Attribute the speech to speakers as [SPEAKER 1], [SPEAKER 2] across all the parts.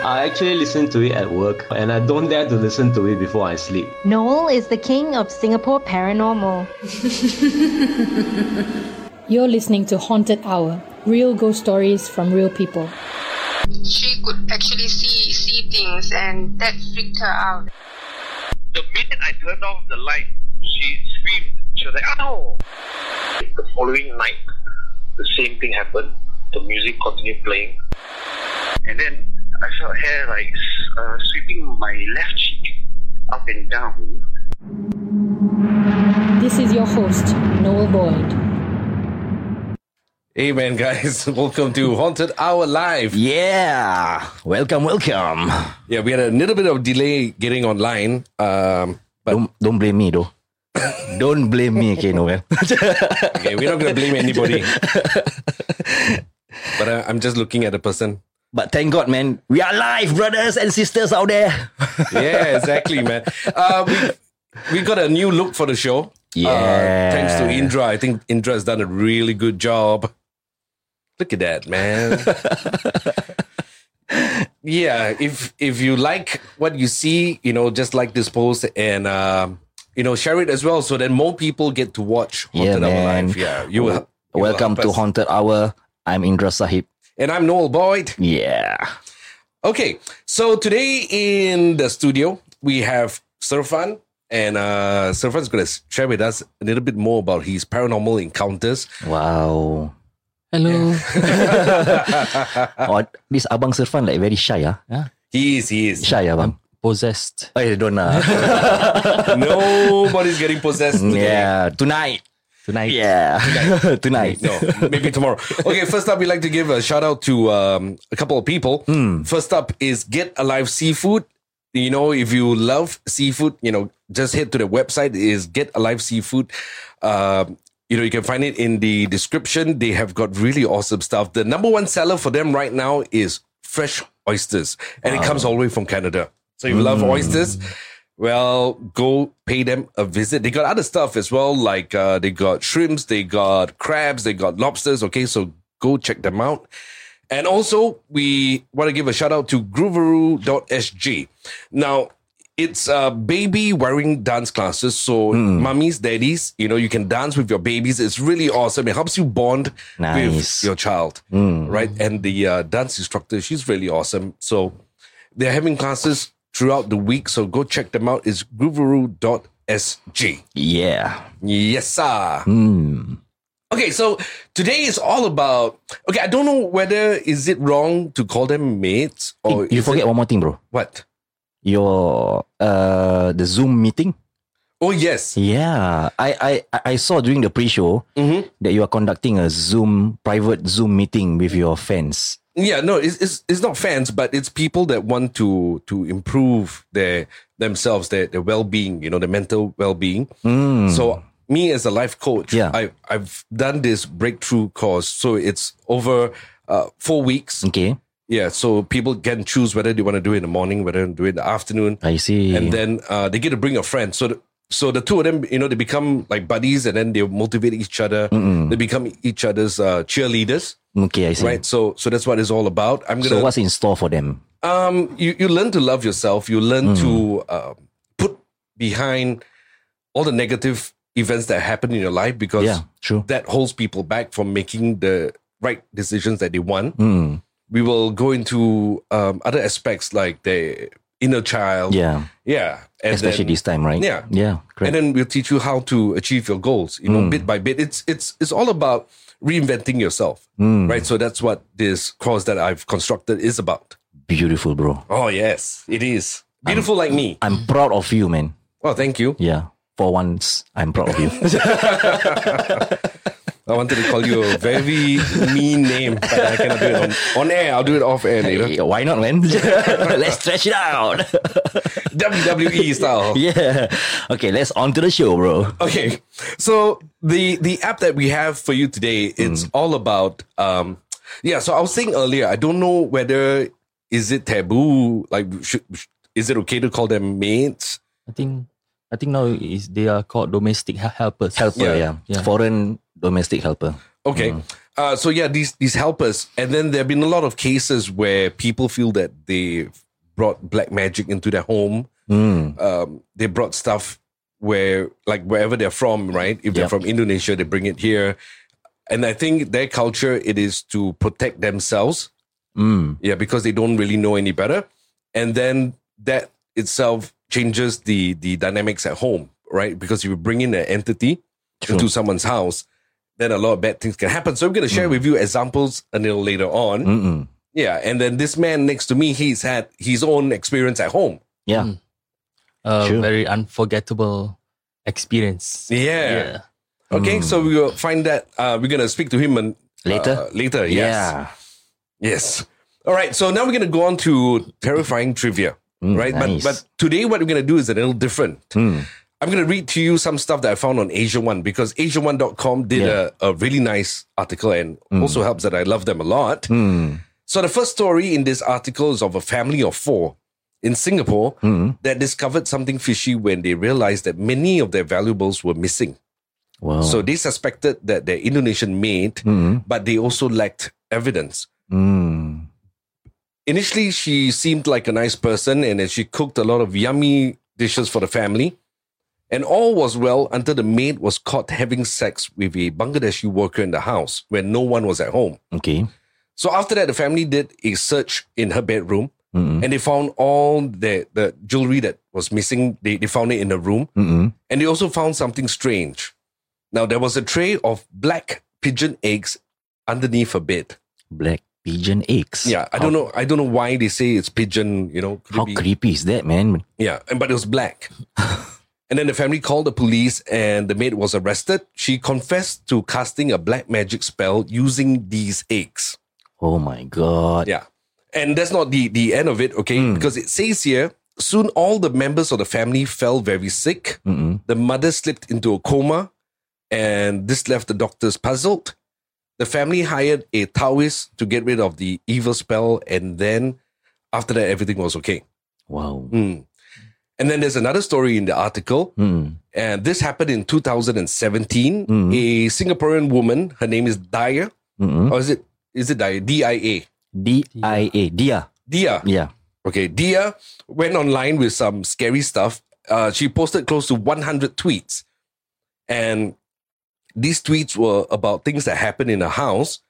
[SPEAKER 1] I actually listen to it at work, and I don't dare to listen to it before I sleep.
[SPEAKER 2] Noel is the king of Singapore paranormal.
[SPEAKER 3] You're listening to Haunted Hour, real ghost stories from real people.
[SPEAKER 4] She could actually see see things, and that freaked her out.
[SPEAKER 5] The minute I turned off the light, she screamed. She was like, "Ow!" The following night, the same thing happened. The music continued playing, and then I felt hair like uh, sweeping my left cheek up and down.
[SPEAKER 3] This is your host, Noel Boyd.
[SPEAKER 6] Amen, guys. Welcome to Haunted Hour Live.
[SPEAKER 7] Yeah. Welcome, welcome.
[SPEAKER 6] Yeah, we had a little bit of delay getting online. Um, but
[SPEAKER 7] Don't don't blame me though. don't blame me, okay, Noel.
[SPEAKER 6] okay, we're not going to blame anybody. but I, I'm just looking at the person.
[SPEAKER 7] But thank God, man, we are live, brothers and sisters out there.
[SPEAKER 6] Yeah, exactly, man. Uh, we, we got a new look for the show. Uh,
[SPEAKER 7] Yeah.
[SPEAKER 6] thanks to Indra. I think Indra has done a really good job. Look at that, man. yeah, if if you like what you see, you know, just like this post and um, you know, share it as well so then more people get to watch
[SPEAKER 7] Yeah,
[SPEAKER 6] Haunted Hour
[SPEAKER 7] man.
[SPEAKER 6] Live. Yeah. You will, you will
[SPEAKER 7] Welcome
[SPEAKER 6] help
[SPEAKER 7] to
[SPEAKER 6] us.
[SPEAKER 7] Haunted Hour. I'm Indra Sahib.
[SPEAKER 6] And I'm Noel Boyd.
[SPEAKER 7] Yeah.
[SPEAKER 6] Okay, so today in the studio we have Surfan, and uh, Surfan's going to share with us a little bit more about his paranormal encounters.
[SPEAKER 7] Wow.
[SPEAKER 8] Hello.
[SPEAKER 7] Oh, this Abang Sirfan like very shy, ah.
[SPEAKER 6] He is, he is.
[SPEAKER 7] Shy, Abang.
[SPEAKER 8] Possessed.
[SPEAKER 7] I don't ah. know.
[SPEAKER 6] Nobody's getting possessed today.
[SPEAKER 7] yeah. Tonight.
[SPEAKER 8] Tonight.
[SPEAKER 7] Yeah. Tonight.
[SPEAKER 6] No, maybe tomorrow. Okay, first up, we'd like to give a shout out to um, a couple of people. First up is Get Alive Seafood. You know, if you love seafood, you know, just head to the website. It Is Get Alive Seafood. Um, you know, you can find it in the description. They have got really awesome stuff. The number one seller for them right now is fresh oysters, and it comes all the way from Canada. So if you love oysters, well, go pay them a visit. They got other stuff as well, like uh, they got shrimps, they got crabs, they got lobsters. Okay, so go check them out. And also, we want to give a shout out to grooveroo.sg. Now, it's uh, baby wearing dance classes. So, mummies, daddies, you know, you can dance with your babies. It's really awesome. It helps you bond with
[SPEAKER 7] Nice.
[SPEAKER 6] your child,
[SPEAKER 7] Mm-hmm. Mm.
[SPEAKER 6] right? And the uh, dance instructor, she's really awesome. So, they're having classes throughout the week. So, go check them out. It's grooveroo.sg.
[SPEAKER 7] Yeah.
[SPEAKER 6] Yes, sir.
[SPEAKER 7] Hmm.
[SPEAKER 6] Okay, so today is all about. Okay, I don't know whether is it wrong to call them mates or
[SPEAKER 7] you
[SPEAKER 6] Oh, is
[SPEAKER 7] forget
[SPEAKER 6] it-
[SPEAKER 7] one more thing, bro.
[SPEAKER 6] what?
[SPEAKER 7] Your uh the Zoom meeting.
[SPEAKER 6] Oh yes,
[SPEAKER 7] Yeah, I I I- I saw during the pre-show
[SPEAKER 6] Mm-hmm.
[SPEAKER 7] that you are conducting a Zoom private Zoom meeting with your fans.
[SPEAKER 6] yeah. No, it's, it's it's not fans, but it's people that want to to improve their themselves, their their well being. You know, their mental well being. So me as a life coach,
[SPEAKER 7] Mm. Yeah.
[SPEAKER 6] I I've done this breakthrough course. So it's over uh, four weeks.
[SPEAKER 7] Okay,
[SPEAKER 6] Yeah, so people can choose whether they want to do it in the morning, whether they do it in the afternoon.
[SPEAKER 7] I see.
[SPEAKER 6] and then uh, they get to bring a friend. So, the, so the two of them, you know, they become like buddies, and then they motivate each other.
[SPEAKER 7] Mm.
[SPEAKER 6] They become each other's uh, cheerleaders,
[SPEAKER 7] okay, I see.
[SPEAKER 6] right? So, so that's what it's all about. I'm
[SPEAKER 7] So
[SPEAKER 6] gonna
[SPEAKER 7] what's in store for them?
[SPEAKER 6] um, you you learn to love yourself. You learn
[SPEAKER 7] Hmm.
[SPEAKER 6] to uh, put behind all the negative events that happen in your life because
[SPEAKER 7] Yeah, true.
[SPEAKER 6] that holds people back from making the right decisions that they want.
[SPEAKER 7] Mm,
[SPEAKER 6] We will go into um, other aspects like the inner child.
[SPEAKER 7] yeah,
[SPEAKER 6] yeah, and
[SPEAKER 7] especially
[SPEAKER 6] then-
[SPEAKER 7] this time, right? Hmm.
[SPEAKER 6] Yeah.
[SPEAKER 7] yeah,
[SPEAKER 6] and
[SPEAKER 7] correct.
[SPEAKER 6] then we'll teach you how to achieve your goals you know bit by bit it's it's it's all about reinventing yourself
[SPEAKER 7] Hmm.
[SPEAKER 6] right so that's what this course that i've constructed is about
[SPEAKER 7] Beautiful, bro.
[SPEAKER 6] oh yes it is beautiful like me
[SPEAKER 7] I'm proud of you, man.
[SPEAKER 6] oh thank you
[SPEAKER 7] Yeah, for once, I'm proud of you.
[SPEAKER 6] i wanted to call you a very mean name but i cannot do it on, on air i'll do it off air later
[SPEAKER 7] Yeah, Why not, man? let's stretch it out.
[SPEAKER 6] wwe E style
[SPEAKER 7] yeah. Okay, let's on to the show, bro.
[SPEAKER 6] okay so the the app that we have for you today it's all about um yeah so i was saying earlier i don't know whether is it taboo like should, sh- is it okay to call them mates
[SPEAKER 8] I think I think now is they are called domestic hel- helpers.
[SPEAKER 7] Helper,
[SPEAKER 6] Yeah.
[SPEAKER 7] yeah.
[SPEAKER 8] Yeah.
[SPEAKER 7] Foreign domestic helper.
[SPEAKER 6] okay Uh, so yeah, these these helpers, and then there have been a lot of cases where people feel that they brought black magic into their home.
[SPEAKER 7] Hmm,
[SPEAKER 6] Um, they brought stuff where, like, wherever they're from, right? If they're
[SPEAKER 7] Yeah.
[SPEAKER 6] from Indonesia, they bring it here, and I think their culture it is to protect themselves.
[SPEAKER 7] hmm,
[SPEAKER 6] Yeah, because they don't really know any better. And then that itself changes the the dynamics at home, right? Because you bring in an entity into someone's house, then a lot of bad things can happen. So I'm going to share with you examples a little later on.
[SPEAKER 7] Mm-mm.
[SPEAKER 6] Yeah, and then this man next to me, he's had his own experience at home.
[SPEAKER 7] Yeah.
[SPEAKER 8] Mm. A
[SPEAKER 7] Sure.
[SPEAKER 8] very unforgettable experience.
[SPEAKER 6] Yeah. Okay, so we will find that uh, we're going to speak to him and,
[SPEAKER 7] Later?
[SPEAKER 6] uh, later, yes. Yes. All right. So now we're going to go on to terrifying trivia,
[SPEAKER 7] Mm,
[SPEAKER 6] right? But
[SPEAKER 7] nice.
[SPEAKER 6] but today what we're going to do is a little different.
[SPEAKER 7] Hmm,
[SPEAKER 6] I'm going to read to you some stuff that I found on Asia One because Asia1.com did a, a really nice article and
[SPEAKER 7] Mm.
[SPEAKER 6] also helps that I love them a lot.
[SPEAKER 7] hmm.
[SPEAKER 6] So the first story in this article is of a family of four in Singapore
[SPEAKER 7] Mm.
[SPEAKER 6] that discovered something fishy when they realized that many of their valuables were missing.
[SPEAKER 7] Wow.
[SPEAKER 6] So they suspected that their Indonesian maid, but they also lacked evidence
[SPEAKER 7] Mm.
[SPEAKER 6] initially she seemed like a nice person and then she cooked a lot of yummy dishes for the family and all was well until the maid was caught having sex with a bangladeshi worker in the house when no one was at home
[SPEAKER 7] Okay.
[SPEAKER 6] so after that the family did a search in her bedroom
[SPEAKER 7] Mm-mm.
[SPEAKER 6] and they found all the, the jewelry that was missing they, they found it in her room
[SPEAKER 7] Mm-mm.
[SPEAKER 6] and they also found something strange now there was a tray of black pigeon eggs underneath her bed
[SPEAKER 7] Black pigeon eggs.
[SPEAKER 6] yeah i don't know i don't know why they say it's pigeon you know could it
[SPEAKER 7] How
[SPEAKER 6] be-
[SPEAKER 7] creepy is that, man?
[SPEAKER 6] Yeah, and but it was black. and then the family called the police and the maid was arrested. She confessed to casting a black magic spell using these eggs.
[SPEAKER 7] Oh my god.
[SPEAKER 6] Yeah. And that's not the, the end of it, okay? Because it says here soon all the members of the family fell very sick.
[SPEAKER 7] Mm-mm.
[SPEAKER 6] The mother slipped into a coma, and this left the doctors puzzled. The family hired a Taoist to get rid of the evil spell, and then after that, everything was okay.
[SPEAKER 7] Wow.
[SPEAKER 6] Hmm. And then there's another story in the article,
[SPEAKER 7] Mm.
[SPEAKER 6] and this happened in 2017.
[SPEAKER 7] Mm.
[SPEAKER 6] A Singaporean woman, her name is Daya,
[SPEAKER 7] Mm-mm.
[SPEAKER 6] or is it is it Daya? D I A.
[SPEAKER 7] D-I-A. Dia.
[SPEAKER 6] Dia.
[SPEAKER 7] Yeah.
[SPEAKER 6] Okay, Dia went online with some scary stuff. Uh, she posted close to 100 tweets, and these tweets were about things that happened in her house.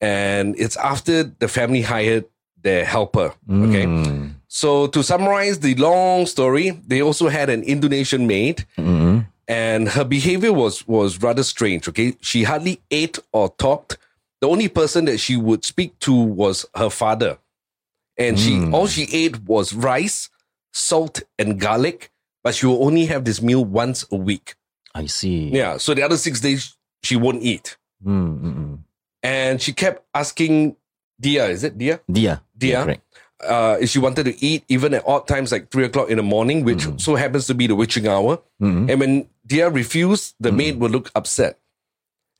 [SPEAKER 6] And it's after the family hired their helper. Okay.
[SPEAKER 7] Mm.
[SPEAKER 6] So to summarize the long story, they also had an Indonesian maid,
[SPEAKER 7] Mm-mm.
[SPEAKER 6] and her behavior was was rather strange. Okay, she hardly ate or talked. The only person that she would speak to was her father, and she all she ate was rice, salt, and garlic. But she will only have this meal once a week.
[SPEAKER 7] I see. Hmm,
[SPEAKER 6] Yeah, so the other six days she won't eat,
[SPEAKER 7] Mm-mm.
[SPEAKER 6] and she kept asking Dia, is it Dia?
[SPEAKER 7] Dia.
[SPEAKER 6] Dia.
[SPEAKER 7] correct.
[SPEAKER 6] uh, if she wanted to eat, even at odd times like three o'clock in the morning, which so happens to be the witching hour.
[SPEAKER 7] Mm-mm.
[SPEAKER 6] And when Dia refused, the maid would look upset.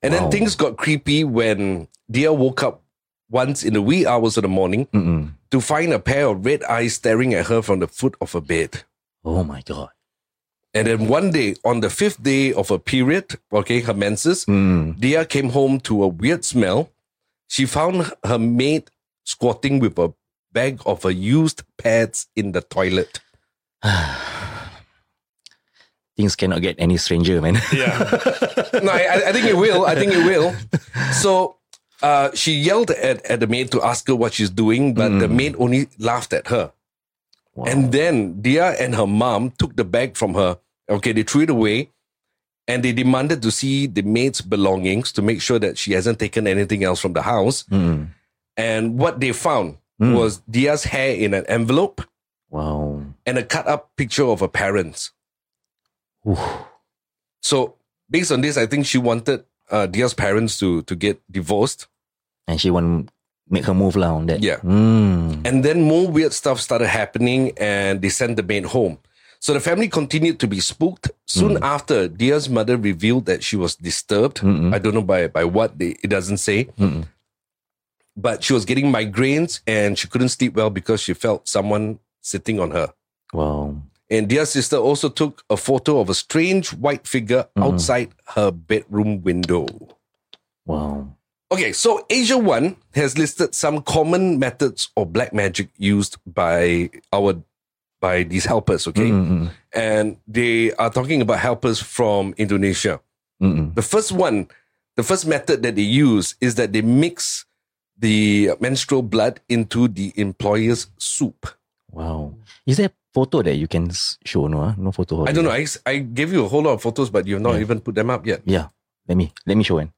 [SPEAKER 6] And then
[SPEAKER 7] Wow.
[SPEAKER 6] things got creepy when Dia woke up once in the wee hours of the morning
[SPEAKER 7] Mm-mm.
[SPEAKER 6] to find a pair of red eyes staring at her from the foot of her bed.
[SPEAKER 7] Oh my god.
[SPEAKER 6] And then one day, on the fifth day of her period, okay, her menses,
[SPEAKER 7] Mm.
[SPEAKER 6] Dia came home to a weird smell. She found her maid squatting with a bag of her used pads in the toilet.
[SPEAKER 7] Things cannot get any stranger, man.
[SPEAKER 6] no, I, I- I think it will. I think it will. So uh, she yelled at, at the maid to ask her what she's doing, but the maid only laughed at her.
[SPEAKER 7] Wow.
[SPEAKER 6] And then Dia and her mom took the bag from her. Okay, they threw it away and they demanded to see the maid's belongings to make sure that she hasn't taken anything else from the house.
[SPEAKER 7] Mm.
[SPEAKER 6] And what they found
[SPEAKER 7] Mm.
[SPEAKER 6] was Dia's hair in an envelope
[SPEAKER 7] Wow.
[SPEAKER 6] and a cut up picture of her parents. So based on this, I think she wanted uh, Dia's parents to to get divorced.
[SPEAKER 7] And she want make her move lah on that.
[SPEAKER 6] Yeah.
[SPEAKER 7] Mm.
[SPEAKER 6] And then more weird stuff started happening and they sent the maid home. So the family continued to be spooked. Soon after, Dia's mother revealed that she was disturbed.
[SPEAKER 7] Mm-mm.
[SPEAKER 6] I don't know by, by what, they, it doesn't say.
[SPEAKER 7] Mm-mm.
[SPEAKER 6] But she was getting migraines and she couldn't sleep well because she felt someone sitting on her.
[SPEAKER 7] Wow.
[SPEAKER 6] And Dia's sister also took a photo of a strange white figure outside her bedroom window.
[SPEAKER 7] Wow.
[SPEAKER 6] Okay, so Asia One has listed some common methods or black magic used by our by these helpers. Okay,
[SPEAKER 7] Mm-hmm.
[SPEAKER 6] and they are talking about helpers from Indonesia.
[SPEAKER 7] Mm-mm.
[SPEAKER 6] The first one, the first method that they use is that they mix the menstrual blood into the employer's soup.
[SPEAKER 7] Wow. Is there a photo that you can s- show? No, ah? no photo.
[SPEAKER 6] I don't know. I, I gave you a whole lot of photos, but you've not even put them up yet.
[SPEAKER 7] Yeah. Let me let me show one.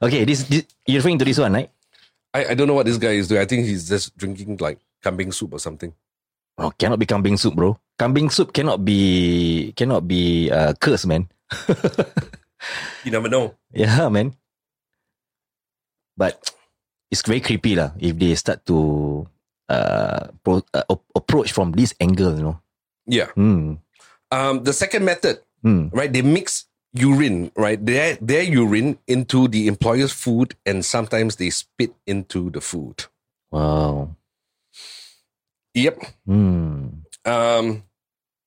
[SPEAKER 7] okay, this, this you're referring to this one, right?
[SPEAKER 6] I, I don't know what this guy is doing. I think he's just drinking like kambing soup or something.
[SPEAKER 7] Oh, cannot be kambing soup, bro. Kambing soup cannot be cannot be uh, cursed, man.
[SPEAKER 6] You never know.
[SPEAKER 7] Yeah, man. But it's very creepy lah if they start to uh, pro- uh ap- approach from this angle, you know.
[SPEAKER 6] Yeah.
[SPEAKER 7] Hmm.
[SPEAKER 6] Um, the second method,
[SPEAKER 7] Hmm.
[SPEAKER 6] right? They mix urine, right? Their their urine into the employer's food, and sometimes they spit into the food.
[SPEAKER 7] Wow.
[SPEAKER 6] Yep.
[SPEAKER 7] Hmm.
[SPEAKER 6] Um,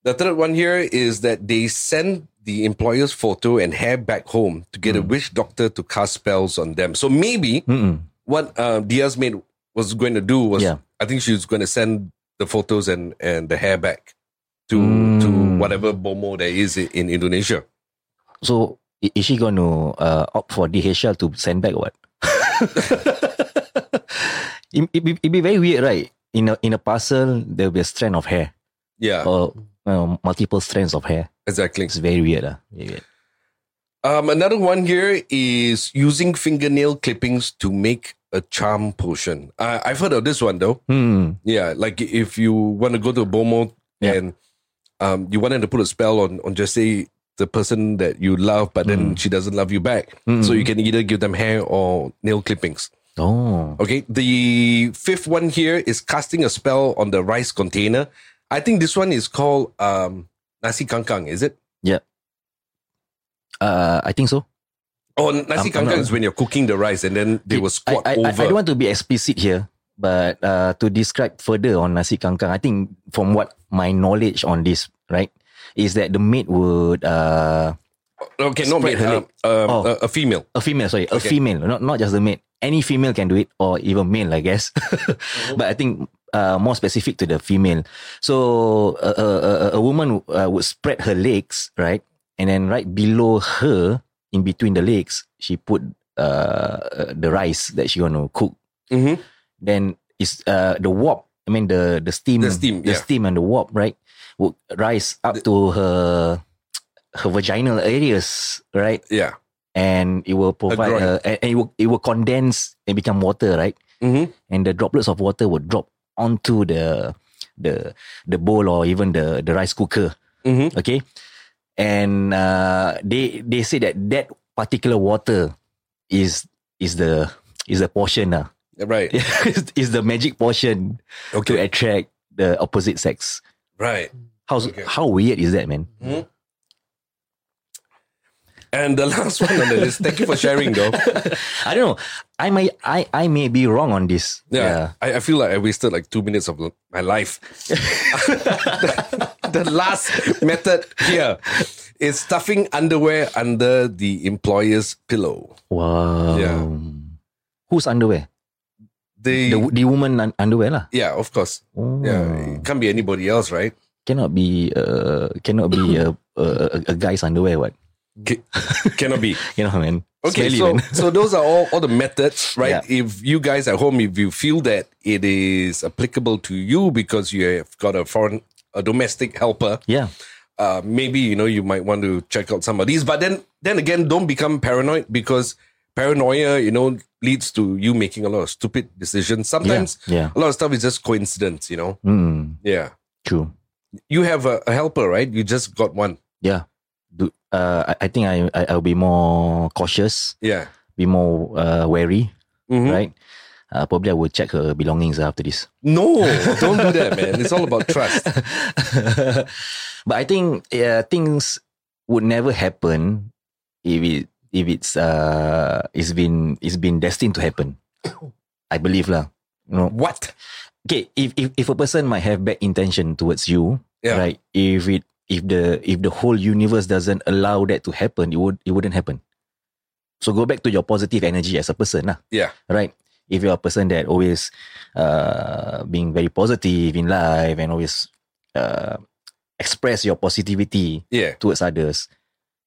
[SPEAKER 6] the third one here is that they send the employer's photo and hair back home to get a witch doctor to cast spells on them. So maybe
[SPEAKER 7] Mm-mm.
[SPEAKER 6] what uh, Diaz made was going to do was,
[SPEAKER 7] Yeah.
[SPEAKER 6] I think she was going to send the photos and, and the hair back to to
[SPEAKER 7] Mm.
[SPEAKER 6] whatever bomo there is i- in Indonesia.
[SPEAKER 7] So i- is she going to uh, opt for DHL to send back or what? it, it, be- it be very weird, right? In a in a parcel, there will be a strand of hair
[SPEAKER 6] Yeah,
[SPEAKER 7] or uh, multiple strands of hair.
[SPEAKER 6] exactly.
[SPEAKER 7] It's very weird, ah. Very weird.
[SPEAKER 6] Um, another one here is using fingernail clippings to make a charm potion. Uh, I've heard of this one though.
[SPEAKER 7] Hmm.
[SPEAKER 6] Yeah, like if you want to go to a Bomo
[SPEAKER 7] Yeah.
[SPEAKER 6] and um, you wanted to put a spell on, on just say the person that you love, but then
[SPEAKER 7] Mm.
[SPEAKER 6] she doesn't love you back. So you can either give them hair or nail clippings.
[SPEAKER 7] Oh.
[SPEAKER 6] Okay, the fifth one here is casting a spell on the rice container. I think this one is called um, nasi kangkang, is it?
[SPEAKER 7] Uh, I think so.
[SPEAKER 6] Oh, nasi
[SPEAKER 7] I'm- I'm
[SPEAKER 6] kangkang
[SPEAKER 7] not-
[SPEAKER 6] is when you're cooking the rice and then they will squat
[SPEAKER 7] I, I, I-
[SPEAKER 6] over.
[SPEAKER 7] I don't want to be explicit here, but uh, to describe further on nasi kangkang, I think from what my knowledge on this, right, is that the maid would uh,
[SPEAKER 6] okay, not
[SPEAKER 7] spread
[SPEAKER 6] mate,
[SPEAKER 7] her
[SPEAKER 6] uh,
[SPEAKER 7] leg.
[SPEAKER 6] um,
[SPEAKER 7] Oh.
[SPEAKER 6] a, a female.
[SPEAKER 7] a female, sorry, a
[SPEAKER 6] Okay.
[SPEAKER 7] female, not not just the maid. Any female can do it, or even male, I guess.
[SPEAKER 6] Mm-hmm.
[SPEAKER 7] But I think uh, more specific to the female. So uh, uh, uh, a woman uh, would spread her legs, right, and then right below her, in between the legs, she put uh, uh, the rice that she gonna cook.
[SPEAKER 6] Mm-hmm.
[SPEAKER 7] then it's uh the warp. I mean the the steam,
[SPEAKER 6] The steam, yeah.
[SPEAKER 7] steam and the warp, right? Would rise up to her her vaginal areas, right?
[SPEAKER 6] Yeah.
[SPEAKER 7] And it will provide
[SPEAKER 6] groin.
[SPEAKER 7] a, and and it will it will condense and become water, right?
[SPEAKER 6] Mm-hmm.
[SPEAKER 7] And the droplets of water would drop onto the the the bowl or even the the rice cooker.
[SPEAKER 6] Mm-hmm.
[SPEAKER 7] Okay, and uh, they they say that that particular water is is the is the portion uh,
[SPEAKER 6] Right.
[SPEAKER 7] is is the magic portion to
[SPEAKER 6] Okay.
[SPEAKER 7] attract the opposite sex.
[SPEAKER 6] Right.
[SPEAKER 7] How
[SPEAKER 6] Okay.
[SPEAKER 7] how weird is that, man?
[SPEAKER 6] And the last one on the list. Thank you for sharing, though.
[SPEAKER 7] I don't know. I may I I may be wrong on this.
[SPEAKER 6] Yeah, I, I feel like I wasted like two minutes of l- my life. the, the last method here is stuffing underwear under the employer's pillow.
[SPEAKER 7] Wow.
[SPEAKER 6] Yeah.
[SPEAKER 7] Um, Whose underwear?
[SPEAKER 6] They,
[SPEAKER 7] The the woman un- underwear lah.
[SPEAKER 6] yeah, of course.
[SPEAKER 7] Oh.
[SPEAKER 6] Yeah, it can't be anybody else, right?
[SPEAKER 7] Cannot be uh cannot be a a, a, a guy's underwear. What
[SPEAKER 6] Ca- cannot be.
[SPEAKER 7] you know, man?
[SPEAKER 6] Okay,
[SPEAKER 7] Smelly,
[SPEAKER 6] so
[SPEAKER 7] man.
[SPEAKER 6] so those are all, all the methods, right?
[SPEAKER 7] Yeah.
[SPEAKER 6] If you guys at home, if you feel that it is applicable to you because you have got a foreign, a domestic helper,
[SPEAKER 7] Yeah.
[SPEAKER 6] uh, maybe you know you might want to check out some of these. But then then again, don't become paranoid because paranoia, you know, leads to you making a lot of stupid decisions. Sometimes
[SPEAKER 7] Yeah.
[SPEAKER 6] a lot of stuff is just coincidence, you know.
[SPEAKER 7] Mm,
[SPEAKER 6] Yeah,
[SPEAKER 7] true.
[SPEAKER 6] you have a, a helper, right? You just got one.
[SPEAKER 7] Yeah. Do, uh, I, I think I, I I'll be more cautious.
[SPEAKER 6] Yeah,
[SPEAKER 7] be more uh, wary,
[SPEAKER 6] Mhm.
[SPEAKER 7] right? Uh, probably I will check her belongings after this.
[SPEAKER 6] No, don't do that, man. It's all about trust.
[SPEAKER 7] but I think uh, things would never happen if it if it's uh it's been it's been destined to happen. I believe lah. You know,
[SPEAKER 6] What?
[SPEAKER 7] okay, if, if if a person might have bad intention towards you,
[SPEAKER 6] Yeah.
[SPEAKER 7] right? If it if the if the whole universe doesn't allow that to happen, it would it wouldn't happen. So go back to your positive energy as a person lah.
[SPEAKER 6] Yeah.
[SPEAKER 7] Right. If you're a person that always uh, being very positive in life and always uh, express your positivity
[SPEAKER 6] Yeah.
[SPEAKER 7] towards others,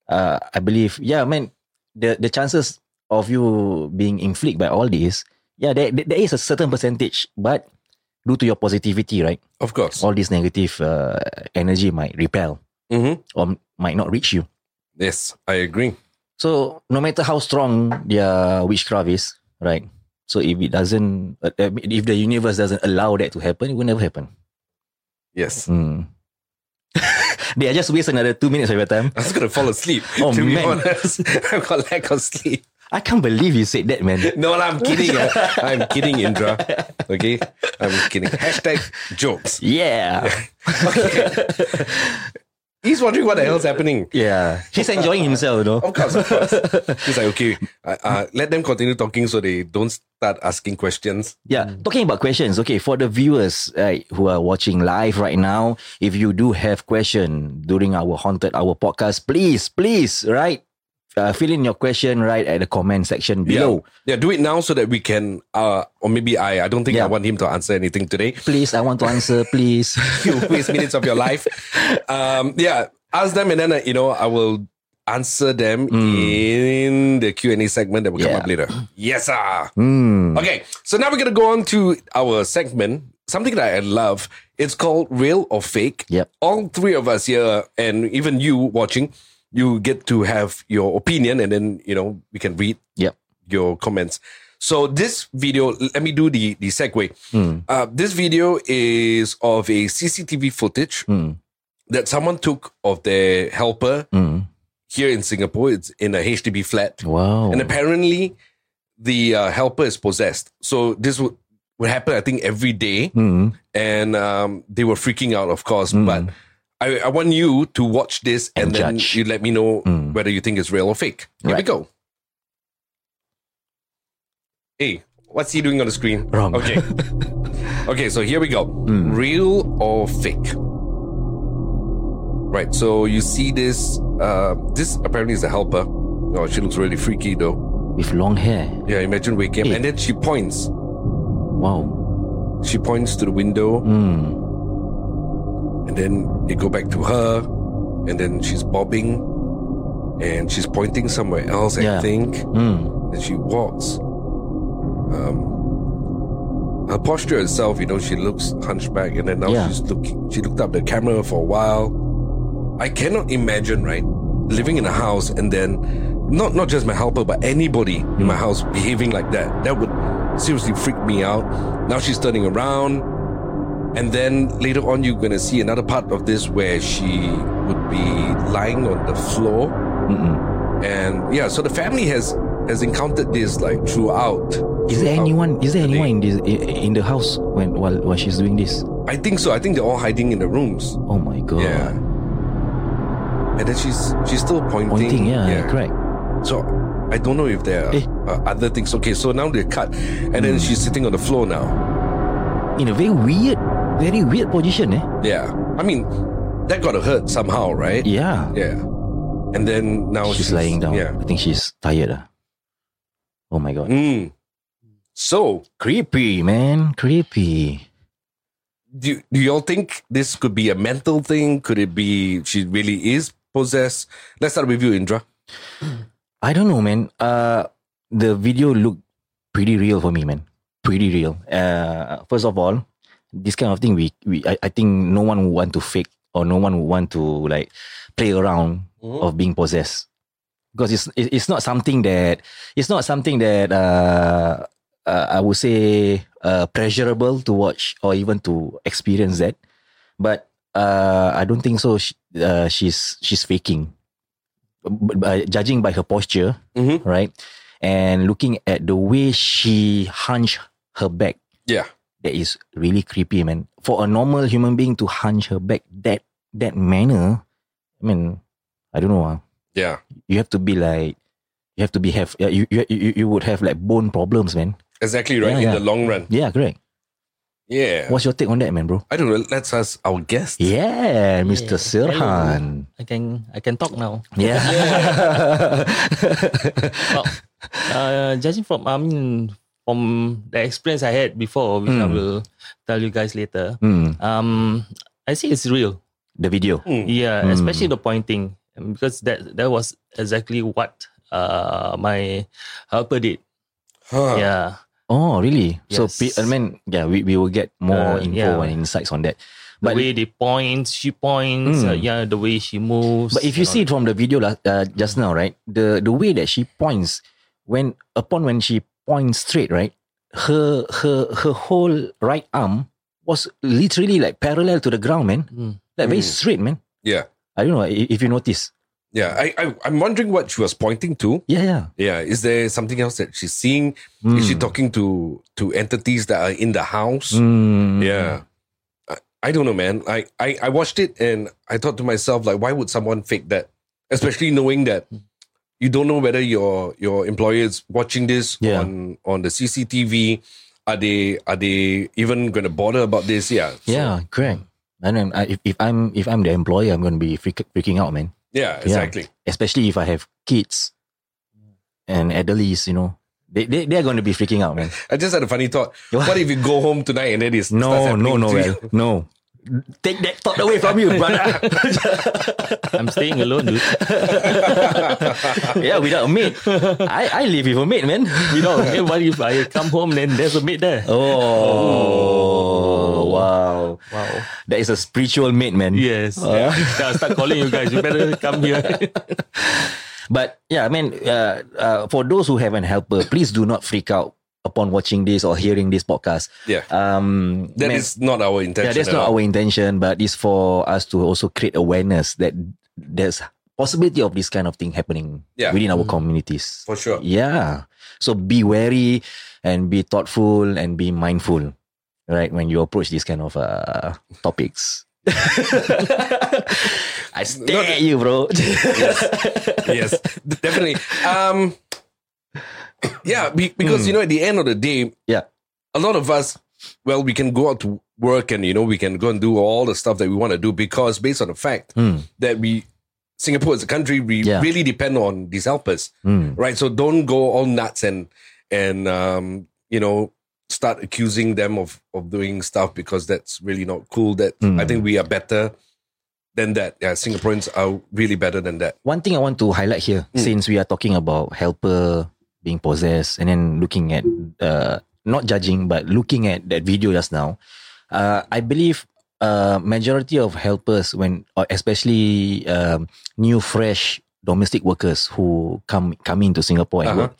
[SPEAKER 7] uh, I believe, yeah, man, the the chances of you being inflict by all this, yeah, there, there there is a certain percentage, but due to your positivity, right,
[SPEAKER 6] Of course.
[SPEAKER 7] all this negative uh, energy might repel
[SPEAKER 6] Mm-hmm.
[SPEAKER 7] or might not reach you.
[SPEAKER 6] Yes, I agree.
[SPEAKER 7] So no matter how strong their witchcraft is, right? So if it doesn't, uh, uh, if the universe doesn't allow that to happen, it will never happen.
[SPEAKER 6] Yes.
[SPEAKER 7] Hmm. they are just waste another two minutes of your time.
[SPEAKER 6] I was gonna fall asleep.
[SPEAKER 7] Oh,
[SPEAKER 6] to be
[SPEAKER 7] man.
[SPEAKER 6] honest, I've got lack of sleep.
[SPEAKER 7] I can't believe you said that, man.
[SPEAKER 6] No, I'm kidding. I, I'm kidding, Indra. Okay, I'm kidding. Hashtag jokes.
[SPEAKER 7] Yeah,
[SPEAKER 6] He's wondering what the hell's happening.
[SPEAKER 7] yeah. He's enjoying himself, you know.
[SPEAKER 6] Of course, of course. He's like, okay, uh, uh, let them continue talking so they don't start asking questions.
[SPEAKER 7] Yeah, talking about questions. Okay, for the viewers right, who are watching live right now, if you do have question during our haunted hour podcast, please, please, right, uh, fill in your question right at the comment section below.
[SPEAKER 6] Yeah, do it now so that we can, uh, or maybe I, I don't think I
[SPEAKER 7] Yeah.
[SPEAKER 6] want him to answer anything today.
[SPEAKER 7] Please, I want to answer. Please,
[SPEAKER 6] You waste minutes of your life. Um, yeah, ask them and then, uh, you know, I will answer them in the Q&A segment that will come
[SPEAKER 7] Hmm. Yeah.
[SPEAKER 6] up later. Yes, sir.
[SPEAKER 7] Hmm.
[SPEAKER 6] Okay, so now we're going to go on to our segment, something that I love. It's called Real or Fake.
[SPEAKER 7] Yep.
[SPEAKER 6] All three of us here, and even you watching, you get to have your opinion, and then, you know, we can read
[SPEAKER 7] Yep.
[SPEAKER 6] your comments. So this video, let me do the, the segue. Uh, this video is of a CCTV footage
[SPEAKER 7] Hmm.
[SPEAKER 6] that someone took of their helper
[SPEAKER 7] Hmm.
[SPEAKER 6] here in Singapore. It's in a HDB flat.
[SPEAKER 7] Wow.
[SPEAKER 6] And apparently, the uh, helper is possessed. So this would, would happen, I think, every day.
[SPEAKER 7] Hmm.
[SPEAKER 6] And um, they were freaking out, of course.
[SPEAKER 7] Mm.
[SPEAKER 6] But I, I want you to watch this and,
[SPEAKER 7] And
[SPEAKER 6] then
[SPEAKER 7] judge.
[SPEAKER 6] you let me know
[SPEAKER 7] Mm.
[SPEAKER 6] whether you think it's real or fake. Here we
[SPEAKER 7] Right.
[SPEAKER 6] go. Hey, what's he doing on the screen?
[SPEAKER 7] Wrong.
[SPEAKER 6] Okay. okay, so here we go.
[SPEAKER 7] Mm.
[SPEAKER 6] Real or fake? Right, so you see this. Uh, this apparently is a helper. Oh, she looks really freaky though.
[SPEAKER 7] With long hair.
[SPEAKER 6] Yeah, imagine waking up.
[SPEAKER 7] Eh.
[SPEAKER 6] And then she points.
[SPEAKER 7] Wow.
[SPEAKER 6] She points to the window,
[SPEAKER 7] Hmm.
[SPEAKER 6] and then they go back to her, and then she's bobbing, and she's pointing somewhere else, I
[SPEAKER 7] Yeah.
[SPEAKER 6] think.
[SPEAKER 7] Hmm.
[SPEAKER 6] And she walks. Um, her posture itself, you know, she looks hunchback, and then now
[SPEAKER 7] Yeah.
[SPEAKER 6] she's looking. She looked up the camera for a while. I cannot imagine, right, living in a house and then not not just my helper, but anybody in my house behaving like that. That would seriously freak me out. Now she's turning around, and then later on, you're gonna see another part of this where she would be lying on the floor
[SPEAKER 7] Mm-mm.
[SPEAKER 6] and yeah so the family has has encountered this like throughout
[SPEAKER 7] Is there
[SPEAKER 6] throughout
[SPEAKER 7] anyone? Is there
[SPEAKER 6] the day.
[SPEAKER 7] anyone in this in the house when while while she's doing this?
[SPEAKER 6] i think so i think they're all hiding in the rooms
[SPEAKER 7] Oh my god.
[SPEAKER 6] yeah and then she's she's still pointing
[SPEAKER 7] Pointing. Yeah. Correct.
[SPEAKER 6] so i don't know if there are
[SPEAKER 7] Eh. Hmm.
[SPEAKER 6] uh, other things okay so now they're cut and then she's sitting on the floor now
[SPEAKER 7] In a very weird, very weird position. Eh.
[SPEAKER 6] yeah i mean that gotta hurt somehow right
[SPEAKER 7] Yeah.
[SPEAKER 6] yeah and then now
[SPEAKER 7] she's, lying down.
[SPEAKER 6] yeah
[SPEAKER 7] I think she's tired. ah. Oh my god.
[SPEAKER 6] mm. so
[SPEAKER 7] Creepy, man. Creepy.
[SPEAKER 6] do, do y'all think this could be a mental thing? Could it be she really is possessed? Let's start with you, Indra.
[SPEAKER 7] I don't know, man. Uh the video looked pretty real for me, man. Pretty real. Uh first of all, this kind of thing we, we I, I think no one would want to fake or no one would want to like play around of being possessed. Because it's it- it's not something that it's not something that uh, uh I would say uh pleasurable to watch or even to experience that. But uh I don't think so she, uh, she's she's faking. B- by- judging by her posture,
[SPEAKER 6] Mhm.
[SPEAKER 7] right? And looking at the way she hunch her back,
[SPEAKER 6] Yeah.
[SPEAKER 7] that is really creepy, man. For a normal human being to hunch her back that that manner, I mean, I don't know. ah.
[SPEAKER 6] Yeah.
[SPEAKER 7] You have to be like, you have to be have yeah, you, you you you would have like bone problems, man.
[SPEAKER 6] Exactly right.
[SPEAKER 7] Yeah,
[SPEAKER 6] in
[SPEAKER 7] yeah.
[SPEAKER 6] the long run.
[SPEAKER 7] Yeah, correct.
[SPEAKER 6] Yeah.
[SPEAKER 7] What's your take on that, man, bro?
[SPEAKER 6] I don't know. Let's ask our guest.
[SPEAKER 7] Yeah, Mr.
[SPEAKER 8] Yeah.
[SPEAKER 7] Sirhan.
[SPEAKER 8] I can I can talk now.
[SPEAKER 7] Yeah.
[SPEAKER 8] Well, uh, judging from I mean from the experience I had before, which I
[SPEAKER 7] Mm.
[SPEAKER 8] will tell you guys later.
[SPEAKER 7] Hmm,
[SPEAKER 8] Um, I see it's real.
[SPEAKER 7] the video.
[SPEAKER 8] Yeah,
[SPEAKER 7] Mm.
[SPEAKER 8] especially the pointing um, because that that was exactly what uh my helper did.
[SPEAKER 6] Huh.
[SPEAKER 8] Yeah.
[SPEAKER 7] Oh, really? So,
[SPEAKER 8] Yes.
[SPEAKER 7] pe- I mean, yeah, we, we will get more
[SPEAKER 8] Uh,
[SPEAKER 7] info
[SPEAKER 8] yeah.
[SPEAKER 7] and insights on that.
[SPEAKER 8] The
[SPEAKER 7] But
[SPEAKER 8] way they point, she points. Uh,
[SPEAKER 7] Mm.
[SPEAKER 8] yeah, the way she moves.
[SPEAKER 7] But if you
[SPEAKER 8] and
[SPEAKER 7] see it from the video la- uh, just now, right? The the way that she points when upon when she points straight, right? Her her her whole right arm was literally like parallel to the ground, man.
[SPEAKER 8] all. Mm.
[SPEAKER 7] Like very
[SPEAKER 6] Mm.
[SPEAKER 7] straight, man.
[SPEAKER 6] Yeah.
[SPEAKER 7] I don't know i- if you notice.
[SPEAKER 6] Yeah. I, I, I'm wondering what she was pointing to.
[SPEAKER 7] Yeah, yeah.
[SPEAKER 6] Yeah. Is there something else that she's seeing? Is she
[SPEAKER 7] Mm.
[SPEAKER 6] talking to to entities that are in the house?
[SPEAKER 7] Mm.
[SPEAKER 6] Yeah. I, I don't know, man. I, I, I watched it and I thought to myself, like, why would someone fake that? Especially knowing that you don't know whether your your employer is watching this
[SPEAKER 7] Yeah.
[SPEAKER 6] on on the CCTV. Are they are they even gonna bother about this? Yeah. So,
[SPEAKER 7] Yeah, correct. And then I, if, if I'm if I'm the employer, I'm gonna be freak, freaking out, man.
[SPEAKER 6] Yeah, exactly.
[SPEAKER 7] Especially if I have kids and elderlies, you know. They, they, they're going to be freaking out, man.
[SPEAKER 6] I just had a funny thought. What if you go home tonight and then it's
[SPEAKER 7] No, no, no,
[SPEAKER 6] you?
[SPEAKER 7] Val. no. Take that thought away from you, brother.
[SPEAKER 8] I'm staying alone, dude.
[SPEAKER 7] yeah, without a mate. I, I live with a mate, man.
[SPEAKER 8] You know, hey, what if I come home then there's a maid there?
[SPEAKER 7] Oh, wow.
[SPEAKER 8] Wow.
[SPEAKER 7] That is a spiritual mate, man.
[SPEAKER 8] Yes. Yeah. Then I'll start calling you guys. You better come here.
[SPEAKER 7] But yeah, I mean, uh, uh, for those who haven't helper, please do not freak out upon watching this or hearing this podcast.
[SPEAKER 6] Yeah.
[SPEAKER 7] Um,
[SPEAKER 6] That
[SPEAKER 7] man,
[SPEAKER 6] is not our intention.
[SPEAKER 7] yeah, that's
[SPEAKER 6] at
[SPEAKER 7] not
[SPEAKER 6] all.
[SPEAKER 7] our intention, but it's for us to also create awareness that there's possibility of this kind of thing happening
[SPEAKER 6] Yeah.
[SPEAKER 7] within our communities.
[SPEAKER 6] for sure.
[SPEAKER 7] Yeah. So be wary and be thoughtful and be mindful, right? When you approach these kind of uh, topics. I stare
[SPEAKER 6] Not-
[SPEAKER 7] at you, bro.
[SPEAKER 6] yes, definitely. Um, yeah, be,
[SPEAKER 7] Hmm.
[SPEAKER 6] because you know, at the end of the day,
[SPEAKER 7] Yeah.
[SPEAKER 6] a lot of us, well, we can go out to work and you know we can go and do all the stuff that we want to do because based on the fact
[SPEAKER 7] Mm,
[SPEAKER 6] that we, Singapore as a country, we
[SPEAKER 7] Yeah.
[SPEAKER 6] really depend on these helpers,
[SPEAKER 7] mm.
[SPEAKER 6] right? So don't go all nuts and and um, you know start accusing them of of doing stuff because that's really not cool. That
[SPEAKER 7] Mm.
[SPEAKER 6] I think we are better than that. Yeah, Singaporeans are really better than that.
[SPEAKER 7] One thing I want to highlight here,
[SPEAKER 6] Mm.
[SPEAKER 7] since we are talking about helper being possessed and then looking at, uh, not judging, but looking at that video just now, uh, I believe uh, majority of helpers when or especially um, new fresh domestic workers who come come into Singapore and
[SPEAKER 6] Uh-huh.
[SPEAKER 7] work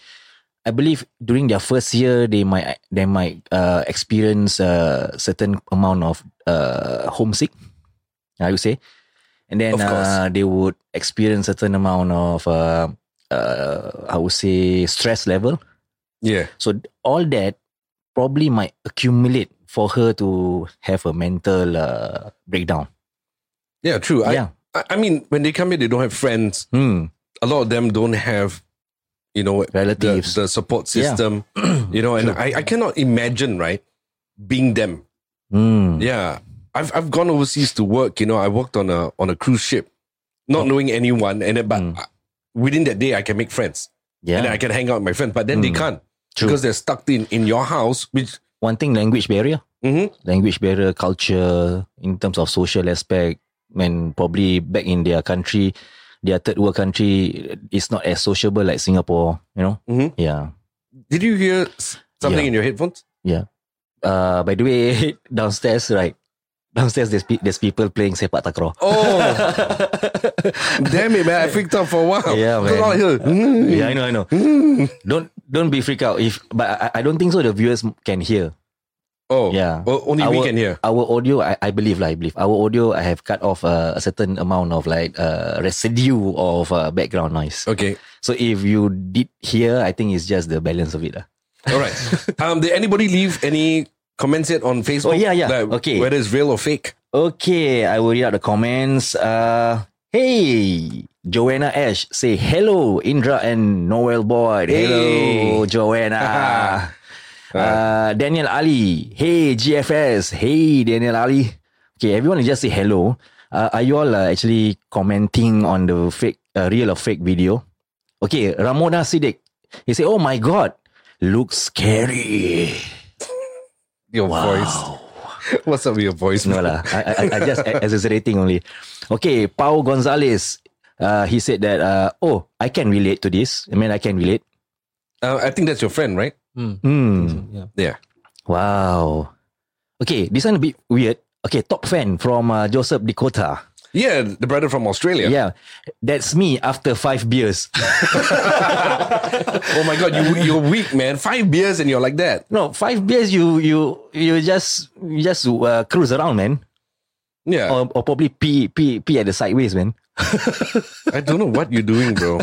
[SPEAKER 7] I believe during their first year they might they might uh, experience a certain amount of uh, homesick I would say and then
[SPEAKER 6] Of course.
[SPEAKER 7] uh, they would experience certain amount of uh, uh, I would say stress level
[SPEAKER 6] Yeah.
[SPEAKER 7] so all that probably might accumulate for her to have a mental uh, breakdown.
[SPEAKER 6] Yeah, true. I,
[SPEAKER 7] yeah.
[SPEAKER 6] I I mean, when they come here, they don't have friends.
[SPEAKER 7] Hmm.
[SPEAKER 6] A lot of them don't have, you know, the,
[SPEAKER 7] Relatives.
[SPEAKER 6] the support
[SPEAKER 7] Yeah.
[SPEAKER 6] system, you know, and I, I cannot imagine, right, being them.
[SPEAKER 7] Hmm.
[SPEAKER 6] Yeah. I've, I've gone overseas to work, you know, I worked on a, on a cruise ship, not knowing anyone. And then, but
[SPEAKER 7] Oh. Mm.
[SPEAKER 6] I- within that day, I can make friends
[SPEAKER 7] Yeah.
[SPEAKER 6] and I can hang out with my friends, but then they
[SPEAKER 7] Mm.
[SPEAKER 6] can't
[SPEAKER 7] True.
[SPEAKER 6] because they're stuck in, in your house, which,
[SPEAKER 7] One thing, language barrier.
[SPEAKER 6] Mhm.
[SPEAKER 7] Language barrier, culture, in terms of social aspect, when probably back in their country, their third world country, it's not as sociable like Singapore, you know?
[SPEAKER 6] Mhm.
[SPEAKER 7] Yeah.
[SPEAKER 6] did you hear s- something in
[SPEAKER 7] Yeah.
[SPEAKER 6] your headphones?
[SPEAKER 7] Uh, by the way, downstairs, right? Downstairs, there's, pe- there's people playing sepak takraw.
[SPEAKER 6] Oh, damn it, man. I freaked out for a while.
[SPEAKER 7] Yeah,
[SPEAKER 6] Look
[SPEAKER 7] man.
[SPEAKER 6] out here. Mm.
[SPEAKER 7] Yeah, I know, I know.
[SPEAKER 6] Mm.
[SPEAKER 7] Don't don't be freaked out if but I, I don't think so the viewers can hear.
[SPEAKER 6] Oh,
[SPEAKER 7] Yeah.
[SPEAKER 6] O- only we
[SPEAKER 7] Our-
[SPEAKER 6] can hear.
[SPEAKER 7] Our audio I, I believe lah, I believe. Our audio I have cut off uh, a certain amount of like uh, residue of uh, background noise.
[SPEAKER 6] Okay.
[SPEAKER 7] So if you did hear, I think it's just the balance of it lah.
[SPEAKER 6] All right. um, did anybody leave any comments yet on Facebook?
[SPEAKER 7] Oh, yeah, yeah.
[SPEAKER 6] Like,
[SPEAKER 7] Okay.
[SPEAKER 6] Whether it's real or fake.
[SPEAKER 7] Okay, I will read out the comments. Uh hey Joanna Ash say hello Indra and Noel Boyd. Hello
[SPEAKER 6] Hey.
[SPEAKER 7] Joanna. Uh, Daniel Ali. Hey, GFS. Hey, Daniel Ali. Okay, everyone is just say hello. Uh, are you all uh, actually commenting on the fake, uh, real or fake video? Okay, Ramona Siddiq. He said, oh my God, looks scary.
[SPEAKER 6] Your voice. What's up with your voice?
[SPEAKER 7] No lah. I, I, I just e-, exaggerating only. Okay, Pau Gonzalez. Uh, he said that, uh, oh, I can relate to this. I mean, I can relate.
[SPEAKER 6] Uh, I think that's your friend, right?
[SPEAKER 7] Hmm.
[SPEAKER 8] Yeah.
[SPEAKER 6] Yeah.
[SPEAKER 7] Wow. Okay, this one a bit weird. Okay, top fan from uh, Joseph Dakota.
[SPEAKER 6] Yeah, the brother from Australia.
[SPEAKER 7] Yeah. that's me after five beers.
[SPEAKER 6] Oh my god, you you're weak, man. Five beers and you're like that.
[SPEAKER 7] no, five beers. You you you just you just uh, cruise around, man,
[SPEAKER 6] Yeah.
[SPEAKER 7] or, or probably pee pee pee at the sideways, man.
[SPEAKER 6] I don't know what you're doing, bro.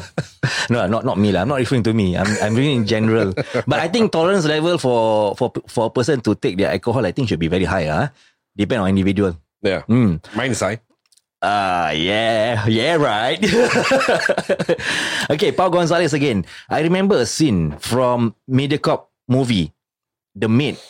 [SPEAKER 7] No, not not me lah. I'm not referring to me. I'm I'm referring in general. but I think tolerance level for for for a person to take their alcohol, I think should be very high. Ah, depend on individual.
[SPEAKER 6] Yeah.
[SPEAKER 7] Hmm.
[SPEAKER 6] Mine is high.
[SPEAKER 7] Ah, yeah, yeah, right. okay, Paul Gonzalez again. I remember a scene from Mediacorp movie, The Maid,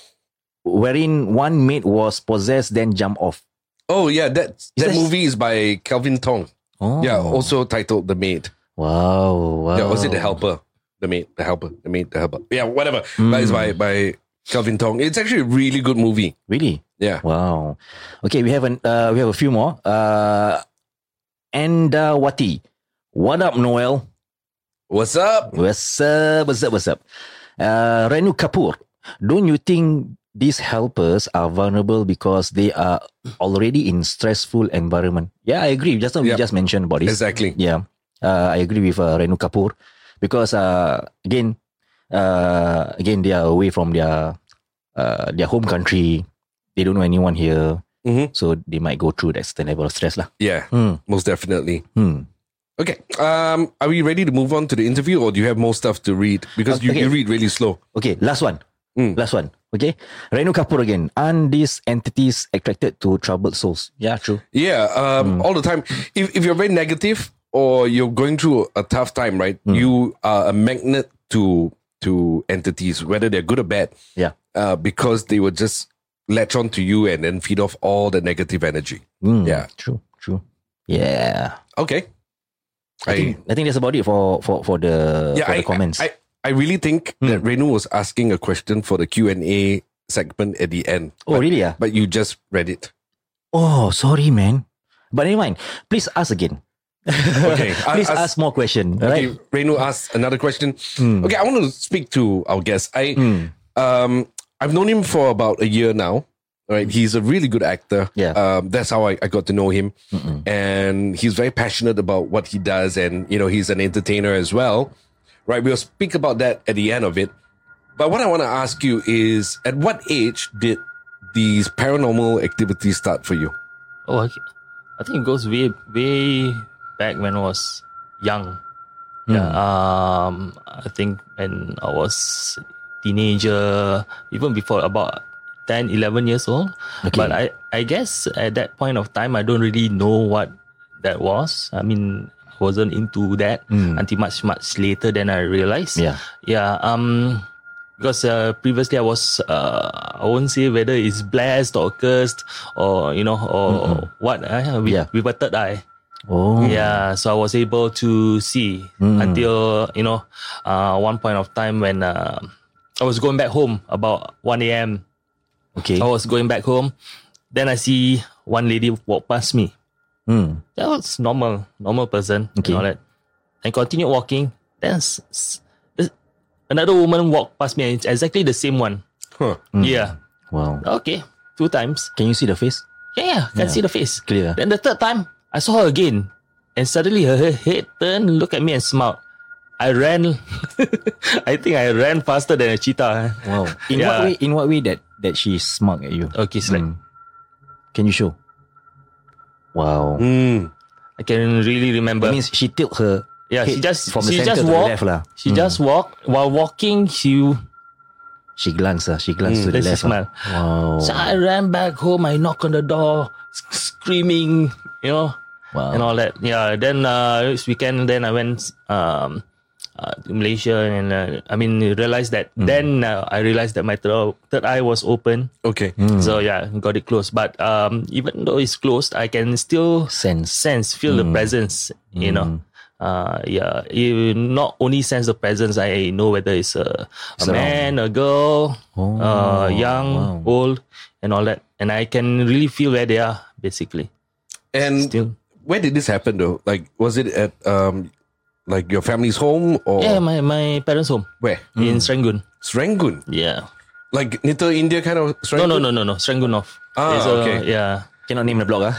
[SPEAKER 7] wherein one maid was possessed then jump off.
[SPEAKER 6] Oh yeah, that that
[SPEAKER 7] that-
[SPEAKER 6] movie is by Calvin Tong.
[SPEAKER 7] Oh,
[SPEAKER 6] Yeah, also titled The Maid.
[SPEAKER 7] wow, wow.
[SPEAKER 6] Yeah, was it The Helper? The Maid, The Helper, The Maid, The Helper. Yeah, whatever. That
[SPEAKER 7] Hmm.
[SPEAKER 6] is by by Calvin Tong. It's actually a really good movie.
[SPEAKER 7] Really?
[SPEAKER 6] Yeah.
[SPEAKER 7] Wow. Okay, we have an uh, we have a few more. Uh, Andawati, what up, Noel?
[SPEAKER 6] What's up?
[SPEAKER 7] What's up? What's up? What's up? Uh, Renu Kapoor, don't you think these helpers are vulnerable because they are already in stressful environment? Yeah, I agree. Just now
[SPEAKER 6] Yep.
[SPEAKER 7] we just mentioned about this.
[SPEAKER 6] Exactly.
[SPEAKER 7] Yeah, uh, I agree with uh, Renu Kapoor because uh, again, uh, again they are away from their uh, their home country. They don't know anyone here,
[SPEAKER 6] Mhm.
[SPEAKER 7] so they might go through that certain level of stress lah.
[SPEAKER 6] Yeah,
[SPEAKER 7] Hmm.
[SPEAKER 6] most definitely.
[SPEAKER 7] Hmm.
[SPEAKER 6] Okay. Um, are we ready to move on to the interview or do you have more stuff to read? Because you,
[SPEAKER 7] Okay.
[SPEAKER 6] you read really slow.
[SPEAKER 7] Okay, last one.
[SPEAKER 6] Mm.
[SPEAKER 7] Last one. Okay. Renu Kapoor again. Aren't these entities attracted to troubled souls? Yeah, true.
[SPEAKER 6] Yeah,
[SPEAKER 7] Hmm.
[SPEAKER 6] um, all the time. If, if you're very negative or you're going through a tough time, right?
[SPEAKER 7] Hmm.
[SPEAKER 6] You are a magnet to to entities, whether they're good or bad.
[SPEAKER 7] Yeah.
[SPEAKER 6] uh, because they will just latch on to you and then feed off all the negative energy.
[SPEAKER 7] Mm,
[SPEAKER 6] Yeah.
[SPEAKER 7] True. True. Yeah.
[SPEAKER 6] Okay,
[SPEAKER 7] I, think, I think that's about it for for, for the for the comments.
[SPEAKER 6] I,
[SPEAKER 7] Hmm.
[SPEAKER 6] I, I really think that Renu was asking a question for the Q and A segment at the end.
[SPEAKER 7] oh
[SPEAKER 6] but,
[SPEAKER 7] really? Yeah.
[SPEAKER 6] But you just read it.
[SPEAKER 7] Oh, sorry, man. But never mind. Please ask again.
[SPEAKER 6] Okay,
[SPEAKER 7] Please ask,
[SPEAKER 6] ask-
[SPEAKER 7] more question. All
[SPEAKER 6] Okay,
[SPEAKER 7] right. Hmm.
[SPEAKER 6] Renu asked another question. Okay, I want to speak to our guest. I um I've known him for about a year now. Right, he's a really good actor.
[SPEAKER 7] Hmm. Yeah.
[SPEAKER 6] um, that's how I, I got to know him, and he's very passionate about what he does, and you know he's an entertainer as well. Right, we'll speak about that at the end of it. But what I want to ask you is, at what age did these paranormal activities start for you?
[SPEAKER 8] Oh, I, I think it goes way way back when I was young. Yeah.
[SPEAKER 7] Hmm.
[SPEAKER 8] Um, I think when I was teenager, even before about 10, 11 years old. But I, I guess at that point of time, I don't really know what that was. I mean, I wasn't into that until much, much later than I realized.
[SPEAKER 7] Yeah.
[SPEAKER 8] Yeah. Um, because uh, previously I was, uh, I won't say whether it's blessed or cursed or, you know, or what, uh, with,
[SPEAKER 7] Yeah.
[SPEAKER 8] with a third eye.
[SPEAKER 7] Oh.
[SPEAKER 8] Yeah, so I was able to see until you know, uh, one point of time when uh, I was going back home about one a.m.
[SPEAKER 7] Okay.
[SPEAKER 8] I was going back home, then I see one lady walk past me.
[SPEAKER 7] Mm.
[SPEAKER 8] That was normal, normal person.
[SPEAKER 7] Okay.
[SPEAKER 8] Okay. And all that. And continued walking. Then s- s- s- another woman walked past me, and it's exactly the same one. Hmm.
[SPEAKER 6] Huh.
[SPEAKER 8] Yeah.
[SPEAKER 7] Wow.
[SPEAKER 8] Okay. Two times.
[SPEAKER 7] Can you see the face?
[SPEAKER 8] Yeah, yeah. Can
[SPEAKER 7] Yeah.
[SPEAKER 8] see the face.
[SPEAKER 7] Clear.
[SPEAKER 8] Then the third time, I saw her again. And suddenly her he- head turned, looked at me and smiled. I ran. I think I ran faster than a cheetah. eh.
[SPEAKER 7] Wow. In what
[SPEAKER 8] Yeah.
[SPEAKER 7] way? In what way that that she smug at you?
[SPEAKER 8] Okay, it's like,
[SPEAKER 7] Mm. Can you show? Wow.
[SPEAKER 8] Hmm,
[SPEAKER 6] Mm.
[SPEAKER 8] I can really remember.
[SPEAKER 7] That means she tilt her
[SPEAKER 8] yeah, she
[SPEAKER 7] head
[SPEAKER 8] just
[SPEAKER 7] from the
[SPEAKER 8] she
[SPEAKER 7] center
[SPEAKER 8] just
[SPEAKER 7] to the
[SPEAKER 8] walked.
[SPEAKER 7] left lah. Hmm.
[SPEAKER 8] She just walked while walking. She
[SPEAKER 7] She glance ah, she glance to the
[SPEAKER 8] Hmm, then she
[SPEAKER 7] left. ah.
[SPEAKER 8] smiled.
[SPEAKER 7] Wow.
[SPEAKER 8] So uh, I ran back home. I knocked on the door, sc- screaming, you know,
[SPEAKER 7] Wow.
[SPEAKER 8] and all that. Yeah. Then uh, this weekend, then I went. Um, uh, to Malaysia, and uh, I mean, realized that. Then uh, I realized that my third, third eye was open.
[SPEAKER 6] Okay.
[SPEAKER 7] Hmm.
[SPEAKER 8] So yeah, got it closed. But um, even though it's closed, I can still
[SPEAKER 7] Sense.
[SPEAKER 8] sense, feel
[SPEAKER 6] Mm.
[SPEAKER 8] the presence. You know, uh, yeah. You not only sense the presence, I know whether it's a, a
[SPEAKER 7] Surround.
[SPEAKER 8] man, a girl,
[SPEAKER 6] Oh,
[SPEAKER 8] uh, young,
[SPEAKER 7] wow.
[SPEAKER 8] old, and all that. And I can really feel where they are, basically.
[SPEAKER 6] And
[SPEAKER 8] Still.
[SPEAKER 6] where did this happen though? Like, was it at um, like your family's home or
[SPEAKER 8] Yeah, my, my parents' home
[SPEAKER 6] where?
[SPEAKER 8] in Serangoon.
[SPEAKER 6] Serangoon,
[SPEAKER 8] Yeah.
[SPEAKER 6] like Little India kind of.
[SPEAKER 8] No,
[SPEAKER 6] Serangoon?
[SPEAKER 8] no, no, no, no. Serangoon North.
[SPEAKER 6] Ah,
[SPEAKER 8] There's a-
[SPEAKER 6] okay.
[SPEAKER 8] Yeah.
[SPEAKER 7] Cannot name the block. Ah,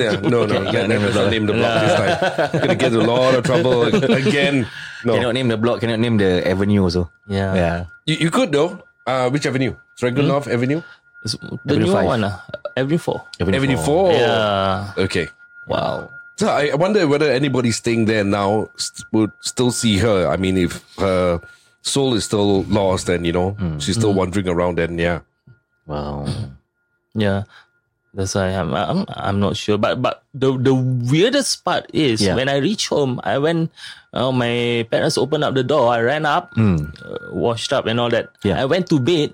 [SPEAKER 6] Yeah, no, no, yeah, never shall name the block this time. Gonna get in a lot of trouble again. No,
[SPEAKER 7] Cannot name the block. Cannot name the avenue also.
[SPEAKER 8] Yeah.
[SPEAKER 7] Yeah.
[SPEAKER 6] you, you could though. Uh, which avenue? Serangoon
[SPEAKER 8] Hmm?
[SPEAKER 6] North Avenue,
[SPEAKER 8] It's The
[SPEAKER 7] Avenue
[SPEAKER 8] new
[SPEAKER 7] five.
[SPEAKER 8] one, uh, every four.
[SPEAKER 6] Avenue Four.
[SPEAKER 8] Oh, Yeah.
[SPEAKER 6] Okay.
[SPEAKER 8] Wow.
[SPEAKER 6] So I I wonder whether anybody staying there now st- would still see her. I mean, if her soul is still lost and you know
[SPEAKER 8] Hmm.
[SPEAKER 6] she's still wandering around, then yeah.
[SPEAKER 7] Wow.
[SPEAKER 8] Yeah. That's why I'm, I'm I'm not sure. But but the the weirdest part is
[SPEAKER 7] Yeah.
[SPEAKER 8] when I reach home, I went uh, my parents opened up the door, I ran up,
[SPEAKER 7] Hmm.
[SPEAKER 8] uh, washed up and all that.
[SPEAKER 7] Yeah.
[SPEAKER 8] I went to bed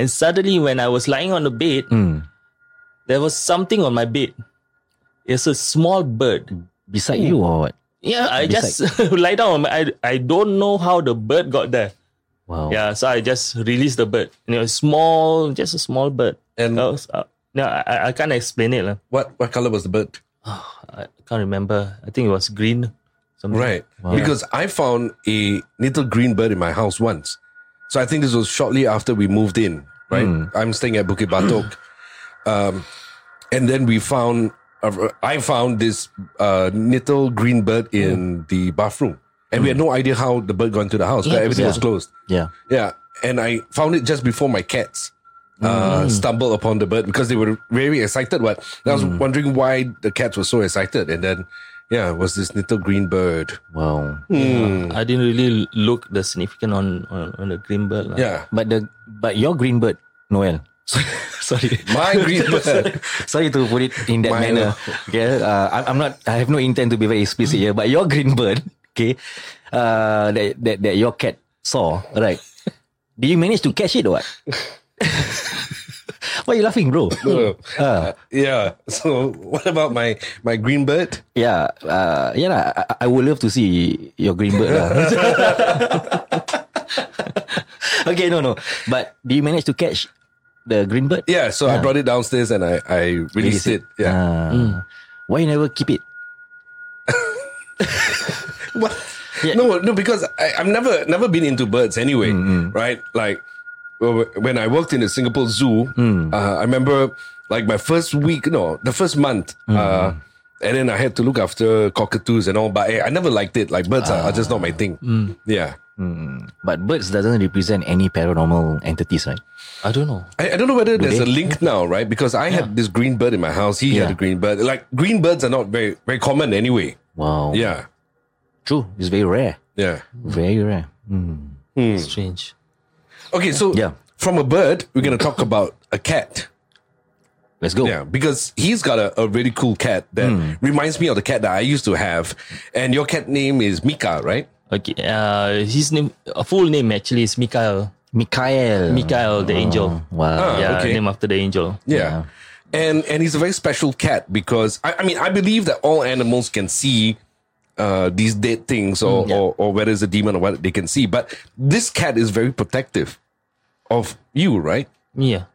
[SPEAKER 8] and suddenly when I was lying on the bed,
[SPEAKER 7] Mm.
[SPEAKER 8] there was something on my bed. It's a small bird.
[SPEAKER 7] Beside you or what?
[SPEAKER 8] Yeah, I
[SPEAKER 7] Mm. Beside-
[SPEAKER 8] just lie down. on my- I I don't know how the bird got there.
[SPEAKER 7] Wow.
[SPEAKER 8] Yeah, so I just released the bird. You know, small, just a small bird.
[SPEAKER 6] And
[SPEAKER 8] That was, uh, no, I- I, I can't explain it. lah.
[SPEAKER 6] what what color was the bird?
[SPEAKER 8] I can't remember. I think it was green. Something.
[SPEAKER 6] Right. Because I found a little green bird in my house once. So I think this was shortly after we moved in, right?
[SPEAKER 7] Hmm.
[SPEAKER 6] I'm staying at Bukit Batok. um, and then we found, uh, I found this uh, little green bird
[SPEAKER 7] Hmm.
[SPEAKER 6] in the bathroom. And we had no idea how the bird got into the house. but everything was closed.
[SPEAKER 7] Yeah.
[SPEAKER 6] Yeah, and I found it just before my cats
[SPEAKER 7] Hmm.
[SPEAKER 6] uh, stumbled upon the bird because they were very excited. What And I was
[SPEAKER 7] Hmm.
[SPEAKER 6] wondering why the cats were so excited, and then yeah, it was this little green bird.
[SPEAKER 7] Wow.
[SPEAKER 6] Mm,
[SPEAKER 8] Mm. I didn't really look the significant on on, on the green bird. lah.
[SPEAKER 6] Yeah,
[SPEAKER 7] But the but your green bird, Noel. Sorry.
[SPEAKER 6] my green bird.
[SPEAKER 7] Sorry to put it in that
[SPEAKER 6] My-
[SPEAKER 7] manner. Okay, uh, I'm, I'm not. I have no intent to be very explicit here. But your green bird, okay, uh, that, that that your cat saw, right? Did you manage to catch it or what? Why are you laughing, bro? Uh,
[SPEAKER 6] yeah. So what about my my green bird?
[SPEAKER 7] yeah, uh, yeah. lah, I, I would love to see your green bird. lah. okay, no, no. But do you manage to catch the green bird?
[SPEAKER 6] Yeah. So I brought it downstairs and I I released it. Uh. Yeah.
[SPEAKER 7] Ah. Why you never keep it?
[SPEAKER 6] What? No, no, because I, I've never never been into birds anyway, right? Like w- when I worked in the Singapore Zoo, uh, I remember like my first week, no, the first month, uh, and then I had to look after cockatoos and all. But eh, I never liked it. Like birds are, are just not my thing. Yeah,
[SPEAKER 7] But birds doesn't represent any paranormal entities, right?
[SPEAKER 8] I don't know.
[SPEAKER 6] I, I don't know whether there's
[SPEAKER 7] they?
[SPEAKER 6] a link now, right? Because I had this green bird in my house. He had a
[SPEAKER 7] Yeah.
[SPEAKER 6] green bird. Like green birds are not very very common anyway.
[SPEAKER 7] Wow.
[SPEAKER 6] Yeah,
[SPEAKER 7] True. It's very rare.
[SPEAKER 6] yeah.
[SPEAKER 7] Very rare. Mm.
[SPEAKER 8] Strange.
[SPEAKER 6] Okay, so
[SPEAKER 7] Yeah.
[SPEAKER 6] from a bird, we're gonna talk about a cat.
[SPEAKER 7] Let's go.
[SPEAKER 6] Yeah, because he's got a, a really cool cat that
[SPEAKER 7] Hmm.
[SPEAKER 6] reminds me of the cat that I used to have. And your cat name is Mika, right?
[SPEAKER 8] Okay. Uh, his name, a full name actually is Mikael.
[SPEAKER 7] Mikael.
[SPEAKER 8] Mikael, the angel.
[SPEAKER 7] Wow.
[SPEAKER 6] Ah,
[SPEAKER 8] Yeah,
[SPEAKER 6] okay.
[SPEAKER 8] name after the angel.
[SPEAKER 6] Yeah. And and he's a very special cat because I, I mean I believe that all animals can see uh, these dead things or, or or whether it's a demon or what they can see. But this cat is very protective of you, right?
[SPEAKER 8] Yeah.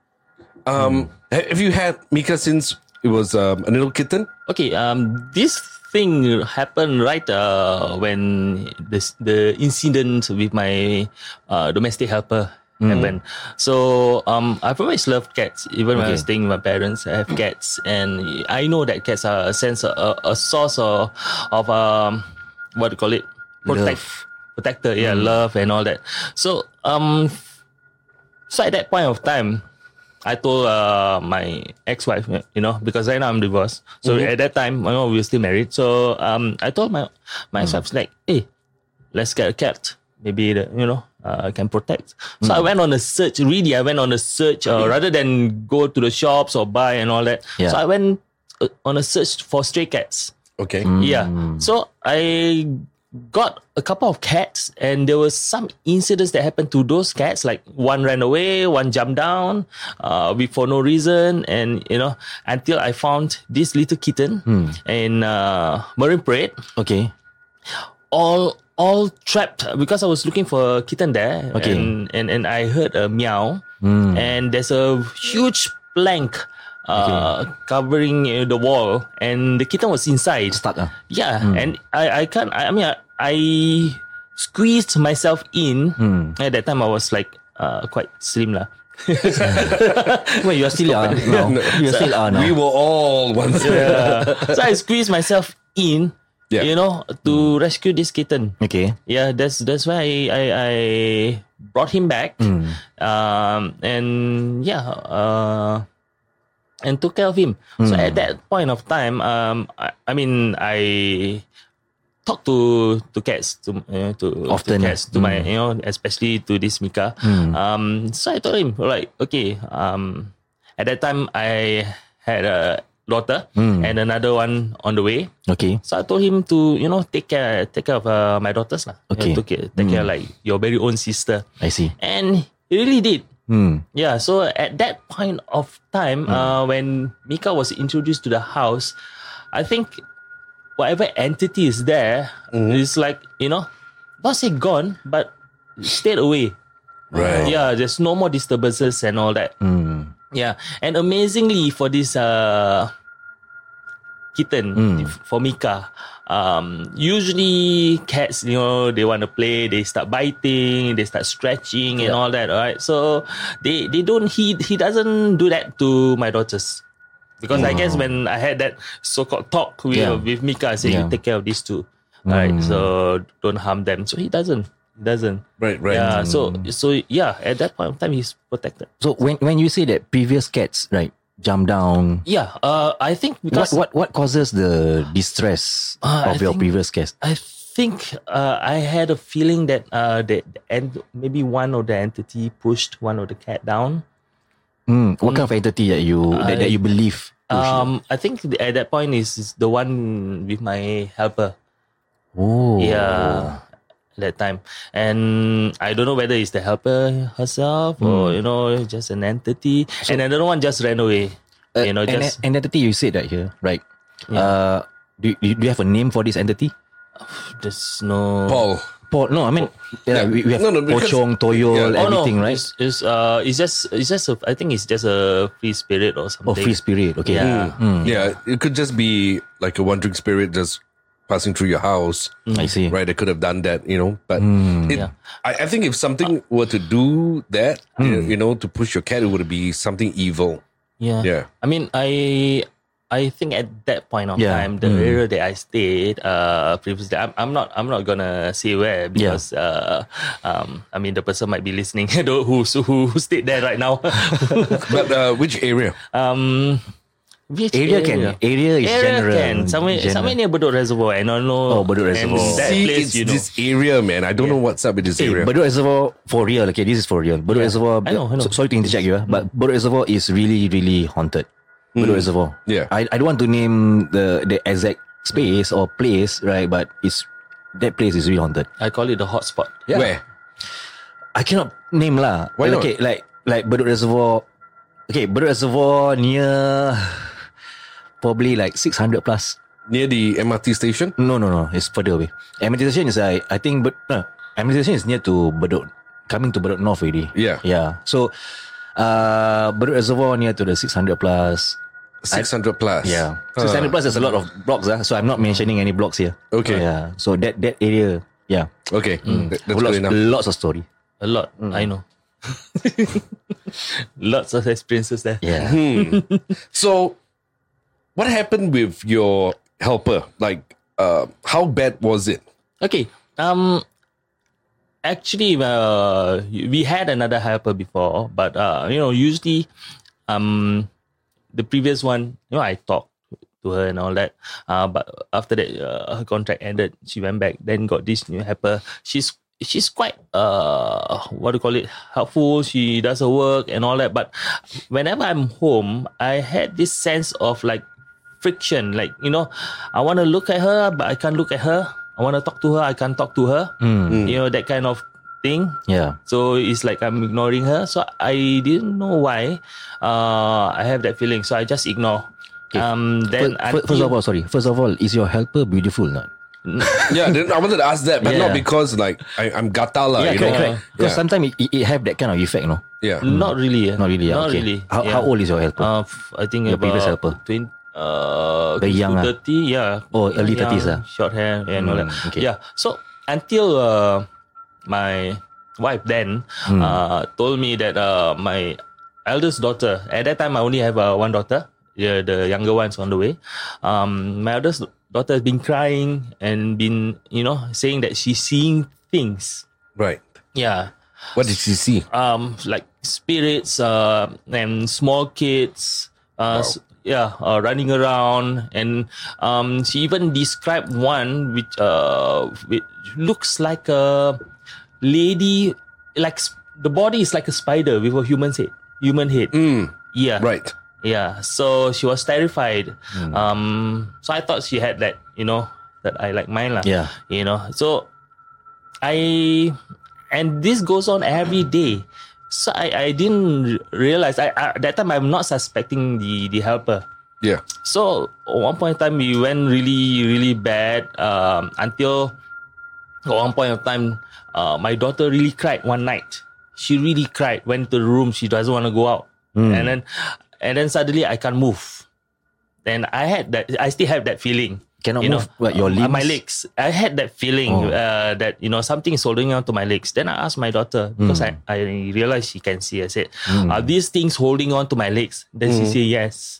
[SPEAKER 6] Um, ha- Have you had Mika since it was um, a little kitten?
[SPEAKER 8] Okay, um, this thing happened right uh, when this the incident with my uh, domestic helper happened. So um, I've always loved cats. Even when I was staying with my parents, I have cats, and I know that cats are a sense a, a source of, of um, what do you call it protect protector, yeah, love and all that. So um, so at that point of time, I told uh, my ex-wife, you know, because right now I'm divorced. So at that time, you know, we were still married. So um, I told my my ex-wife like, "Hey, let's get a cat. Maybe the, you know, uh, can protect." So I went on a search. Really, I went on a search uh, rather than go to the shops or buy and all that.
[SPEAKER 7] Yeah.
[SPEAKER 8] So I
[SPEAKER 7] Mm.
[SPEAKER 8] went uh, on a search for stray cats.
[SPEAKER 6] Okay.
[SPEAKER 8] Yeah. So I got a couple of cats, and there were some incidents that happened to those cats. Like one ran away, one jumped down, uh, we- for no reason, and you know, until I found this little kitten in uh, Marine Parade,
[SPEAKER 7] Hmm. Okay.
[SPEAKER 8] all all trapped uh, because I was looking for a kitten there.
[SPEAKER 7] Okay. Hmm.
[SPEAKER 8] and and, and I heard a meow, and there's a huge plank. Uh, covering uh, the wall and the kitten was inside
[SPEAKER 7] Stuck ah.
[SPEAKER 8] yeah, and I I can't. I, I mean, I, I squeezed myself in.
[SPEAKER 7] Hmm.
[SPEAKER 8] At that time, I was like uh, quite slim lah.
[SPEAKER 7] Well, you are still uh, are now. You are still are now.
[SPEAKER 6] We were all once.
[SPEAKER 8] Uh, so I squeezed myself in.
[SPEAKER 6] Yeah.
[SPEAKER 8] You know, to rescue this kitten.
[SPEAKER 7] Okay.
[SPEAKER 8] Yeah, that's that's why I I, I brought him back. Um, and yeah, uh, and took care of him. So at that point of time, um, I, I mean, I talk to to cats to you know, to
[SPEAKER 7] Often.
[SPEAKER 8] to cats to my you know especially to this Mika. Um, so I told him like, okay, um, at that time I had a daughter and another one on the way.
[SPEAKER 7] Okay.
[SPEAKER 8] So I told him to you know take care take care of uh, my daughters lah.
[SPEAKER 7] Okay.
[SPEAKER 8] You know, take care, take care like your very own sister,
[SPEAKER 7] I see.
[SPEAKER 8] and he really did.
[SPEAKER 7] Hmm.
[SPEAKER 8] Yeah. So at that point of time, uh, when Mika was introduced to the house, I think whatever entity is there is like you know, not say gone, but stayed away.
[SPEAKER 6] Right.
[SPEAKER 8] Yeah. There's no more disturbances and all that.
[SPEAKER 7] Hmm.
[SPEAKER 8] Yeah, and amazingly for this uh, kitten
[SPEAKER 7] Hmm.
[SPEAKER 8] f- for Mika, um, usually cats, you know, they want to play, they start biting, they start scratching and all that. All right, so they they don't he he doesn't do that to my daughters. Because I guess when I had that so-called talk with,
[SPEAKER 7] Yeah.
[SPEAKER 8] with Mika, I said,
[SPEAKER 7] Yeah. Hmm.
[SPEAKER 8] you take care of these two. All right, so don't harm them. So he doesn't. He doesn't.
[SPEAKER 6] Right, Mm. right.
[SPEAKER 8] Yeah, so,
[SPEAKER 7] Hmm.
[SPEAKER 8] so yeah, at that point of time, he's protected.
[SPEAKER 7] So when when you say that previous cats right jump down,
[SPEAKER 8] Yeah, uh, I think
[SPEAKER 7] what
[SPEAKER 8] because
[SPEAKER 7] what what causes the distress
[SPEAKER 8] Uh, I
[SPEAKER 7] of your
[SPEAKER 8] think-
[SPEAKER 7] previous cats?
[SPEAKER 8] I think uh, I had a feeling that uh, the, the ent- maybe one of the entity pushed one of the cat down.
[SPEAKER 7] Hmm. What kind of entity that you that, that you believe?
[SPEAKER 8] Ah, Um, I think the- at that point is, is the one with my helper.
[SPEAKER 7] oh.
[SPEAKER 8] Yeah, that time, and I don't know whether it's the helper
[SPEAKER 7] Hmm.
[SPEAKER 8] herself or you know just an entity, and another one just ran away.
[SPEAKER 7] Uh,
[SPEAKER 8] you know,
[SPEAKER 7] an-
[SPEAKER 8] just
[SPEAKER 7] an entity you said that here, right? Uh, do, do do you have a name for this entity?
[SPEAKER 8] there's no
[SPEAKER 6] Paul.
[SPEAKER 7] Paul, no, I mean, yeah,
[SPEAKER 6] Yeah.
[SPEAKER 7] we, we have
[SPEAKER 6] No, no, because-
[SPEAKER 7] Ochong, Toyol,
[SPEAKER 6] Yeah.
[SPEAKER 7] everything,
[SPEAKER 8] Oh, no,
[SPEAKER 7] right?
[SPEAKER 8] It's, it's uh, it's just it's just a, I think it's just a free spirit or
[SPEAKER 7] Oh,
[SPEAKER 8] something.
[SPEAKER 7] free spirit. Okay.
[SPEAKER 8] Yeah.
[SPEAKER 6] Mm. Yeah, it could just be like a wandering spirit just passing through your house.
[SPEAKER 7] Mm.
[SPEAKER 8] Mm.
[SPEAKER 7] I see.
[SPEAKER 6] Right, I could have done that, you know. But it, I, I think if something were to do that, you, you know, to push your cat, it would be something evil.
[SPEAKER 8] Yeah.
[SPEAKER 6] Yeah.
[SPEAKER 8] I mean, I I think at that point of
[SPEAKER 7] Yeah. Mm.
[SPEAKER 8] time, the area that I stayed uh previously, I'm, I'm not I'm not gonna say where because uh um I mean the person might be listening though, who who who stayed there right now.
[SPEAKER 6] But uh, which area?
[SPEAKER 8] um, which
[SPEAKER 7] Area can. Area is
[SPEAKER 8] Area
[SPEAKER 7] general.
[SPEAKER 8] can somewhere
[SPEAKER 7] general.
[SPEAKER 8] somewhere near Bedok Reservoir and I
[SPEAKER 7] Oh,
[SPEAKER 8] know
[SPEAKER 7] Bedok
[SPEAKER 8] and
[SPEAKER 7] Reservoir.
[SPEAKER 8] that
[SPEAKER 6] See,
[SPEAKER 8] place
[SPEAKER 6] it's
[SPEAKER 8] you know
[SPEAKER 6] this area, man. I don't know what's up with this
[SPEAKER 7] Eh,
[SPEAKER 6] area.
[SPEAKER 7] Bedok Reservoir for real. Okay, this is for real. Bedok Reservoir.
[SPEAKER 8] I know, I know. Mm.
[SPEAKER 7] so- sorry to interject you, ah, but Bedok Reservoir is really, really haunted. Bedok Reservoir.
[SPEAKER 6] Mm. Yeah.
[SPEAKER 7] I, I don't want to name the the exact space or place, right? But it's that place is really haunted.
[SPEAKER 8] I call it the hotspot.
[SPEAKER 6] Where?
[SPEAKER 7] I cannot name lah.
[SPEAKER 6] Why not?
[SPEAKER 7] okay, like like Bedok Reservoir. Okay, Bedok Reservoir near probably like 600 plus.
[SPEAKER 6] Near the MRT station?
[SPEAKER 7] No, no, no. It's further away. MRT station is I I think but no, MRT station is near to Bedok. Coming to Bedok North already.
[SPEAKER 6] Yeah.
[SPEAKER 7] Yeah. So uh Bedok Reservoir near to the 600 plus.
[SPEAKER 6] 600 plus.
[SPEAKER 7] Yeah.
[SPEAKER 6] Uh,
[SPEAKER 7] 600 plus there's a lot of blocks ah, so I'm not mentioning any blocks here.
[SPEAKER 6] Okay.
[SPEAKER 7] Yeah. So that that area yeah.
[SPEAKER 6] Okay. That- that's
[SPEAKER 7] lots,
[SPEAKER 6] good enough.
[SPEAKER 7] lots of story. Mm.
[SPEAKER 8] A lot, I know. Lots of experiences there.
[SPEAKER 7] Yeah.
[SPEAKER 6] So, what happened with your helper? Like, uh, how bad was it?
[SPEAKER 8] Okay. Um. Actually, uh, we had another helper before, but uh, you know, usually, um, the previous one, you know, I talked to her and all that. Uh, but after that, uh, her contract ended. She went back. Then got this new helper. She's she's quite uh, what do you call it? Helpful. She does her work and all that. But whenever I'm home, I had this sense of like friction. Like, you know, I want to look at her, but I can't look at her. I want to talk to her. I can't talk to her. You know that kind of thing.
[SPEAKER 7] Yeah.
[SPEAKER 8] So it's like I'm ignoring her. So I didn't know why uh, I have that feeling. So I just ignore.
[SPEAKER 7] Okay.
[SPEAKER 8] Um, then
[SPEAKER 7] Fir- fir- first of all, sorry. First of all, is your helper beautiful or not?
[SPEAKER 6] Yeah, then I wanted to ask that, but not
[SPEAKER 8] Yeah.
[SPEAKER 6] because like I, I'm gata lah, you know.
[SPEAKER 7] Because sometimes it, it, it have that kind of effect, no?
[SPEAKER 6] Yeah.
[SPEAKER 8] not really. eh.
[SPEAKER 7] Not really. ah,
[SPEAKER 8] Not
[SPEAKER 7] okay.
[SPEAKER 8] really.
[SPEAKER 7] How,
[SPEAKER 8] yeah.
[SPEAKER 7] how old is your helper?
[SPEAKER 8] Uh, f- I think
[SPEAKER 7] Your
[SPEAKER 8] about
[SPEAKER 7] previous helper?
[SPEAKER 8] 20, uh,
[SPEAKER 7] Very
[SPEAKER 8] close
[SPEAKER 7] young
[SPEAKER 8] to
[SPEAKER 7] ah.
[SPEAKER 8] 30, yeah.
[SPEAKER 7] Oh, early
[SPEAKER 8] Young,
[SPEAKER 7] 30s ah.
[SPEAKER 8] Short hair and all
[SPEAKER 7] Mm,
[SPEAKER 8] that.
[SPEAKER 7] okay.
[SPEAKER 8] Yeah. So until uh, my wife then
[SPEAKER 7] Hmm.
[SPEAKER 8] uh, told me that uh, my eldest daughter, at that time I only have uh, one daughter, yeah, the younger one's on the way. Um, my eldest daughter has been crying and been, you know, saying that she's seeing things.
[SPEAKER 6] Right.
[SPEAKER 8] Yeah
[SPEAKER 6] What did she see?
[SPEAKER 8] um like spirits uh and small kids uh s- yeah uh, running around and um she even described one which uh which looks like a lady like sp- the body is like a spider with a human head human head
[SPEAKER 6] Mm,
[SPEAKER 8] yeah
[SPEAKER 6] right. Hmm.
[SPEAKER 8] yeah so she was terrified um so i thought she had that you know that i like mine lah
[SPEAKER 7] Yeah.
[SPEAKER 8] you know so i and this goes on every day so i i didn't r- realize i, I that time i'm not suspecting the the helper
[SPEAKER 6] Yeah.
[SPEAKER 8] so at one point in time we went really really bad um until at one point of time uh, my daughter really cried one night she really cried went to the room she doesn't want to go out and then and then suddenly i can't move and i had that i still have that feeling
[SPEAKER 7] Cannot
[SPEAKER 8] you
[SPEAKER 7] move what, your
[SPEAKER 8] uh,
[SPEAKER 7] limbs?
[SPEAKER 8] My legs. I had that
[SPEAKER 7] Oh.
[SPEAKER 8] feeling uh, that, you know, something is holding on to my legs. Then I asked
[SPEAKER 7] Hmm.
[SPEAKER 8] my daughter, because I, I realized she can see. I said, are these things holding on to my legs? Then she said, yes.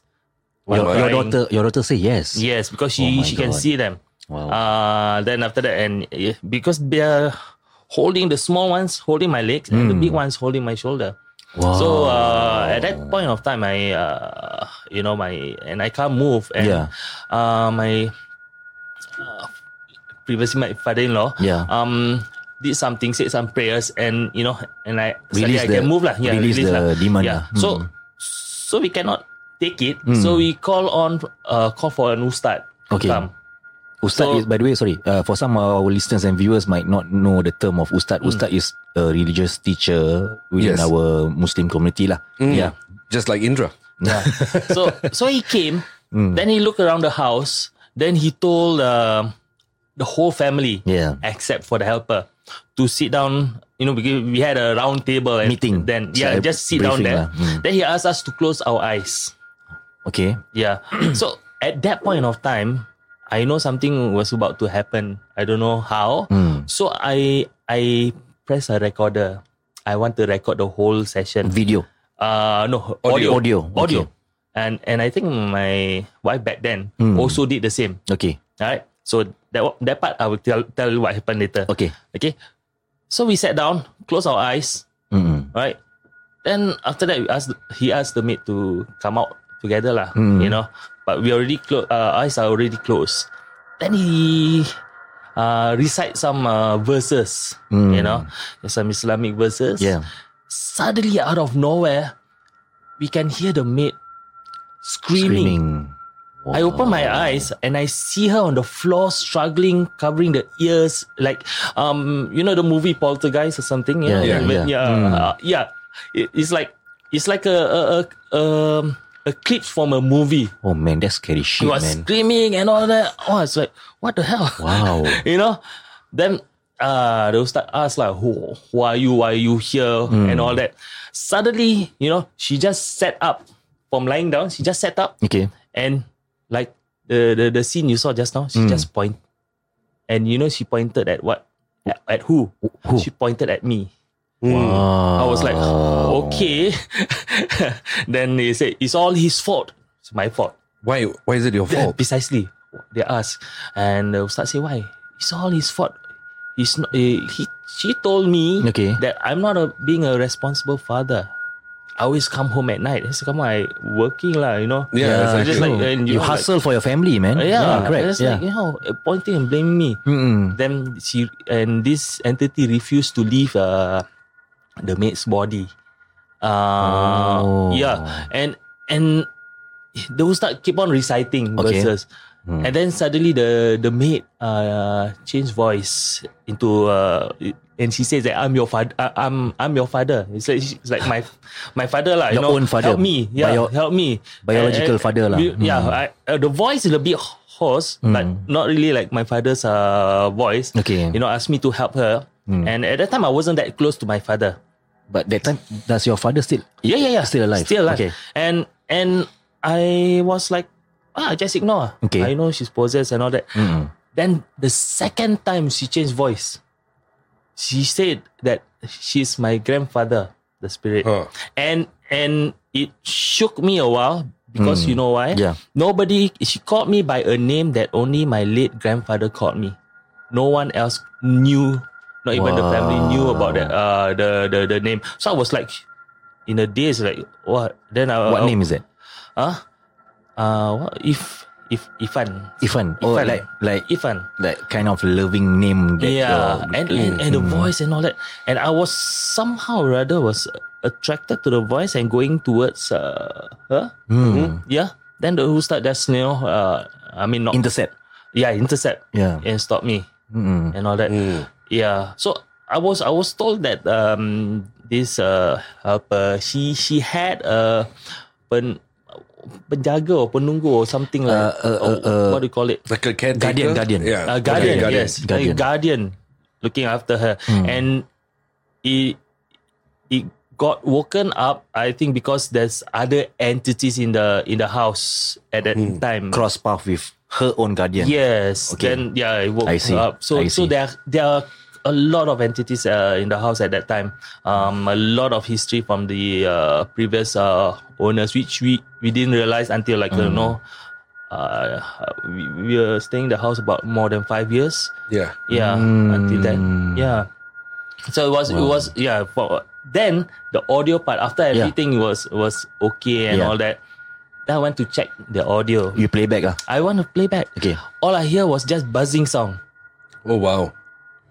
[SPEAKER 7] Hmm. Your, your
[SPEAKER 8] While crying.
[SPEAKER 7] daughter, your daughter say yes.
[SPEAKER 8] Yes,
[SPEAKER 7] Oh
[SPEAKER 8] because she,
[SPEAKER 7] my
[SPEAKER 8] she can
[SPEAKER 7] God. Oh.
[SPEAKER 8] see them.
[SPEAKER 7] Wow.
[SPEAKER 8] Uh, then after that, and eh, because they're holding the small ones, holding my legs, and the
[SPEAKER 7] Hmm.
[SPEAKER 8] big ones holding my shoulder.
[SPEAKER 7] wow.
[SPEAKER 8] So uh, at that point of time, I uh, you know my and I can't move and
[SPEAKER 7] Yeah.
[SPEAKER 8] uh, my uh, previously my father-in-law
[SPEAKER 7] Yeah.
[SPEAKER 8] um did something said some prayers and you know and I
[SPEAKER 7] Release
[SPEAKER 8] suddenly I
[SPEAKER 7] the-
[SPEAKER 8] can move lah yeah
[SPEAKER 7] release the
[SPEAKER 8] lah.
[SPEAKER 7] demon lah.
[SPEAKER 8] yeah
[SPEAKER 7] Hmm.
[SPEAKER 8] so so we cannot take it so we call on uh, call for an ustad to
[SPEAKER 7] Okay.
[SPEAKER 8] come.
[SPEAKER 7] Ustad
[SPEAKER 8] So-
[SPEAKER 7] is, by the way, sorry, uh, for some of our listeners and viewers might not know the term of
[SPEAKER 8] Hmm.
[SPEAKER 7] Ustad. Ustad is a religious teacher
[SPEAKER 6] Yes.
[SPEAKER 7] within our Muslim community lah. Yeah.
[SPEAKER 6] Mm. Just like Indra.
[SPEAKER 8] Yeah. so so he came.
[SPEAKER 7] Hmm.
[SPEAKER 8] Then he looked around the house. Then he told um the whole family,
[SPEAKER 7] Yeah.
[SPEAKER 8] except for the helper, to sit down. You know, because we had a round table and
[SPEAKER 7] Meeting.
[SPEAKER 8] Then
[SPEAKER 7] It's
[SPEAKER 8] yeah,
[SPEAKER 7] like a
[SPEAKER 8] just sit down
[SPEAKER 7] briefing
[SPEAKER 8] there.
[SPEAKER 7] lah. Mm.
[SPEAKER 8] Then he asked us to close our eyes.
[SPEAKER 7] Okay.
[SPEAKER 8] Yeah. so at that point of time, I know something was about to happen. I don't know how.
[SPEAKER 7] Hmm.
[SPEAKER 8] So I I press a recorder. I want to record the whole session.
[SPEAKER 7] Video.
[SPEAKER 8] Uh
[SPEAKER 7] Mm.
[SPEAKER 8] no
[SPEAKER 7] Audio.
[SPEAKER 8] audio
[SPEAKER 7] Audio,
[SPEAKER 8] audio,
[SPEAKER 7] okay.
[SPEAKER 8] and and I think my wife back then also did the same.
[SPEAKER 7] Okay.
[SPEAKER 8] Alright, so that wa- that part I will tell tell you what happened later.
[SPEAKER 7] Okay.
[SPEAKER 8] Okay, so we sat down, close our eyes.
[SPEAKER 7] Mm-mm.
[SPEAKER 8] Right, then after that we asked he asked the maid to come out together lah. You know, but we already close uh, eyes are already closed. Then he uh, recite some uh, verses. You know, some Islamic verses
[SPEAKER 7] Yeah.
[SPEAKER 8] suddenly out of nowhere, we can hear the maid
[SPEAKER 7] Screaming.
[SPEAKER 8] screaming. I open my eyes and I see her on the floor struggling, covering the ears, like um, you know the movie Poltergeist or something. You
[SPEAKER 7] Yeah,
[SPEAKER 8] know?
[SPEAKER 7] yeah,
[SPEAKER 8] When-
[SPEAKER 7] yeah. Mm.
[SPEAKER 8] uh, yeah. It- it's like it's like a a, a, um, a clip from a movie.
[SPEAKER 7] Oh man, that's scary
[SPEAKER 8] She
[SPEAKER 7] shit,
[SPEAKER 8] was
[SPEAKER 7] man.
[SPEAKER 8] screaming and all that. Oh, it's like what the hell?
[SPEAKER 7] Wow.
[SPEAKER 8] you know then uh they'll start ask like who who are you why are you here and all that suddenly you know she just sat up from lying down she just sat up
[SPEAKER 7] Okay.
[SPEAKER 8] and like the the, the scene you saw just now she just point and you know she pointed at what at, at who?
[SPEAKER 7] Who?
[SPEAKER 8] she pointed at me
[SPEAKER 7] Wow.
[SPEAKER 8] i was like
[SPEAKER 7] Uh, Oh.
[SPEAKER 8] okay then they said it's all his fault it's my fault
[SPEAKER 6] Why why is it your
[SPEAKER 8] yeah,
[SPEAKER 6] fault?
[SPEAKER 8] precisely. They ask, and the Ustaz say, "Why? It's all his fault. He's not. eh, he she told me
[SPEAKER 7] Okay.
[SPEAKER 8] that I'm not a, being a responsible father. I always come home at night. I said, come on, I working lah, you know.
[SPEAKER 6] Yeah,
[SPEAKER 8] So
[SPEAKER 6] exactly.
[SPEAKER 8] just like and
[SPEAKER 7] you,
[SPEAKER 8] you, know, like-
[SPEAKER 7] hustle for your family, man.
[SPEAKER 8] yeah,
[SPEAKER 7] correct.
[SPEAKER 8] Just
[SPEAKER 7] yeah.
[SPEAKER 8] like you know, eh, pointing and blaming me.
[SPEAKER 7] Mm-mm.
[SPEAKER 8] Then she and this entity refused to leave uh, the maid's body. Uh,
[SPEAKER 7] Oh.
[SPEAKER 8] Yeah, and and the ustad keep on reciting
[SPEAKER 7] Okay.
[SPEAKER 8] verses.
[SPEAKER 7] Hmm.
[SPEAKER 8] And then suddenly the the maid uh changed voice into uh it- and she says that I'm your father. I'm I'm your father. It's like it's like my my father lah. you
[SPEAKER 7] Your
[SPEAKER 8] know,
[SPEAKER 7] own father.
[SPEAKER 8] Help me. Yeah,
[SPEAKER 7] Bio-
[SPEAKER 8] help me.
[SPEAKER 7] biological
[SPEAKER 8] And- and-
[SPEAKER 7] father lah.
[SPEAKER 8] we-
[SPEAKER 7] Hmm.
[SPEAKER 8] Yeah, I, uh, the voice is a bit hoarse, but not really like my father's uh voice.
[SPEAKER 7] Okay. Hmm.
[SPEAKER 8] you know, asked me to help her. And at that time, I wasn't that close to my father.
[SPEAKER 7] But that time, does your father still?
[SPEAKER 8] Yeah, yeah, yeah.
[SPEAKER 7] Still alive.
[SPEAKER 8] Still alive.
[SPEAKER 7] Okay.
[SPEAKER 8] And and I was like, ah, just ignore. her.
[SPEAKER 7] Okay.
[SPEAKER 8] I know she's possessed and all that.
[SPEAKER 7] Mm.
[SPEAKER 8] Then the second time she changed voice, she said that she's my grandfather, the spirit.
[SPEAKER 6] Huh.
[SPEAKER 7] Oh.
[SPEAKER 8] And and it shook me a while because you know why?
[SPEAKER 7] Hmm. Yeah.
[SPEAKER 8] Nobody she called me by a name that only my late grandfather called me. No one else knew, not even the family knew about that uh the, the the name. So I was like in a daze like what then I
[SPEAKER 7] What name is that?
[SPEAKER 8] Huh? Uh what if if Ifan.
[SPEAKER 7] Ifan. Or
[SPEAKER 8] Ifan.
[SPEAKER 7] Oh, like like
[SPEAKER 8] Ifan.
[SPEAKER 7] like kind of loving name. That,
[SPEAKER 8] yeah,
[SPEAKER 7] uh,
[SPEAKER 8] and, and and the voice and all that, and I was somehow or other was attracted to the voice and going towards uh, her.
[SPEAKER 7] Mm.
[SPEAKER 8] Yeah, then the who start that's you know, uh, I mean not
[SPEAKER 7] intercept.
[SPEAKER 8] yeah intercept
[SPEAKER 7] Yeah.
[SPEAKER 8] and stop me
[SPEAKER 7] Mm.
[SPEAKER 8] and all that. Yeah, so I was I was told that um this uh helper she she had a pen, penjaga or penunggu or something like
[SPEAKER 7] Uh, uh, uh,
[SPEAKER 8] or
[SPEAKER 7] uh,
[SPEAKER 8] what do you call it
[SPEAKER 6] Like a caretaker.
[SPEAKER 7] Guardian, guardian.
[SPEAKER 6] Yeah.
[SPEAKER 8] uh, guardian,
[SPEAKER 6] Okay,
[SPEAKER 8] yes, guardian.
[SPEAKER 7] Guardian. Hmm.
[SPEAKER 8] guardian looking after her, and it it got woken up. I think because there's other entities in the in the house at that time.
[SPEAKER 7] Cross path with her own guardian.
[SPEAKER 8] Yes,
[SPEAKER 7] Okay.
[SPEAKER 8] then yeah, it woke
[SPEAKER 7] I see.
[SPEAKER 8] her up. So
[SPEAKER 7] I
[SPEAKER 8] so
[SPEAKER 7] see.
[SPEAKER 8] there are- there are a lot of entities uh, in the house at that time. Um, a lot of history from the uh, previous uh, owners, which we we didn't realize until like
[SPEAKER 7] Hmm.
[SPEAKER 8] you know. Uh, we, we were staying in the house about more than five years.
[SPEAKER 6] Yeah.
[SPEAKER 8] Yeah,
[SPEAKER 7] Hmm.
[SPEAKER 8] until then. Yeah. So it was it was yeah. For then the audio part after
[SPEAKER 7] Yeah.
[SPEAKER 8] everything was was okay and
[SPEAKER 7] Yeah.
[SPEAKER 8] all that. Then I went to check the audio.
[SPEAKER 7] You play back ah.
[SPEAKER 8] I want to play back.
[SPEAKER 7] Okay.
[SPEAKER 8] All I hear was just buzzing sound.
[SPEAKER 6] Oh wow.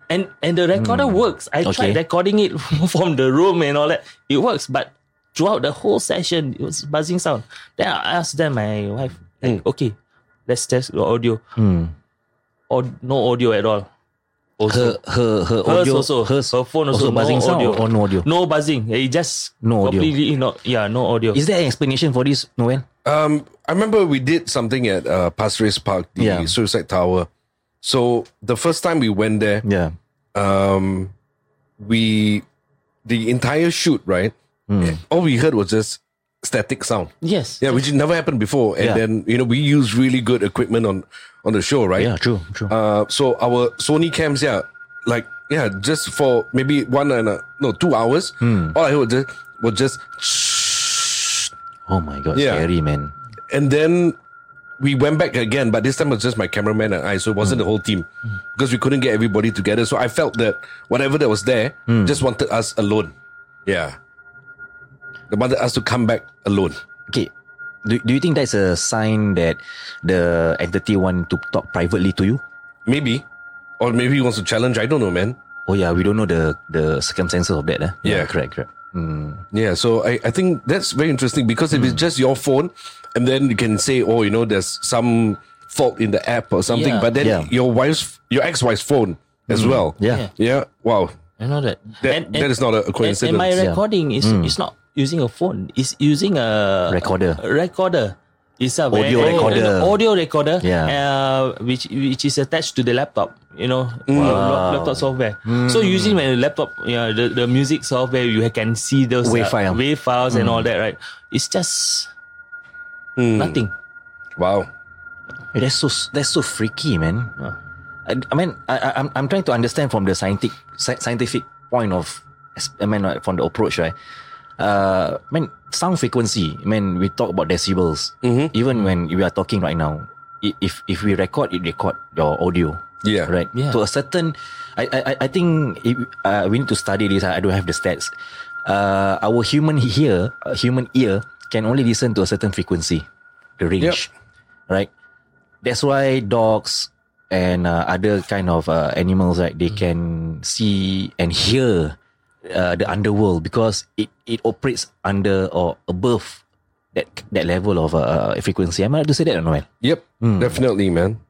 [SPEAKER 8] And and the recorder works. I
[SPEAKER 7] Hmm. Okay.
[SPEAKER 8] tried recording it from the room and all that. It works, but throughout the whole session, it was buzzing sound. Then I asked them, my wife, like,
[SPEAKER 7] Hmm.
[SPEAKER 8] okay, let's test the audio.
[SPEAKER 7] Mm.
[SPEAKER 8] Or no audio at all.
[SPEAKER 7] Her
[SPEAKER 8] Also,
[SPEAKER 7] her her
[SPEAKER 8] hers
[SPEAKER 7] audio.
[SPEAKER 8] also,
[SPEAKER 7] hers
[SPEAKER 8] her phone
[SPEAKER 7] also
[SPEAKER 8] also,
[SPEAKER 7] buzzing
[SPEAKER 8] no
[SPEAKER 7] sound
[SPEAKER 8] audio.
[SPEAKER 7] or no audio?
[SPEAKER 8] No buzzing. It just
[SPEAKER 7] No audio.
[SPEAKER 8] completely not. Yeah, no audio.
[SPEAKER 7] Is there an explanation for this, Noel?
[SPEAKER 6] Um, I remember we did something at uh, Pasir Ris Park, the
[SPEAKER 7] Yeah.
[SPEAKER 6] Suicide Tower. So the first time we went there,
[SPEAKER 7] Yeah.
[SPEAKER 6] um, we the entire shoot right.
[SPEAKER 7] Hmm.
[SPEAKER 6] All we heard was just static sound.
[SPEAKER 8] yes.
[SPEAKER 6] Yeah, which never happened before. And
[SPEAKER 7] Yeah.
[SPEAKER 6] then you know we use really good equipment on on the show, right?
[SPEAKER 7] Yeah. True. True.
[SPEAKER 6] Uh, so our Sony cams, yeah, like yeah, just for maybe one and a, no two hours.
[SPEAKER 7] Hmm.
[SPEAKER 6] All I heard was just, was just
[SPEAKER 7] oh my god.
[SPEAKER 6] yeah.
[SPEAKER 7] Scary man.
[SPEAKER 6] and then we went back again, but this time it was just my cameraman and I, so it
[SPEAKER 7] Hmm.
[SPEAKER 6] wasn't the whole team because we couldn't get everybody together. So I felt that whatever that was there
[SPEAKER 7] Hmm.
[SPEAKER 6] just wanted us alone. Yeah, they wanted us to come back alone.
[SPEAKER 7] Okay. Do, do you think that's a sign that the entity want to talk privately to you?
[SPEAKER 6] Maybe, or maybe he wants to challenge. I don't know, man.
[SPEAKER 7] Oh yeah, we don't know the the circumstances of that. Eh?
[SPEAKER 6] Yeah.
[SPEAKER 7] correct, correct. Mm.
[SPEAKER 6] Yeah, so I, I think that's very interesting because if it's
[SPEAKER 8] Hmm.
[SPEAKER 6] just your phone and then you can say, oh, you know, there's some fault in the app or something,
[SPEAKER 8] Yeah.
[SPEAKER 6] but then
[SPEAKER 7] Yeah.
[SPEAKER 6] your wife's, your ex wife's phone as well.
[SPEAKER 7] Yeah.
[SPEAKER 6] Yeah. Wow.
[SPEAKER 8] You know that.
[SPEAKER 6] That,
[SPEAKER 8] And-
[SPEAKER 6] that
[SPEAKER 8] and-
[SPEAKER 6] is not a, a
[SPEAKER 8] And,
[SPEAKER 6] coincidence.
[SPEAKER 8] and my
[SPEAKER 7] Yeah.
[SPEAKER 8] recording is it's not using a phone. It's using a
[SPEAKER 7] Hmm. Recorder.
[SPEAKER 8] a recorder. It's a
[SPEAKER 7] Audio recorder.
[SPEAKER 8] an audio recorder.
[SPEAKER 7] Yeah.
[SPEAKER 8] Uh, which which is attached to the laptop. You know,
[SPEAKER 6] Hmm.
[SPEAKER 8] your lap- laptop software.
[SPEAKER 7] Hmm.
[SPEAKER 8] So using my laptop, yeah, the, the music software, you can see those uh,
[SPEAKER 7] Wave file. Hmm.
[SPEAKER 8] wave files and all that. Right. It's just
[SPEAKER 6] Hmm.
[SPEAKER 8] nothing.
[SPEAKER 6] wow.
[SPEAKER 7] Eh, That's so that's so freaky, man. I, I mean, I, I I'm I'm trying to understand from the scientific sci- scientific point of as- I mean like, from the approach, right? Uh, I mean, sound frequency. I mean, we talk about decibels. Even when we are talking right now, i- if if we record, it record your audio.
[SPEAKER 6] Yeah.
[SPEAKER 7] right
[SPEAKER 8] Yeah.
[SPEAKER 7] to a certain i i, I- I think if, uh, we need to study this i I don't have the stats uh, our human ear uh, human ear can only listen to a certain frequency the range right that's why dogs and uh, other kind of uh, animals right
[SPEAKER 6] Mm.
[SPEAKER 7] they can see and hear uh, the underworld because it it operates under or above that that level of uh, uh, frequency. Am I right to say that, Noel?
[SPEAKER 6] Yep,
[SPEAKER 8] Hmm.
[SPEAKER 7] Mm.
[SPEAKER 6] definitely, man.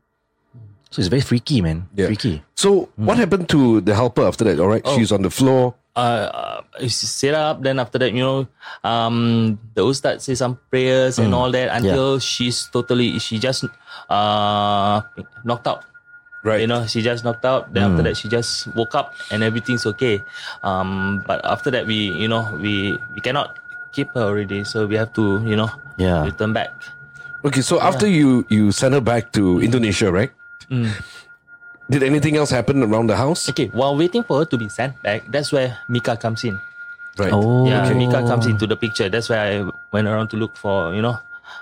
[SPEAKER 7] So it's very freaky, man.
[SPEAKER 6] Yeah.
[SPEAKER 7] Freaky.
[SPEAKER 6] So what happened to the helper after that? All right,
[SPEAKER 8] Hmm. Oh.
[SPEAKER 6] she's on the floor.
[SPEAKER 8] uh, uh, set up. Then after that, you know, um, the ustad say some prayers and all that until she's totally, she just uh knocked out.
[SPEAKER 6] Right.
[SPEAKER 8] You know, she just knocked out. Then after that, she just woke up and everything's okay. Um, but after that, we, you know, we we cannot keep her already, so we have to, you know,
[SPEAKER 7] Yeah.
[SPEAKER 8] return back.
[SPEAKER 6] Okay, so after you you sent her back to Indonesia, right?
[SPEAKER 7] Mm.
[SPEAKER 6] Did anything else happen around the house?
[SPEAKER 8] Okay, while waiting for her to be sent back, that's where Mika comes in.
[SPEAKER 6] Right.
[SPEAKER 7] Oh.
[SPEAKER 8] Yeah, Mika comes into the picture. That's why I went around to look for, you know,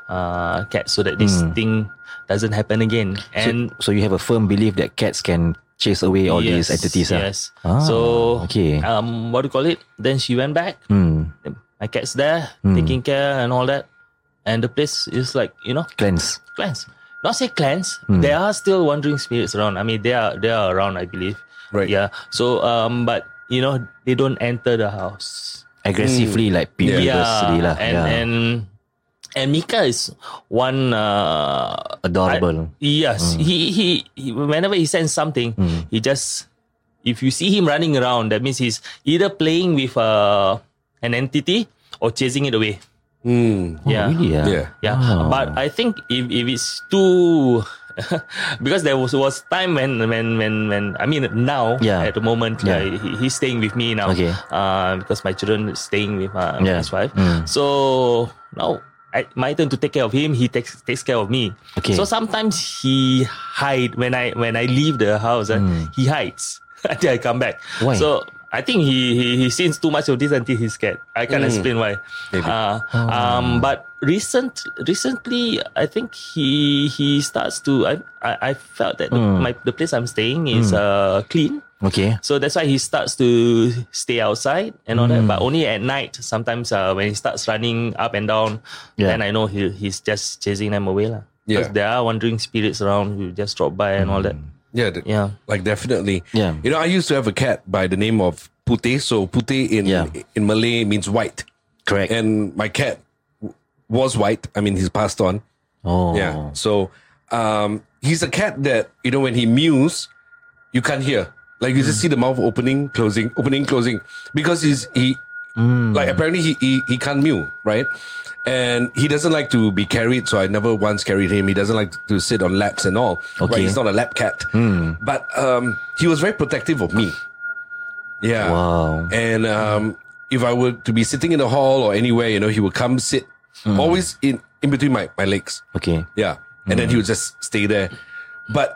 [SPEAKER 8] uh, cats so that this thing doesn't happen again. And
[SPEAKER 7] Hmm. so you have a firm belief that cats can chase away all these
[SPEAKER 8] Yes,
[SPEAKER 7] entities. ah?
[SPEAKER 8] Yes.
[SPEAKER 7] Ah,
[SPEAKER 8] so
[SPEAKER 7] okay.
[SPEAKER 8] um, what do you call it? Then she went back.
[SPEAKER 7] Hmm.
[SPEAKER 8] My cat's there, taking care and all that. And the place is like, you know,
[SPEAKER 7] Cleanse.
[SPEAKER 8] clans. Not say clans.
[SPEAKER 7] Hmm.
[SPEAKER 8] There are still wandering spirits around. I mean, they are they are around. I believe.
[SPEAKER 6] Right.
[SPEAKER 8] Yeah. So um, but you know, they don't enter the house.
[SPEAKER 7] Aggressively, like people yeah. lah.
[SPEAKER 8] and
[SPEAKER 7] yeah.
[SPEAKER 8] and and Mika is one. Uh,
[SPEAKER 7] Adorable. Hmm.
[SPEAKER 8] yes, he, he he. Whenever he sends something, he just. If you see him running around, that means he's either playing with uh, an entity or chasing it away.
[SPEAKER 6] Mm,
[SPEAKER 8] yeah.
[SPEAKER 7] Oh, Really, ah? yeah.
[SPEAKER 6] yeah.
[SPEAKER 8] Yeah, but I think if, if it's too, because there was was time when when when when I mean now
[SPEAKER 7] Yeah.
[SPEAKER 8] at the moment
[SPEAKER 7] Yeah.
[SPEAKER 8] uh, he, he's staying with me now,
[SPEAKER 7] Okay.
[SPEAKER 8] uh, because my children is staying with uh,
[SPEAKER 7] Yeah.
[SPEAKER 8] his wife.
[SPEAKER 7] Mm.
[SPEAKER 8] So now I, my turn to take care of him. He takes takes care of me.
[SPEAKER 7] Okay.
[SPEAKER 8] So sometimes he hide when I when I leave the house. uh,
[SPEAKER 7] Mm.
[SPEAKER 8] he hides until I come back.
[SPEAKER 7] Why?
[SPEAKER 8] So I think he, he he sees too much of this until he's scared. I
[SPEAKER 7] Mm.
[SPEAKER 8] can't explain why. Uh,
[SPEAKER 7] Oh.
[SPEAKER 8] um, but recent recently, I think he he starts to. I I, I felt that the,
[SPEAKER 7] Mm.
[SPEAKER 8] my the place I'm staying is uh clean.
[SPEAKER 7] Okay.
[SPEAKER 8] So that's why he starts to stay outside and all
[SPEAKER 7] Mm.
[SPEAKER 8] that, but only at night. Sometimes uh, when he starts running up and down,
[SPEAKER 7] Yeah.
[SPEAKER 8] then I know he, he's just chasing them away. lah.
[SPEAKER 6] Yeah.
[SPEAKER 8] 'Cause there are wandering spirits around who just drop by and all that.
[SPEAKER 7] Mm.
[SPEAKER 6] Yeah, the-
[SPEAKER 8] Yeah.
[SPEAKER 6] Like definitely.
[SPEAKER 7] Yeah.
[SPEAKER 6] You know, I used to have a cat by the name of Putih. So Putih in
[SPEAKER 7] Yeah.
[SPEAKER 6] in Malay means white.
[SPEAKER 7] Correct.
[SPEAKER 6] And my cat w- was white. I mean, he's passed on.
[SPEAKER 7] oh.
[SPEAKER 6] Yeah. So um, he's a cat that you know when he mews, you can't hear. Like you
[SPEAKER 7] Hmm.
[SPEAKER 6] just see the mouth opening, closing, opening, closing, because he's he
[SPEAKER 7] Hmm.
[SPEAKER 6] like apparently he, he he can't mew right, and he doesn't like to be carried. So I never once carried him. He doesn't like to sit on laps and all. Right?
[SPEAKER 7] Okay. Hmm.
[SPEAKER 6] He's not a lap cat, but um, he was very protective of me. Yeah.
[SPEAKER 7] Wow.
[SPEAKER 6] And um, if I were to be sitting in the hall or anywhere, you know, he would come sit
[SPEAKER 7] Hmm.
[SPEAKER 6] always in in between my my legs.
[SPEAKER 7] Okay.
[SPEAKER 6] Yeah. And then he would just stay there. But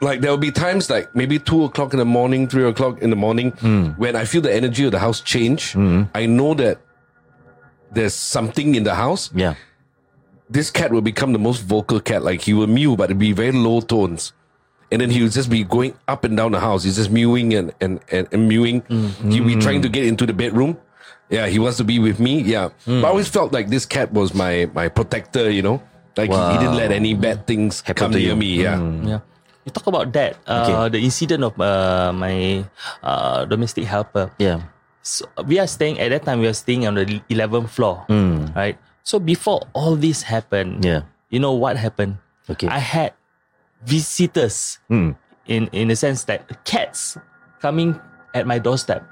[SPEAKER 6] like there will be times like maybe two o'clock in the morning, three o'clock in the morning, when I feel the energy of the house change. I know that there's something in the house.
[SPEAKER 7] Yeah.
[SPEAKER 6] This cat will become the most vocal cat. Like he will mew, but it'll be very low tones. And then he would just be going up and down the house. He's just mewing and and, and, and mewing. He'll
[SPEAKER 7] Mm-hmm.
[SPEAKER 6] be trying to get into the bedroom. Yeah, he wants to be with me. Yeah. But I
[SPEAKER 7] Mm.
[SPEAKER 6] always felt like this cat was my my protector, you know? Like he- he, didn't let any bad things
[SPEAKER 7] Happen
[SPEAKER 6] come
[SPEAKER 7] to
[SPEAKER 6] near
[SPEAKER 7] you. Mm.
[SPEAKER 6] me. Yeah.
[SPEAKER 8] Yeah. You talk about that, uh, the incident of uh, my uh, domestic helper.
[SPEAKER 7] Yeah.
[SPEAKER 8] So we are staying at that time. We are staying on the eleventh floor, right? So before all this happened,
[SPEAKER 7] Hmm. Yeah.
[SPEAKER 8] you know what happened?
[SPEAKER 7] Okay.
[SPEAKER 8] I had visitors
[SPEAKER 7] Hmm.
[SPEAKER 8] in in the sense that cats coming at my doorstep,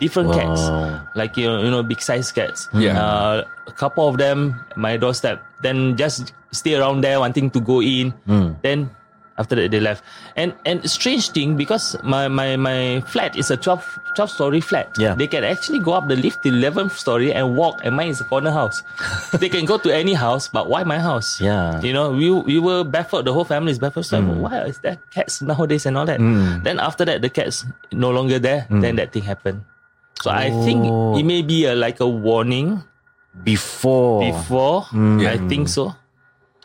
[SPEAKER 8] different cats,
[SPEAKER 7] Wow.
[SPEAKER 8] like you know, you know big size cats.
[SPEAKER 6] Yeah.
[SPEAKER 8] uh, a couple of them at my doorstep. Then just stay around there wanting to go in.
[SPEAKER 7] Hmm.
[SPEAKER 8] Then after that they left. And and strange thing because my my my flat is a 12, 12 story flat.
[SPEAKER 7] Yeah.
[SPEAKER 8] They can actually go up the lift to 11th story and walk and mine is a corner house. they can go to any house but why my house?
[SPEAKER 7] Yeah.
[SPEAKER 8] You know, we we were baffled. The whole family is baffled. So
[SPEAKER 7] Hmm.
[SPEAKER 8] why is there cats nowadays and all that? Then after that, the cats no longer there. Then that thing happened. So I think
[SPEAKER 7] Hmm. Oh.
[SPEAKER 8] it may be a, like a warning
[SPEAKER 7] Before.
[SPEAKER 8] before.
[SPEAKER 7] Mm.
[SPEAKER 8] I think so.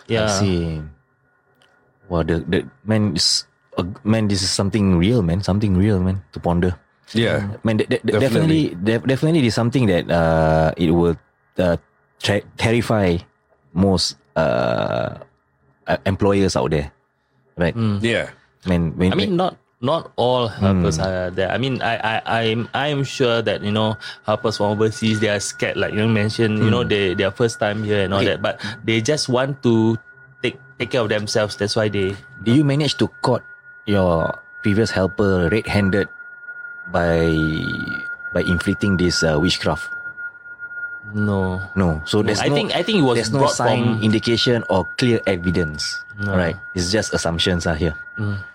[SPEAKER 8] Yeah.
[SPEAKER 7] Oh. I see. Wow, the, the man is uh, man. This is something real, man. Something real, man. To ponder,
[SPEAKER 6] Yeah.
[SPEAKER 7] man. De- de-
[SPEAKER 6] Definitely.
[SPEAKER 7] definitely, def- definitely, is something that uh, it will uh, tra- terrify most uh, uh, employers out there, right?
[SPEAKER 8] Mm.
[SPEAKER 6] Yeah.
[SPEAKER 7] Man, when,
[SPEAKER 8] I mean, not not all
[SPEAKER 7] Hmm.
[SPEAKER 8] helpers are there. I mean, I, I, I'm, I'm sure that you know helpers from overseas they are scared, like you mentioned. You know, they their first time here and all
[SPEAKER 7] Hmm. Okay.
[SPEAKER 8] that, but they just want to take take care of themselves. That's why they.
[SPEAKER 7] Did you manage to caught your previous helper red-handed by by inflicting this uh, witchcraft?
[SPEAKER 8] No,
[SPEAKER 7] No. So there's
[SPEAKER 8] I
[SPEAKER 7] no,
[SPEAKER 8] think I think it was
[SPEAKER 7] there's no
[SPEAKER 8] brought
[SPEAKER 7] sign,
[SPEAKER 8] from
[SPEAKER 7] indication, or clear evidence.
[SPEAKER 8] No.
[SPEAKER 7] Right. It's just assumptions are here.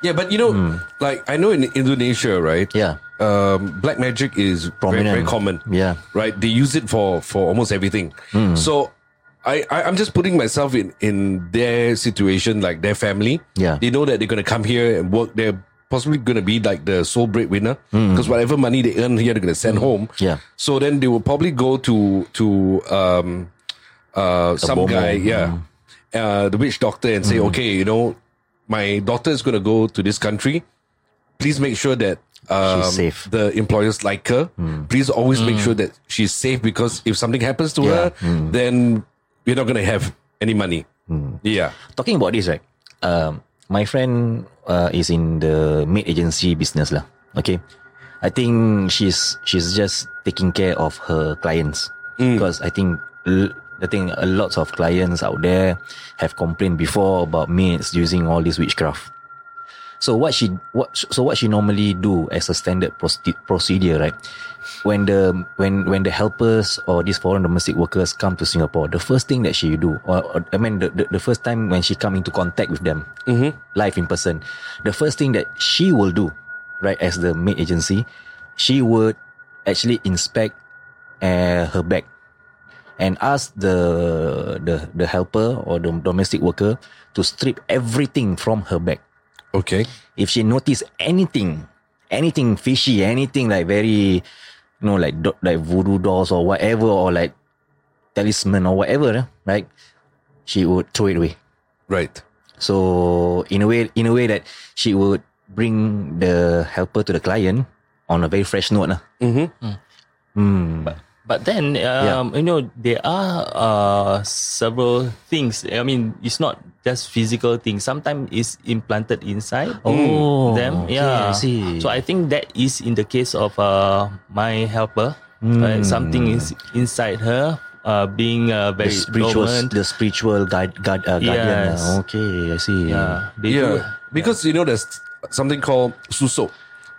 [SPEAKER 6] Yeah, but you know, like I know in Indonesia, right?
[SPEAKER 7] Hmm. Yeah.
[SPEAKER 6] Um, black magic is very,
[SPEAKER 7] Prominent.
[SPEAKER 6] very common.
[SPEAKER 7] Yeah. Hmm.
[SPEAKER 6] right? They use it for for almost everything. So I, I I'm just putting myself in in their situation, like their family.
[SPEAKER 7] Yeah.
[SPEAKER 6] they know that they're gonna come here and work. They're possibly gonna be like the sole breadwinner because whatever money they earn here, they're gonna send home.
[SPEAKER 7] Hmm. Yeah.
[SPEAKER 6] So then they will probably go to to um uh some
[SPEAKER 7] bomo. Hmm.
[SPEAKER 6] guy, yeah, uh, the witch doctor, and
[SPEAKER 7] Mm-hmm.
[SPEAKER 6] say, okay, you know, my daughter is gonna go to this country. Please make sure that um,
[SPEAKER 7] She's safe. Mm.
[SPEAKER 6] the employers like her. Please always make sure that she's safe because if something happens to her,
[SPEAKER 7] Mm.
[SPEAKER 6] then we're not gonna have any money. Yeah.
[SPEAKER 7] Talking about this, right? Um, my friend uh, is in the maid agency business lah. Okay, I think she's she's just taking care of her clients because I think l- I think a lot of clients out there have complained before about maids using all this witchcraft. So what she what so what she normally do as a standard prosti- procedure, right? When the when when the helpers or these foreign domestic workers come to Singapore, the first thing that she do, or, or I mean the, the, the first time when she come into contact with them, live in person, the first thing that she will do, right, as the maid agency, she would actually inspect uh, her bag and ask the the the helper or the domestic worker to strip everything from her bag
[SPEAKER 6] Okay.
[SPEAKER 7] if she notice anything, anything fishy, anything like very, you know, like do- like voodoo dolls or whatever, or like talisman or whatever, eh, right? She would throw it away.
[SPEAKER 6] Right.
[SPEAKER 7] So in a way, in a way that she would bring the helper to the client on a very fresh note, eh. lah.
[SPEAKER 6] Mm-hmm.
[SPEAKER 7] Hmm.
[SPEAKER 8] But then, um, you know, there are uh, several things. I mean, it's not just physical things. Sometimes it's implanted inside
[SPEAKER 7] Oh,
[SPEAKER 8] them.
[SPEAKER 7] okay,
[SPEAKER 8] Yeah.
[SPEAKER 7] I see.
[SPEAKER 8] So I think that is in the case of uh, my helper.
[SPEAKER 7] Hmm.
[SPEAKER 8] Uh, something is inside her, uh, being uh,
[SPEAKER 7] the
[SPEAKER 8] very
[SPEAKER 7] spiritual,
[SPEAKER 8] dormant.
[SPEAKER 7] the spiritual guide, guide, uh, guardian.
[SPEAKER 8] Yes.
[SPEAKER 7] lah. Okay, I see.
[SPEAKER 8] yeah. Uh, They do.
[SPEAKER 6] Yeah. Because you know there's something called suso,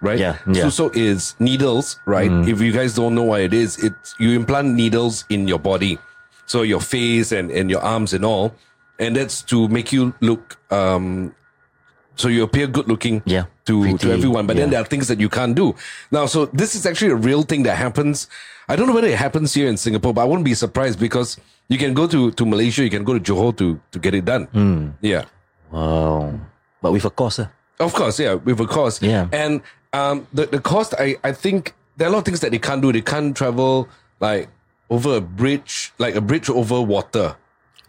[SPEAKER 6] right?
[SPEAKER 7] Yeah, yeah. Mm.
[SPEAKER 6] Suso is needles, right? If you guys don't know what it is, it's you implant needles in your body. So your face and, and your arms and all. And that's to make you look um so you appear good looking
[SPEAKER 7] Yeah,
[SPEAKER 6] to, to
[SPEAKER 7] pretty,
[SPEAKER 6] everyone. But then there
[SPEAKER 7] yeah.
[SPEAKER 6] are things that you can't do. Now, so this is actually a real thing that happens. I don't know whether it happens here in Singapore, but I wouldn't be surprised because you can go to, to Malaysia, you can go to Johor to, to get it done.
[SPEAKER 7] Hmm.
[SPEAKER 6] Yeah.
[SPEAKER 7] Wow. But with a course, ah.
[SPEAKER 6] Of course, yeah, with a cost.
[SPEAKER 7] Yeah.
[SPEAKER 6] And um, the, the cost, I, I think there are a lot of things that they can't do. They can't travel like over a bridge, like a bridge over water.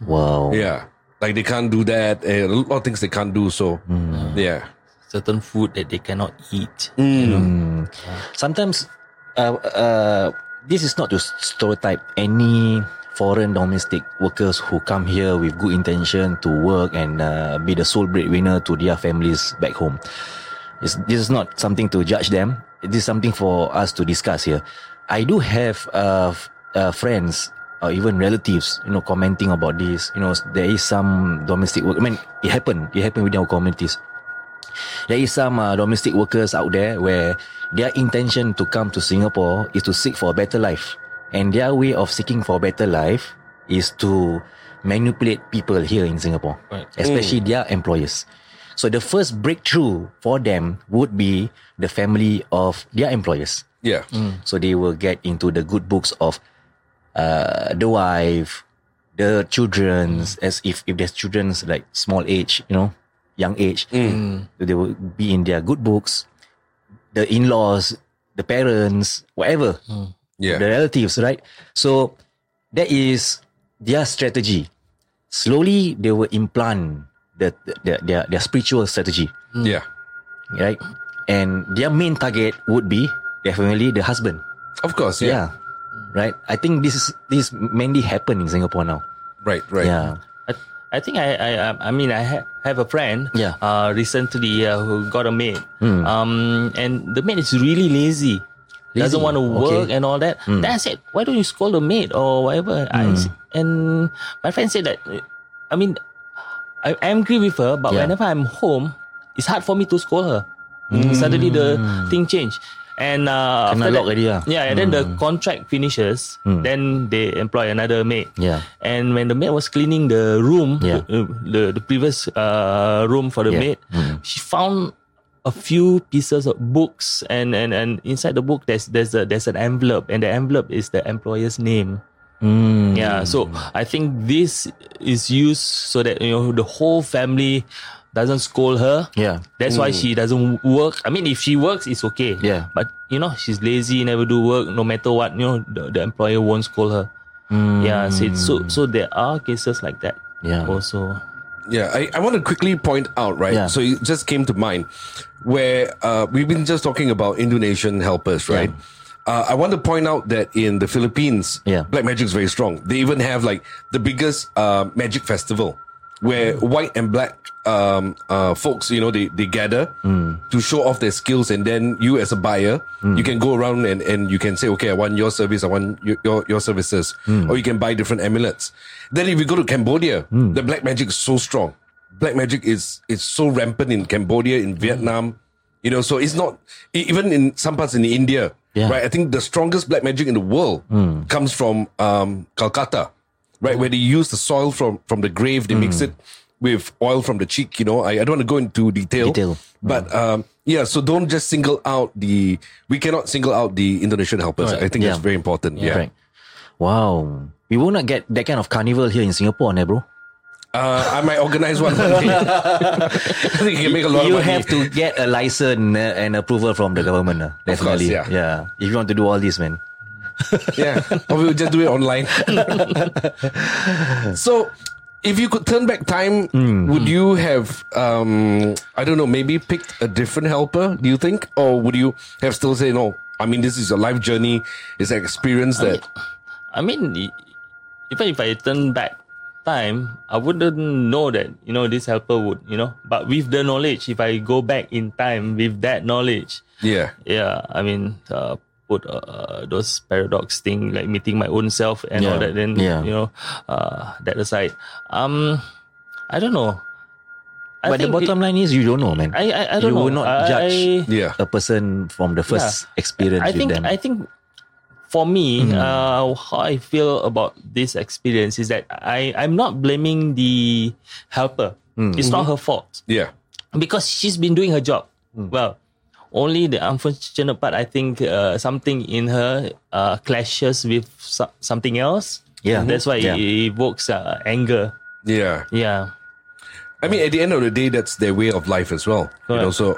[SPEAKER 7] wow.
[SPEAKER 6] Yeah. Like they can't do that. eh, A lot of things they can't do. So,
[SPEAKER 7] Mm.
[SPEAKER 6] yeah.
[SPEAKER 8] Certain food that they cannot eat.
[SPEAKER 7] sometimes uh, uh, this is not to stereotype any foreign domestic workers who come here with good intention to work and uh, be the sole breadwinner to their families back home. It's, this is not something to judge them. This is something for us to discuss here. I do have uh, f- uh, friends or even relatives, you know, commenting about this. You know, there is some domestic work. I mean, it happened. It happened within our communities there is some uh, domestic workers out there where their intention to come to Singapore is to seek for a better life. And their way of seeking for a better life is to manipulate people here in Singapore,
[SPEAKER 8] Right.
[SPEAKER 7] especially their employers. So the first breakthrough for them would be the family of their employers.
[SPEAKER 6] Yeah.
[SPEAKER 7] So they will get into the good books of uh, the wife, the children's, as if if there's children's like small age, you know, young age, they will be in their good books, the in-laws, the parents, whatever, the
[SPEAKER 6] Yeah.
[SPEAKER 7] relatives, right? So that is their strategy. Slowly they will implant the, the, their- their, their spiritual strategy
[SPEAKER 6] Yeah.
[SPEAKER 7] right? And their main target would be definitely the husband.
[SPEAKER 6] Of course. Yeah.
[SPEAKER 7] Yeah. Right? I think this is this mainly happen in Singapore now.
[SPEAKER 6] Right. Right.
[SPEAKER 7] Yeah.
[SPEAKER 8] I, I think I I I- I mean I ha- have a friend
[SPEAKER 7] Yeah. Hmm.
[SPEAKER 8] uh recently uh, who got a maid um and the maid is really lazy.
[SPEAKER 7] Lazy,
[SPEAKER 8] Doesn't want to work
[SPEAKER 7] okay. Hmm.
[SPEAKER 8] and all that. Then I said, why don't you scold the maid or whatever? I s and my friend said that, I mean, I, I'm angry with her, but
[SPEAKER 7] Yeah.
[SPEAKER 8] whenever I'm home, it's hard for me to scold her. Suddenly the thing changed. And uh,
[SPEAKER 7] Hmm. Kena
[SPEAKER 8] after
[SPEAKER 7] lock
[SPEAKER 8] that,
[SPEAKER 7] already ah. Hmm. lah.
[SPEAKER 8] yeah, and then the contract finishes. Then they employ another maid.
[SPEAKER 7] Yeah.
[SPEAKER 8] And when the maid was cleaning the room,
[SPEAKER 7] Yeah.
[SPEAKER 8] uh, the, the previous uh, room for the
[SPEAKER 7] Yeah. Mm-hmm.
[SPEAKER 8] maid, she found a few pieces of books and, and, and inside the book there's there's a there's an envelope and the envelope is the employer's name.
[SPEAKER 7] Mm.
[SPEAKER 8] Yeah. So I think this is used so that you know the whole family doesn't scold her.
[SPEAKER 7] Yeah.
[SPEAKER 8] That's why she doesn't work. I mean, if she works, it's okay.
[SPEAKER 7] Hmm. Yeah.
[SPEAKER 8] But you know, she's lazy, never do work. No matter what, you know, the, the employer won't scold her. Yeah. So, it's, so so there are cases like that.
[SPEAKER 7] Hmm. Yeah.
[SPEAKER 8] Also.
[SPEAKER 6] Yeah, I, I want to quickly point out, right?
[SPEAKER 7] Yeah.
[SPEAKER 6] So it just came to mind where uh, we've been just talking about Indonesian helpers, right? Uh, I want to point out that in the Philippines,
[SPEAKER 7] Yeah.
[SPEAKER 6] black magic's very strong. They even have like the biggest uh, magic festival where white and black um, uh, folks, you know, they, they gather to show off their skills. And then you as a buyer, you can go around and, and you can say, okay, I want your service. I want your, your, your services. Or you can buy different amulets. Then if you go to Cambodia, the black magic is so strong. Black magic is, is so rampant in Cambodia, in Vietnam. You know, so it's not e- even in some parts in India,
[SPEAKER 7] Yeah. Hmm.
[SPEAKER 6] right? I think the strongest black magic in the world comes from um, Calcutta, right? Where they use the soil from from the grave, they
[SPEAKER 7] Hmm.
[SPEAKER 6] mix it with oil from the cheek. You know, I, I don't want to go into detail,
[SPEAKER 7] Detail. Hmm.
[SPEAKER 6] but um, yeah. So don't just single out the. We cannot single out the Indonesian helpers. I think that's
[SPEAKER 7] Yeah.
[SPEAKER 6] very important. Yeah.
[SPEAKER 7] Correct. Wow. We will not get that kind of carnival here in Singapore, ne, bro.
[SPEAKER 6] Uh, I might organize one. one day. I think you can make a lot
[SPEAKER 7] you
[SPEAKER 6] of money.
[SPEAKER 7] have to get a license uh, and approval from the government. Uh,
[SPEAKER 6] course,
[SPEAKER 7] definitely.
[SPEAKER 6] yeah.
[SPEAKER 7] If you want to do all this, man.
[SPEAKER 6] yeah. Or we'll just do it online. so, if you could turn back time, would you have, um, I don't know, maybe picked a different helper, do you think? Or would you have still say, no, I mean, this is a life journey, it's an experience that.
[SPEAKER 8] I mean, e- even if I turn back time, I wouldn't know that, you know, this helper would, you know. But with the knowledge, if I go back in time with that knowledge,
[SPEAKER 6] yeah.
[SPEAKER 8] yeah, I mean, uh, put uh, those paradox thing like meeting my own self and all
[SPEAKER 7] Yeah,
[SPEAKER 8] that, then,
[SPEAKER 7] yeah.
[SPEAKER 8] you know, uh, that aside. Um, I don't know. I
[SPEAKER 7] but the
[SPEAKER 8] think it-
[SPEAKER 7] bottom line is you don't know, man.
[SPEAKER 8] I, I, I don't
[SPEAKER 7] you
[SPEAKER 8] know.
[SPEAKER 7] will not
[SPEAKER 8] I-
[SPEAKER 7] judge
[SPEAKER 8] I-
[SPEAKER 6] Yeah.
[SPEAKER 7] a person from the first experience
[SPEAKER 8] I think
[SPEAKER 7] with them.
[SPEAKER 8] I think for me,
[SPEAKER 7] Hmm.
[SPEAKER 8] uh, how I feel about this experience is that I I'm not blaming the helper.
[SPEAKER 7] Hmm.
[SPEAKER 8] It's
[SPEAKER 7] Mm-hmm.
[SPEAKER 8] not her fault
[SPEAKER 6] Yeah.
[SPEAKER 8] because she's been doing her job
[SPEAKER 7] Hmm.
[SPEAKER 8] well. Only the unfortunate part, I think, uh, something in her uh, clashes with so- something else.
[SPEAKER 7] Yeah.
[SPEAKER 8] that's why
[SPEAKER 7] Yeah.
[SPEAKER 8] it evokes uh, anger.
[SPEAKER 6] Yeah.
[SPEAKER 8] Yeah,
[SPEAKER 6] I mean, at the end of the day, that's their way of life as well. You know,
[SPEAKER 8] Correct.
[SPEAKER 6] so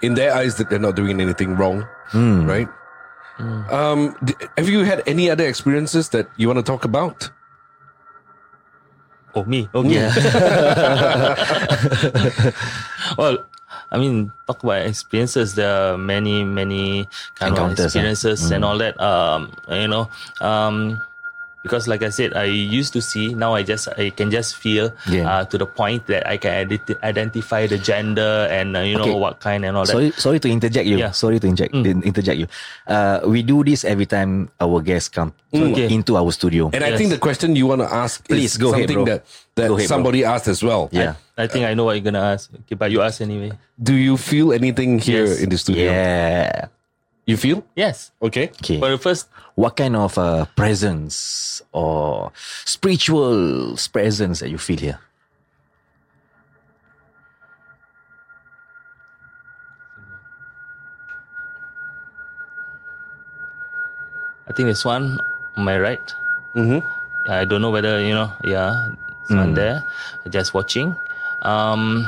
[SPEAKER 6] in their eyes, that they're not doing anything wrong, right?
[SPEAKER 8] Hmm.
[SPEAKER 6] Um, d- have you had any other experiences that you want to talk about?
[SPEAKER 8] Oh, me? Okay. well, I mean, talk about experiences. There are many, many kind of
[SPEAKER 7] Encounters, eh?
[SPEAKER 8] experiences and all that. Um, you know, um, because like I said, I used to see. Now I just I can just feel
[SPEAKER 7] Yeah.
[SPEAKER 8] uh, to the point that I can identi- identify the gender and uh, you know
[SPEAKER 7] Okay.
[SPEAKER 8] what kind and all that.
[SPEAKER 7] sorry, sorry to interject you.
[SPEAKER 8] Yeah.
[SPEAKER 7] Sorry to inject, interject you. Uh, we do this every time our guests come
[SPEAKER 8] Okay.
[SPEAKER 7] into our studio.
[SPEAKER 6] And I think the question you want to ask is
[SPEAKER 7] Please, go ahead,
[SPEAKER 6] something
[SPEAKER 7] bro.
[SPEAKER 6] that, that
[SPEAKER 7] Go ahead, bro.
[SPEAKER 6] somebody asked as well.
[SPEAKER 7] yeah.
[SPEAKER 8] I think I know what you're gonna ask, okay, but you ask anyway.
[SPEAKER 6] Do you feel anything here
[SPEAKER 8] Yes.
[SPEAKER 6] in the studio?
[SPEAKER 7] Yeah.
[SPEAKER 6] You feel?
[SPEAKER 8] Yes.
[SPEAKER 6] Okay.
[SPEAKER 7] Okay.
[SPEAKER 8] For the first
[SPEAKER 7] what kind of uh, presence or spiritual presence that you feel here?
[SPEAKER 8] I think there's one on my right. Mm-hmm. I don't know whether you know. Yeah, it's one
[SPEAKER 7] Mm.
[SPEAKER 8] there. Just watching. Um,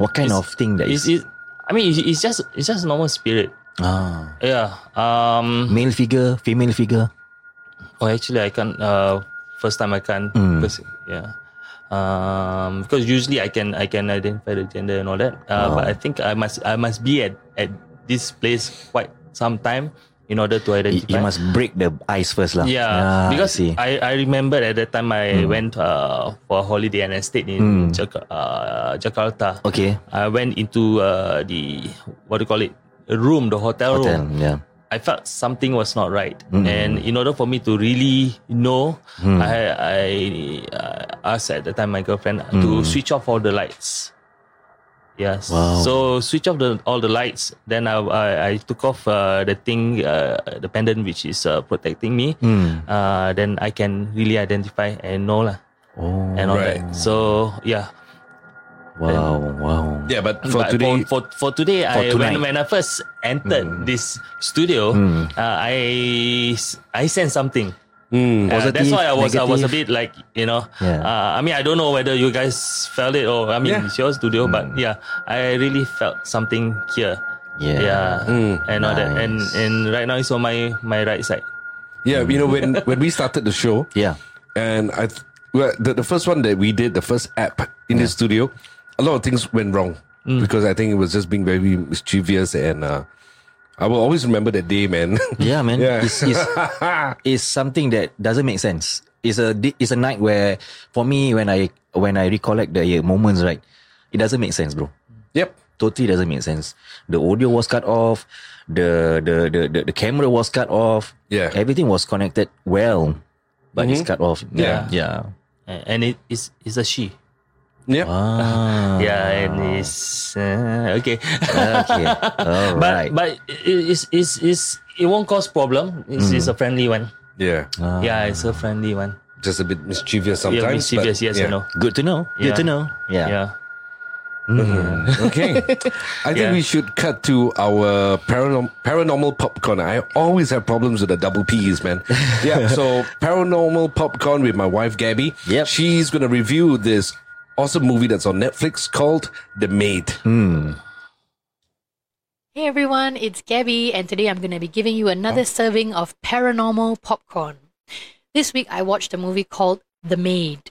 [SPEAKER 7] What kind of thing that
[SPEAKER 8] it's,
[SPEAKER 7] is?
[SPEAKER 8] it's, I mean, it's, it's just it's just normal spirit.
[SPEAKER 7] Ah,
[SPEAKER 8] Yeah. Um.
[SPEAKER 7] male figure, female figure.
[SPEAKER 8] Oh, actually, I can't. Uh, first time I can't.
[SPEAKER 7] Mm.
[SPEAKER 8] Because, yeah. Um, because usually I can I can identify the gender and all that. Uh, But I think I must I must be at at this place quite some time in order to
[SPEAKER 7] You,
[SPEAKER 8] identify.
[SPEAKER 7] you must break the ice first lah.
[SPEAKER 8] Yeah,
[SPEAKER 7] Ah,
[SPEAKER 8] because
[SPEAKER 7] I see.
[SPEAKER 8] I, I remember at that time I
[SPEAKER 7] Mm.
[SPEAKER 8] went uh, for a holiday and I stayed in
[SPEAKER 7] Mm.
[SPEAKER 8] Jaka- uh, Jakarta.
[SPEAKER 7] okay.
[SPEAKER 8] I went into uh, the what do you call it? A room, the hotel,
[SPEAKER 7] Hotel.
[SPEAKER 8] room.
[SPEAKER 7] Yeah.
[SPEAKER 8] I felt something was not right,
[SPEAKER 7] Mm.
[SPEAKER 8] and in order for me to really know,
[SPEAKER 7] Hmm.
[SPEAKER 8] I I uh, asked at the time my girlfriend to
[SPEAKER 7] Mm.
[SPEAKER 8] switch off all the lights. Yes.
[SPEAKER 7] Wow.
[SPEAKER 8] So switch off the all the lights. Then I I, I took off uh, the thing, uh, the pendant which is uh, protecting me.
[SPEAKER 7] Hmm.
[SPEAKER 8] Uh, then I can really identify and know lah,
[SPEAKER 7] Oh.
[SPEAKER 8] and all
[SPEAKER 6] Right.
[SPEAKER 8] that. So yeah,
[SPEAKER 7] Wow. Wow.
[SPEAKER 6] Yeah, but for
[SPEAKER 8] But
[SPEAKER 6] today,
[SPEAKER 8] for, for, for today,
[SPEAKER 7] For
[SPEAKER 8] I
[SPEAKER 7] tonight. Hmm.
[SPEAKER 8] when when I first entered this studio,
[SPEAKER 7] Mm.
[SPEAKER 8] uh, I s- I sensed something.
[SPEAKER 6] Mm.
[SPEAKER 8] Uh, that's
[SPEAKER 7] Positive,
[SPEAKER 8] why I was I was a
[SPEAKER 7] negative?
[SPEAKER 8] bit like you know.
[SPEAKER 7] Yeah.
[SPEAKER 8] Uh, I mean, I don't know whether you guys felt it or I mean,
[SPEAKER 6] Yeah.
[SPEAKER 8] it's your studio, but
[SPEAKER 7] Hmm.
[SPEAKER 8] yeah, I really felt something here.
[SPEAKER 7] Yeah. Hmm.
[SPEAKER 8] Yeah,
[SPEAKER 6] Mm.
[SPEAKER 8] and all that, and
[SPEAKER 7] Nice.
[SPEAKER 8] and right now it's on my my right side.
[SPEAKER 6] yeah, you know when when we started the show,
[SPEAKER 7] Yeah.
[SPEAKER 6] and I th- well, the, the first one that we did, the first app in the studio, a lot of things went wrong
[SPEAKER 7] Mm.
[SPEAKER 6] because I think it was just being very mischievous and uh, I will always remember that day, man.
[SPEAKER 7] Yeah, man.
[SPEAKER 6] Yeah.
[SPEAKER 7] It's, it's, it's something that doesn't make sense. It's a di- it's a night where for me when I when I recollect the uh, moments right, it doesn't make sense, bro.
[SPEAKER 6] yep.
[SPEAKER 7] Totally doesn't make sense. The audio was cut off. The the the the, the camera was cut off.
[SPEAKER 6] Yeah.
[SPEAKER 7] Everything was connected well, but
[SPEAKER 8] Mm-hmm.
[SPEAKER 7] it's cut off.
[SPEAKER 6] Yeah.
[SPEAKER 7] Yeah.
[SPEAKER 8] A- And it is is a she.
[SPEAKER 6] Yep.
[SPEAKER 7] Ah.
[SPEAKER 8] Yeah, and it's uh, okay.
[SPEAKER 7] okay. All
[SPEAKER 8] but
[SPEAKER 7] right.
[SPEAKER 8] but it is is is it won't cause problem. It's, it's
[SPEAKER 7] Mm.
[SPEAKER 8] a friendly one.
[SPEAKER 6] Yeah.
[SPEAKER 7] Ah.
[SPEAKER 8] yeah, it's a friendly one.
[SPEAKER 6] Just a bit mischievous sometimes.
[SPEAKER 8] Yeah,
[SPEAKER 6] but
[SPEAKER 8] mischievous. Yes,
[SPEAKER 6] yeah.
[SPEAKER 8] I know.
[SPEAKER 7] Good to know. Good
[SPEAKER 8] Yeah.
[SPEAKER 7] to know. Yeah.
[SPEAKER 8] Yeah.
[SPEAKER 6] Okay. I think
[SPEAKER 8] Yeah.
[SPEAKER 6] we should cut to our paranormal paranormal popcorn. I always have problems with the double P's, man. Yeah. so paranormal popcorn with my wife Gabby.
[SPEAKER 7] Yep.
[SPEAKER 6] She's gonna review this awesome movie that's on Netflix called The Maid.
[SPEAKER 7] Hmm.
[SPEAKER 9] Hey everyone, it's Gabby, and today I'm going to be giving you another serving of paranormal popcorn. This week I watched a movie called The Maid.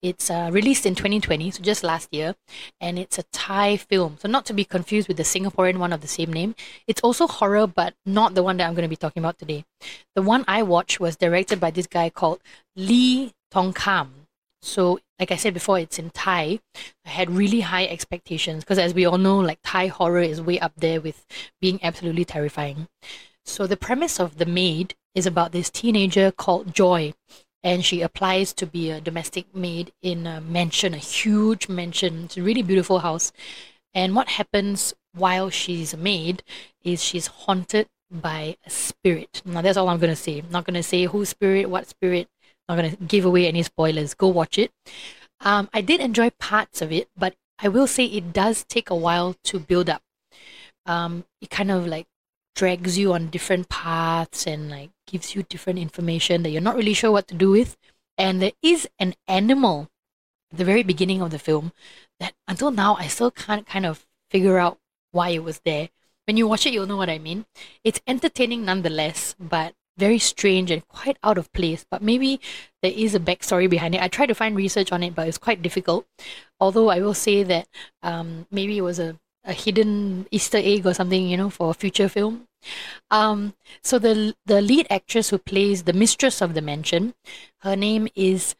[SPEAKER 9] It's uh, released in 2020, so just last year, and it's a Thai film. So, not to be confused with the Singaporean one of the same name. It's also horror, but not the one that I'm going to be talking about today. The one I watched was directed by this guy called Lee Tongkam. So, like I said before, it's in Thai. I had really high expectations because, as we all know, like Thai horror is way up there with being absolutely terrifying. So, the premise of The Maid is about this teenager called Joy, and she applies to be a domestic maid in a mansion, a huge mansion. It's a really beautiful house. And what happens while she's a maid is she's haunted by a spirit. Now, that's all I'm going to say. I'm not going to say whose spirit, what spirit. Not going to give away any spoilers. Go watch it. Um, I did enjoy parts of it, but I will say it does take a while to build up. Um, it kind of like drags you on different paths and like gives you different information that you're not really sure what to do with. And there is an animal at the very beginning of the film that until now I still can't kind of figure out why it was there. When you watch it, you'll know what I mean. It's entertaining nonetheless, but very strange and quite out of place. But maybe there is a backstory behind it. I tried to find research on it, but it's quite difficult. Although I will say that um, maybe it was a, a hidden Easter egg or something, you know, for a future film. Um, so the the lead actress who plays the mistress of the mansion, her name is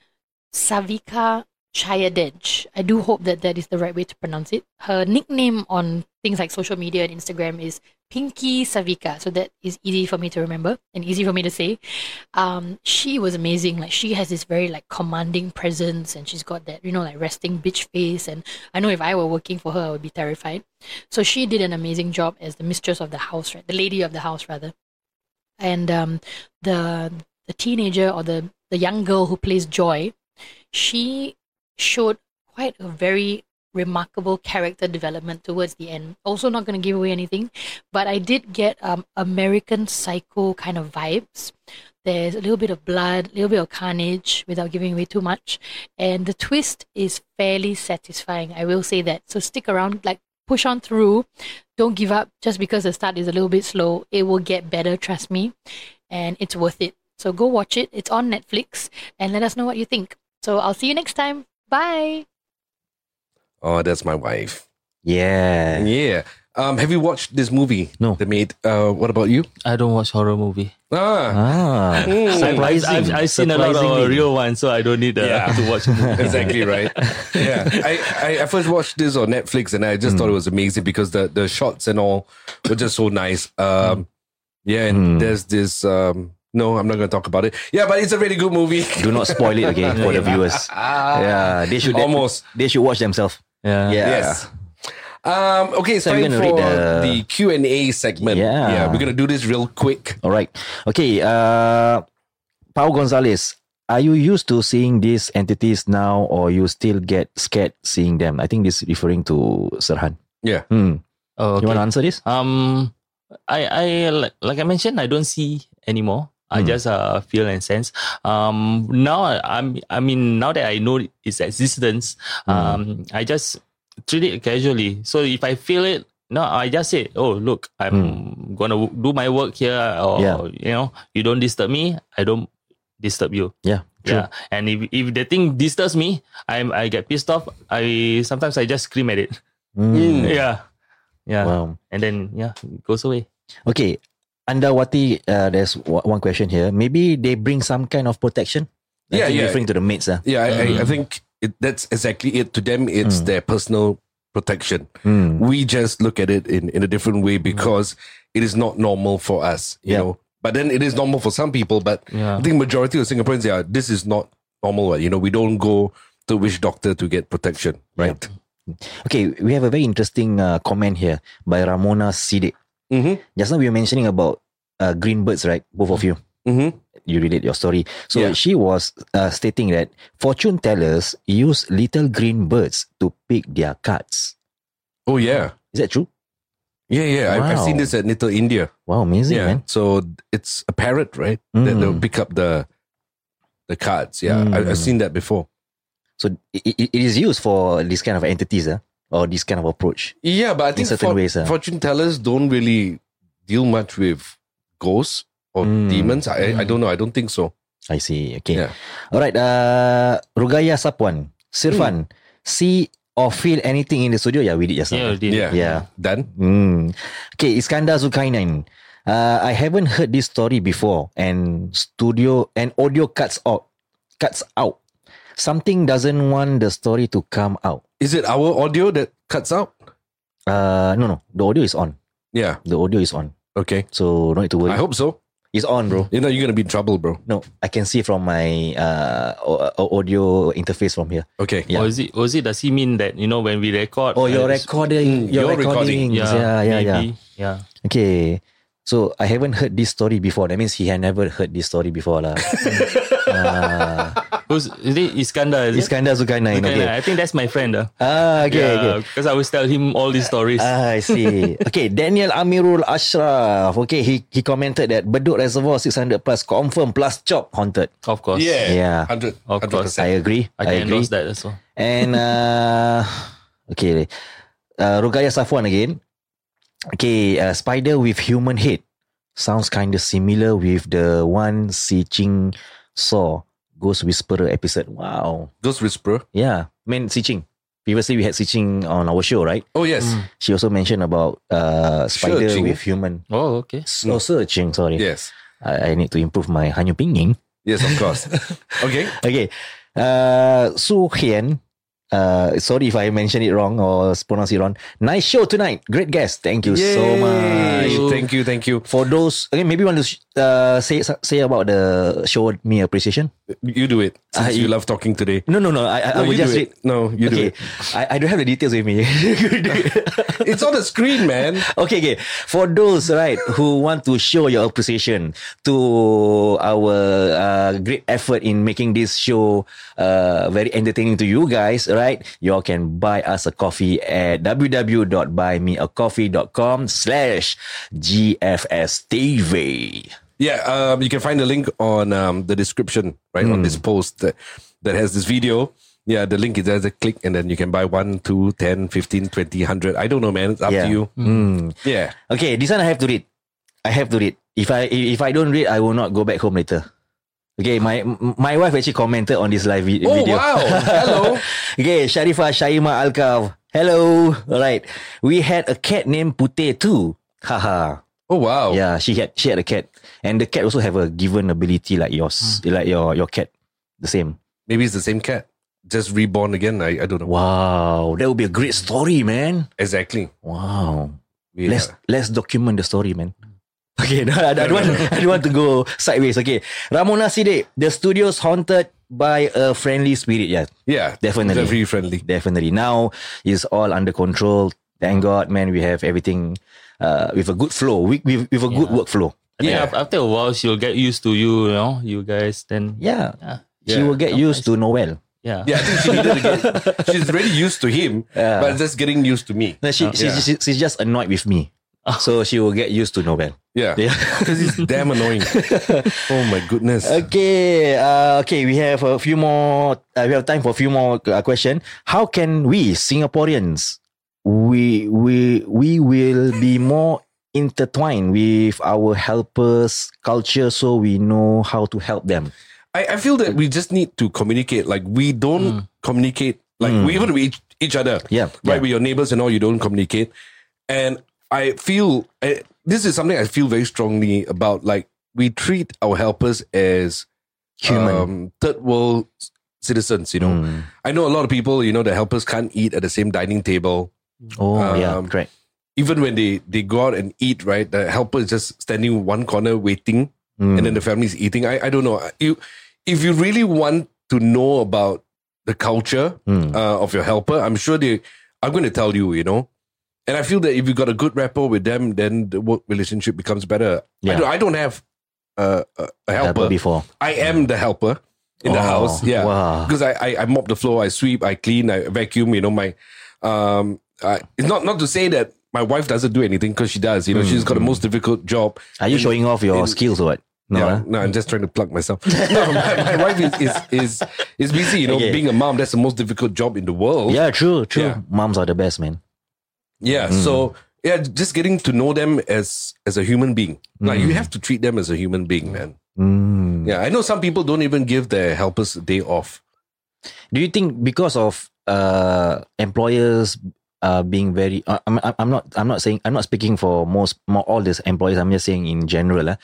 [SPEAKER 9] Savika Chayadej. I do hope that that is the right way to pronounce it. Her nickname on things like social media and Instagram is Pinky Savika. So that is easy for me to remember and easy for me to say. Um, she was amazing. Like she has this very like commanding presence and she's got that, you know, like resting bitch face. And I know if I were working for her, I would be terrified. So she did an amazing job as the mistress of the house, right? The lady of the house rather. And um, the the teenager or the, the young girl who plays Joy, she showed quite a very remarkable character development towards the end. Also, not going to give away anything, but I did get um, American Psycho kind of vibes. There's a little bit of blood, a little bit of carnage without giving away too much. And the twist is fairly satisfying. I will say that. So stick around, like push on through. Don't give up just because the start is a little bit slow. It will get better, trust me. And it's worth it. So go watch it. It's on Netflix and let us know what you think. So I'll see you next time. Bye.
[SPEAKER 6] Oh, that's my wife.
[SPEAKER 7] Yeah.
[SPEAKER 6] Yeah. Um, have you watched this movie?
[SPEAKER 7] No.
[SPEAKER 6] The Maid. Uh, what about you?
[SPEAKER 8] I don't watch horror movie.
[SPEAKER 6] Ah,
[SPEAKER 7] Ah,
[SPEAKER 8] I've, I've, I've, I've seen a lot of uh,
[SPEAKER 7] Surprisingly.
[SPEAKER 8] real ones, so I don't need uh,
[SPEAKER 6] Yeah.
[SPEAKER 8] to watch. a movie.
[SPEAKER 6] exactly right. Yeah, I, I, I first watched this on Netflix and I just
[SPEAKER 7] Hmm.
[SPEAKER 6] thought it was amazing because the the shots and all were just so nice.
[SPEAKER 7] Hmm.
[SPEAKER 6] Um, yeah, and there's this. Um, no, I'm not going to talk about it. Yeah, but it's a really good movie.
[SPEAKER 7] do not spoil it again for the viewers. Yeah, they should
[SPEAKER 6] Almost.
[SPEAKER 7] They should watch themselves.
[SPEAKER 8] Yeah.
[SPEAKER 7] Yeah.
[SPEAKER 6] Yes. Um, okay, it's
[SPEAKER 7] So
[SPEAKER 6] time
[SPEAKER 7] you're
[SPEAKER 6] for
[SPEAKER 7] gonna read
[SPEAKER 6] the,
[SPEAKER 7] the-
[SPEAKER 6] Q and A segment.
[SPEAKER 7] Yeah.
[SPEAKER 6] yeah, we're gonna do this real quick.
[SPEAKER 7] All right. Okay. Uh, Pau Gonzalez, are you used to seeing these entities now, or you still get scared seeing them? I think this is referring to Sirhan.
[SPEAKER 6] Yeah.
[SPEAKER 7] Hmm.
[SPEAKER 8] Oh, okay.
[SPEAKER 7] You want to answer this?
[SPEAKER 8] Um, I I like, like I mentioned, I don't see anymore. I
[SPEAKER 7] Mm.
[SPEAKER 8] just uh, feel and sense. Um, now I- I'm I mean now that I know its existence,
[SPEAKER 7] Hmm.
[SPEAKER 8] um, I just treat it casually. So if I feel it, no, I just say, oh look, I'm gonna w- do my work here, or
[SPEAKER 7] Hmm. Yeah.
[SPEAKER 8] you know, you don't disturb me, I don't disturb you.
[SPEAKER 7] Yeah. True.
[SPEAKER 8] Yeah, and if, if the thing disturbs me, I am I get pissed off. I sometimes I just scream at it.
[SPEAKER 7] Hmm.
[SPEAKER 8] Yeah, yeah
[SPEAKER 7] Wow.
[SPEAKER 8] and then yeah, it goes away.
[SPEAKER 7] Okay. Andawati, uh, there's wa- one question here. Maybe they bring some kind of protection. I
[SPEAKER 6] Yeah,
[SPEAKER 7] think
[SPEAKER 6] yeah.
[SPEAKER 7] Referring to the maids, ah.
[SPEAKER 6] Yeah, I, I, I think it, that's exactly it. To them, it's their personal protection.
[SPEAKER 7] Hmm.
[SPEAKER 6] We just look at it in, in a different way because it is not normal for us, you
[SPEAKER 7] Mm-hmm. Yeah.
[SPEAKER 6] know. But then it is normal for some people. But
[SPEAKER 8] Yeah.
[SPEAKER 6] I think majority of Singaporeans, yeah, this is not normal. right? You know, we don't go to witch doctor to get protection, right?
[SPEAKER 7] Okay, we have a very interesting uh, comment here by Ramona Sidek.
[SPEAKER 6] Mm-hmm.
[SPEAKER 7] Just now we were mentioning about uh, green birds, right? Both of you.
[SPEAKER 6] Mm-hmm.
[SPEAKER 7] You relate your story. So
[SPEAKER 6] Yeah.
[SPEAKER 7] she was uh, stating that fortune tellers use little green birds to pick their cards.
[SPEAKER 6] Oh yeah,
[SPEAKER 7] Is that true?
[SPEAKER 6] yeah, yeah. I, I've seen
[SPEAKER 7] Wow.
[SPEAKER 6] this at Little India.
[SPEAKER 7] Wow, amazing,
[SPEAKER 6] yeah.
[SPEAKER 7] man.
[SPEAKER 6] So it's a parrot, right? That they'll
[SPEAKER 7] Mm.
[SPEAKER 6] pick up the the cards. Yeah, I, I've
[SPEAKER 7] Mm.
[SPEAKER 6] seen that before.
[SPEAKER 7] So it, it it is used for this kind of entities, ah, or this kind of approach.
[SPEAKER 6] Yeah, but I think
[SPEAKER 7] certain
[SPEAKER 6] for-
[SPEAKER 7] ways, ah.
[SPEAKER 6] fortune tellers don't really deal much with ghosts or
[SPEAKER 7] Mm.
[SPEAKER 6] demons. I, I don't know. I don't think so.
[SPEAKER 7] I see. Okay.
[SPEAKER 6] Yeah.
[SPEAKER 7] All right. Uh, Rugaya Sapwan,
[SPEAKER 6] Hmm.
[SPEAKER 7] Sirfan, see or feel anything in the studio? Yeah, we did just now.
[SPEAKER 8] Yeah, did.
[SPEAKER 6] Yeah.
[SPEAKER 7] Yeah.
[SPEAKER 6] Dan.
[SPEAKER 7] Mm. Okay, Iskandar Zulkarnain. Uh, I haven't heard this story before, and studio and audio cuts out, cuts out. Something doesn't want the story to come out.
[SPEAKER 6] Is it our audio that cuts out?
[SPEAKER 7] Uh, no, no, the audio is on.
[SPEAKER 6] Yeah.
[SPEAKER 7] The audio is on,
[SPEAKER 6] Okay.
[SPEAKER 7] so no need to
[SPEAKER 6] I
[SPEAKER 7] worry.
[SPEAKER 6] hope Mm. so.
[SPEAKER 7] it's on, bro.
[SPEAKER 6] You know, you're gonna be in trouble, bro.
[SPEAKER 7] No, I can see from my uh au- au- audio interface from here.
[SPEAKER 6] Okay.
[SPEAKER 7] Yeah.
[SPEAKER 8] Or is it? Or is it? Does he mean that you know when we record?
[SPEAKER 7] Oh, you're
[SPEAKER 8] uh, it's-
[SPEAKER 6] Mm,
[SPEAKER 7] recording. you're,
[SPEAKER 6] you're recording.
[SPEAKER 7] recording. Yeah, yeah, yeah.
[SPEAKER 8] maybe. yeah.
[SPEAKER 7] Okay. So I haven't heard this story before. That means he had never heard this story before, lah. uh,
[SPEAKER 8] Who's is it? Iskandar? Is
[SPEAKER 7] Iskandar Zulkarnain.
[SPEAKER 8] It? Iskandar.
[SPEAKER 7] Okay.
[SPEAKER 8] I think that's my friend. Uh.
[SPEAKER 7] Ah, okay, okay.
[SPEAKER 8] Because I always tell him all these stories.
[SPEAKER 7] Ah, I see. okay, Daniel Amirul Ashraf. Okay, he he commented that Bedok Reservoir 600 plus confirm plus chop haunted.
[SPEAKER 8] of course.
[SPEAKER 6] Yeah.
[SPEAKER 7] Yeah.
[SPEAKER 6] Hundred.
[SPEAKER 8] Of course.
[SPEAKER 7] I agree.
[SPEAKER 8] I
[SPEAKER 7] I,
[SPEAKER 8] can
[SPEAKER 7] agree.
[SPEAKER 8] endorse that as well.
[SPEAKER 7] And uh, okay, uh, Rugaya Safwan again. Okay, uh, spider with human head sounds kind of similar with the one Si Ching saw Ghost Whisperer episode. Wow,
[SPEAKER 6] Ghost whisperer.
[SPEAKER 7] yeah, I mean Si Ching. Previously, we had Si Ching on our show, right?
[SPEAKER 6] Oh yes.
[SPEAKER 7] She also mentioned about uh, spider
[SPEAKER 6] Ching.
[SPEAKER 7] with human.
[SPEAKER 8] Oh, okay.
[SPEAKER 7] Oh, Sir Ching, sorry.
[SPEAKER 6] Yes.
[SPEAKER 7] I, I need to improve my Hanyu Pinyin.
[SPEAKER 6] Yes, of course. okay.
[SPEAKER 7] Okay. Uh, Su Hien. Uh, sorry if I mentioned it wrong or pronounced it wrong. Nice show tonight. Great guest. Thank you so much.
[SPEAKER 6] Yay. Thank you. Thank you.
[SPEAKER 7] For those, okay, maybe you want to sh- uh, say say about the show me appreciation.
[SPEAKER 6] You do it since
[SPEAKER 7] I-
[SPEAKER 6] you love talking today.
[SPEAKER 7] No, no, no. I, I-
[SPEAKER 6] No,
[SPEAKER 7] I will
[SPEAKER 6] you
[SPEAKER 7] just
[SPEAKER 6] do
[SPEAKER 7] read.
[SPEAKER 6] it. No, you do
[SPEAKER 7] okay,
[SPEAKER 6] it.
[SPEAKER 7] I, I don't have the details with me.
[SPEAKER 6] It's on the screen, man.
[SPEAKER 7] Okay, okay. For those right who want to show your appreciation to our uh, great effort in making this show uh, very entertaining to you guys, right? You all can buy us a coffee at www.buymeacoffee.com slash GFSTV.
[SPEAKER 6] Yeah, um, you can find the link on um, the description, right, on
[SPEAKER 7] Hmm.
[SPEAKER 6] this post that, that has this video. Yeah, the link is there. Just click, and then you can buy 1, 2, 10, 15, 20, 100. I don't know, man. It's up
[SPEAKER 7] Yeah.
[SPEAKER 6] to you.
[SPEAKER 7] Hmm.
[SPEAKER 6] Yeah.
[SPEAKER 7] Okay, this one I have to read. I have to read. If I if I don't read, I will not go back home later. Okay, my my wife actually commented on this live vi-
[SPEAKER 6] Oh,
[SPEAKER 7] video.
[SPEAKER 6] wow. Hello.
[SPEAKER 7] Okay, Sharifah Shaima Alkav. Hello. All right. We had a cat named Pute too. Haha.
[SPEAKER 6] Oh wow.
[SPEAKER 7] Yeah, she had she had a cat, and the cat also have a given ability like yours,
[SPEAKER 6] Hmm.
[SPEAKER 7] like your your cat, the same.
[SPEAKER 6] Maybe it's the same cat. Just reborn again. I, I don't know.
[SPEAKER 7] Wow, that would be a great story, man.
[SPEAKER 6] Exactly.
[SPEAKER 7] Wow.
[SPEAKER 6] We,
[SPEAKER 7] Let's
[SPEAKER 6] uh,
[SPEAKER 7] let's document the story, man. Okay, no, I, I don't want, I don't want to go sideways. Okay, Ramona Siddiq, the studio's haunted by a friendly spirit. Yeah,
[SPEAKER 6] yeah,
[SPEAKER 7] definitely.
[SPEAKER 6] Very friendly.
[SPEAKER 7] definitely. Now is all under control. Thank God, man. We have everything uh, with a good flow. We with, with a good
[SPEAKER 8] Yeah.
[SPEAKER 7] workflow.
[SPEAKER 8] I think
[SPEAKER 6] Yeah.
[SPEAKER 8] af- after a while, she'll get used to you, you know, you guys. Then
[SPEAKER 7] Yeah,
[SPEAKER 8] yeah,
[SPEAKER 7] she will get used to Noel.
[SPEAKER 8] yeah.
[SPEAKER 6] Yeah, I think she needed to get. She's already used to him,
[SPEAKER 7] Yeah.
[SPEAKER 6] but just getting used to me.
[SPEAKER 7] No, she,
[SPEAKER 8] Uh,
[SPEAKER 7] she,
[SPEAKER 6] yeah.
[SPEAKER 7] she, she's just annoyed with me. So she will get used to Nobel.
[SPEAKER 6] Yeah,
[SPEAKER 7] Yeah.
[SPEAKER 6] because it's damn annoying. oh my goodness.
[SPEAKER 7] Okay. Uh, okay. We have a few more. Uh, we have time for a few more uh, question. How can we Singaporeans we we we will be more intertwined with our helpers culture so we know how to help them.
[SPEAKER 6] I, I feel that we just need to communicate. Like we don't communicate. Like
[SPEAKER 7] Mm.
[SPEAKER 6] we even with each, each other.
[SPEAKER 7] Yeah.
[SPEAKER 6] Right
[SPEAKER 7] Hmm. Yeah.
[SPEAKER 6] with your neighbors and all, you don't communicate. And I feel I, this is something I feel very strongly about. Like we treat our helpers as
[SPEAKER 7] Human.
[SPEAKER 6] um, third world c- citizens. You know,
[SPEAKER 7] Mm.
[SPEAKER 6] I know a lot of people. You know, the helpers can't eat at the same dining table.
[SPEAKER 7] Oh yeah.
[SPEAKER 6] Um,
[SPEAKER 7] Correct.
[SPEAKER 6] Even when they they go out and eat, right? The helper is just standing in one corner waiting
[SPEAKER 7] Mm.
[SPEAKER 6] and then the family's eating. I, I don't know. You, if you really want to know about the culture
[SPEAKER 7] Mm.
[SPEAKER 6] uh, of your helper, I'm sure they are going to tell you, you know. And I feel that if you got a good rapport with them, then the work relationship becomes better. I,
[SPEAKER 7] Yeah.
[SPEAKER 6] don't, I don't have uh, a a helper.
[SPEAKER 7] Helper before.
[SPEAKER 6] I am the helper in the
[SPEAKER 7] Oh,
[SPEAKER 6] house. Yeah.
[SPEAKER 7] wow.
[SPEAKER 6] Because I, I I mop the floor, I sweep, I clean, I vacuum, you know, my um I, it's not not to say that my wife doesn't do anything because she does. You know, she's got
[SPEAKER 7] Mm.
[SPEAKER 6] the most difficult job.
[SPEAKER 7] Are you
[SPEAKER 6] in-
[SPEAKER 7] showing off your
[SPEAKER 6] in-
[SPEAKER 7] skills or what? No. eh?
[SPEAKER 6] yeah,
[SPEAKER 7] huh?
[SPEAKER 6] no, I'm just trying to plug myself. No, my, my wife is, is is is busy. You know,
[SPEAKER 7] Okay.
[SPEAKER 6] being a mom that's the most difficult job in the world.
[SPEAKER 7] Yeah, Mm. true, true.
[SPEAKER 6] Yeah.
[SPEAKER 7] Moms are the best, man.
[SPEAKER 6] yeah. So yeah, just getting to know them as as a human being. Like you have to treat them as a human being, man.
[SPEAKER 7] Mm.
[SPEAKER 6] Yeah, I know some people don't even give their helpers a day off.
[SPEAKER 7] Do you think because of uh, employers uh, being very, uh, I'm, I'm I'm not, I'm not saying, I'm not speaking for most, more all these employers. I'm just saying in general. ah.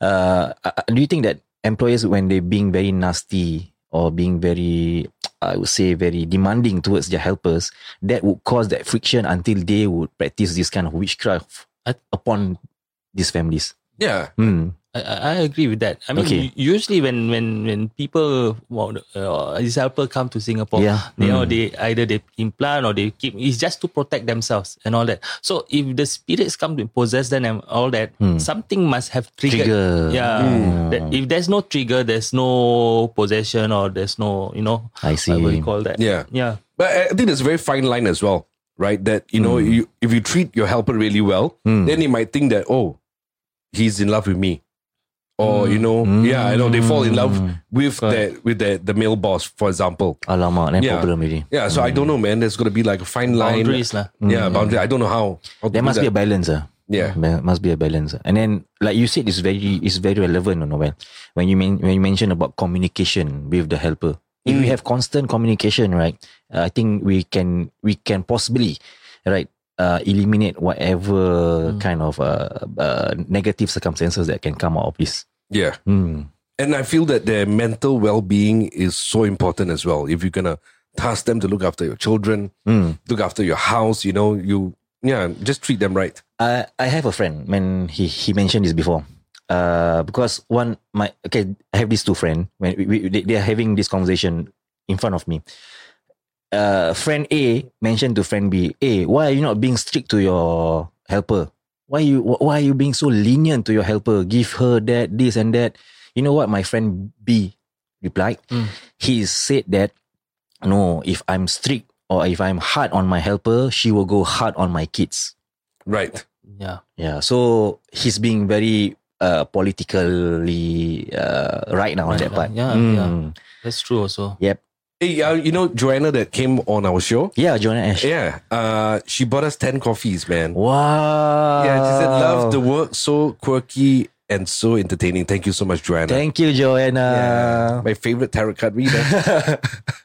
[SPEAKER 7] Uh, uh, do you think that employers, when they being very nasty or being very, I would say, very demanding towards their helpers, that would cause that friction until they would practice this kind of witchcraft
[SPEAKER 8] I-
[SPEAKER 7] upon these families.
[SPEAKER 6] Yeah,
[SPEAKER 7] Hmm.
[SPEAKER 8] I, I I agree with that. I mean,
[SPEAKER 7] Okay.
[SPEAKER 8] u- usually when when when people well, uh, these helper come to Singapore,
[SPEAKER 7] Yeah.
[SPEAKER 8] you know,
[SPEAKER 7] Mm.
[SPEAKER 8] they either they implant or they keep. It's just to protect themselves and all that. So if the spirits come to possess them and all that,
[SPEAKER 7] Hmm.
[SPEAKER 8] something must have triggered.
[SPEAKER 7] Trigger.
[SPEAKER 8] Yeah,
[SPEAKER 7] Hmm.
[SPEAKER 8] that if there's no trigger, there's no possession or there's no you know.
[SPEAKER 7] I
[SPEAKER 8] What will
[SPEAKER 7] see.
[SPEAKER 8] you call that?
[SPEAKER 6] yeah.
[SPEAKER 8] yeah.
[SPEAKER 6] But I I think there's a very fine line as well, right? That you know,
[SPEAKER 7] Hmm.
[SPEAKER 6] you, if you treat your helper really well,
[SPEAKER 7] Mm.
[SPEAKER 6] then he might think that oh, he's in love with me, or you know, yeah, I know they fall in love
[SPEAKER 7] Hmm.
[SPEAKER 6] with the with the the male boss, for example.
[SPEAKER 7] Alamak, then
[SPEAKER 6] Yeah.
[SPEAKER 7] problem already. Hmm.
[SPEAKER 6] Yeah, so I don't know, man. There's gonna be like a fine line.
[SPEAKER 8] Boundaries lah.
[SPEAKER 6] Yeah, boundary. I don't know how. how to
[SPEAKER 7] There
[SPEAKER 6] do
[SPEAKER 7] must be
[SPEAKER 6] that.
[SPEAKER 7] a balance. ah.
[SPEAKER 6] Yeah.
[SPEAKER 7] There must be a balance. ah. And then, like you said, it's very it's very relevant, you know, when when you mean when you mention about communication with the helper. If we have constant communication, right, uh, I think we can we can possibly, right, uh, eliminate whatever kind of uh, uh, negative circumstances that can come out of this.
[SPEAKER 6] yeah.
[SPEAKER 7] Hmm.
[SPEAKER 6] And I feel that their mental well being is so important as well. If you're gonna task them to look after your children,
[SPEAKER 7] Mm.
[SPEAKER 6] look after your house, you know, you yeah, just treat them right.
[SPEAKER 7] I I have a friend. Man, he he mentioned this before. Uh, because one my okay, I have these two friend. When we, we they, they are having this conversation in front of me. Uh, friend A mentioned to friend B, "Hey, why are you not being strict to your helper? Why you wh- why are you being so lenient to your helper? Give her that this and that. You know what my friend B replied?
[SPEAKER 8] Mm.
[SPEAKER 7] He said that no, if I'm strict or if I'm hard on my helper, she will go hard on my kids."
[SPEAKER 6] Right.
[SPEAKER 8] Yeah.
[SPEAKER 7] Yeah, so he's being very uh, politically uh, right now on
[SPEAKER 8] Right
[SPEAKER 7] that
[SPEAKER 8] now,
[SPEAKER 7] part.
[SPEAKER 8] yeah,
[SPEAKER 7] Mm.
[SPEAKER 8] yeah. That's true also.
[SPEAKER 7] Yep.
[SPEAKER 6] Hey, uh, you know Joanna that came on our show?
[SPEAKER 7] Yeah, Jonah Ash.
[SPEAKER 6] Yeah. Uh, she bought us 10 coffees, man.
[SPEAKER 7] Wow.
[SPEAKER 6] Yeah, she said, love the work, so quirky and so entertaining. Thank you so much, Joanna.
[SPEAKER 7] Thank you, Joanna.
[SPEAKER 6] My favorite tarot card reader.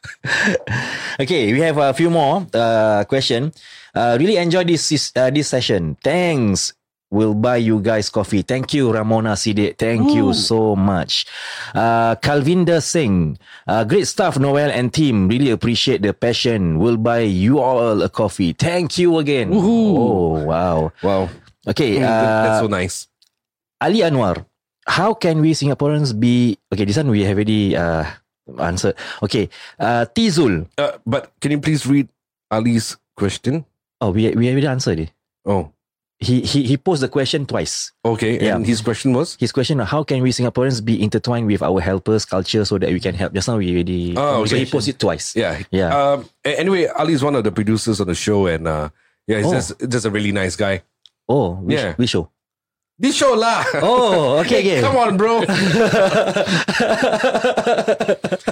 [SPEAKER 7] okay, we have a few more uh, question. Uh, really enjoy this sis- uh, this session. Thanks. We'll buy you guys coffee. Thank you, Ramona Sidi.
[SPEAKER 6] Oh.
[SPEAKER 7] Thank you so much. Uh, Kalvinder Singh. Uh, great stuff, Noel and team. Really appreciate the passion. We'll buy you all a coffee. Thank you again. Oh, wow.
[SPEAKER 6] wow,
[SPEAKER 7] Okay.
[SPEAKER 6] Mm, that- that's so
[SPEAKER 7] Uh,
[SPEAKER 6] nice.
[SPEAKER 7] Ali Anwar, how can we Singaporeans be okay? This one we have already uh, answered. Okay, uh, Tizul.
[SPEAKER 6] Uh, but can you please read Ali's question?
[SPEAKER 7] Oh, we we already answered it.
[SPEAKER 6] Oh,
[SPEAKER 7] He he he posed the question twice.
[SPEAKER 6] okay. And
[SPEAKER 7] Yeah.
[SPEAKER 6] his question was.
[SPEAKER 7] His question: How can we Singaporeans be intertwined with our helpers culture so that we can help? Just now we already.
[SPEAKER 6] Oh,
[SPEAKER 7] So
[SPEAKER 6] okay.
[SPEAKER 7] he posed it twice.
[SPEAKER 6] Yeah.
[SPEAKER 7] Yeah.
[SPEAKER 6] Um, a- anyway, Ali is one of the producers on the show, and uh, yeah, he's
[SPEAKER 7] Oh.
[SPEAKER 6] just just a really nice guy.
[SPEAKER 7] oh, we,
[SPEAKER 6] yeah.
[SPEAKER 7] we show.
[SPEAKER 6] This show lah.
[SPEAKER 7] Oh, okay, okay.
[SPEAKER 6] Come on, bro.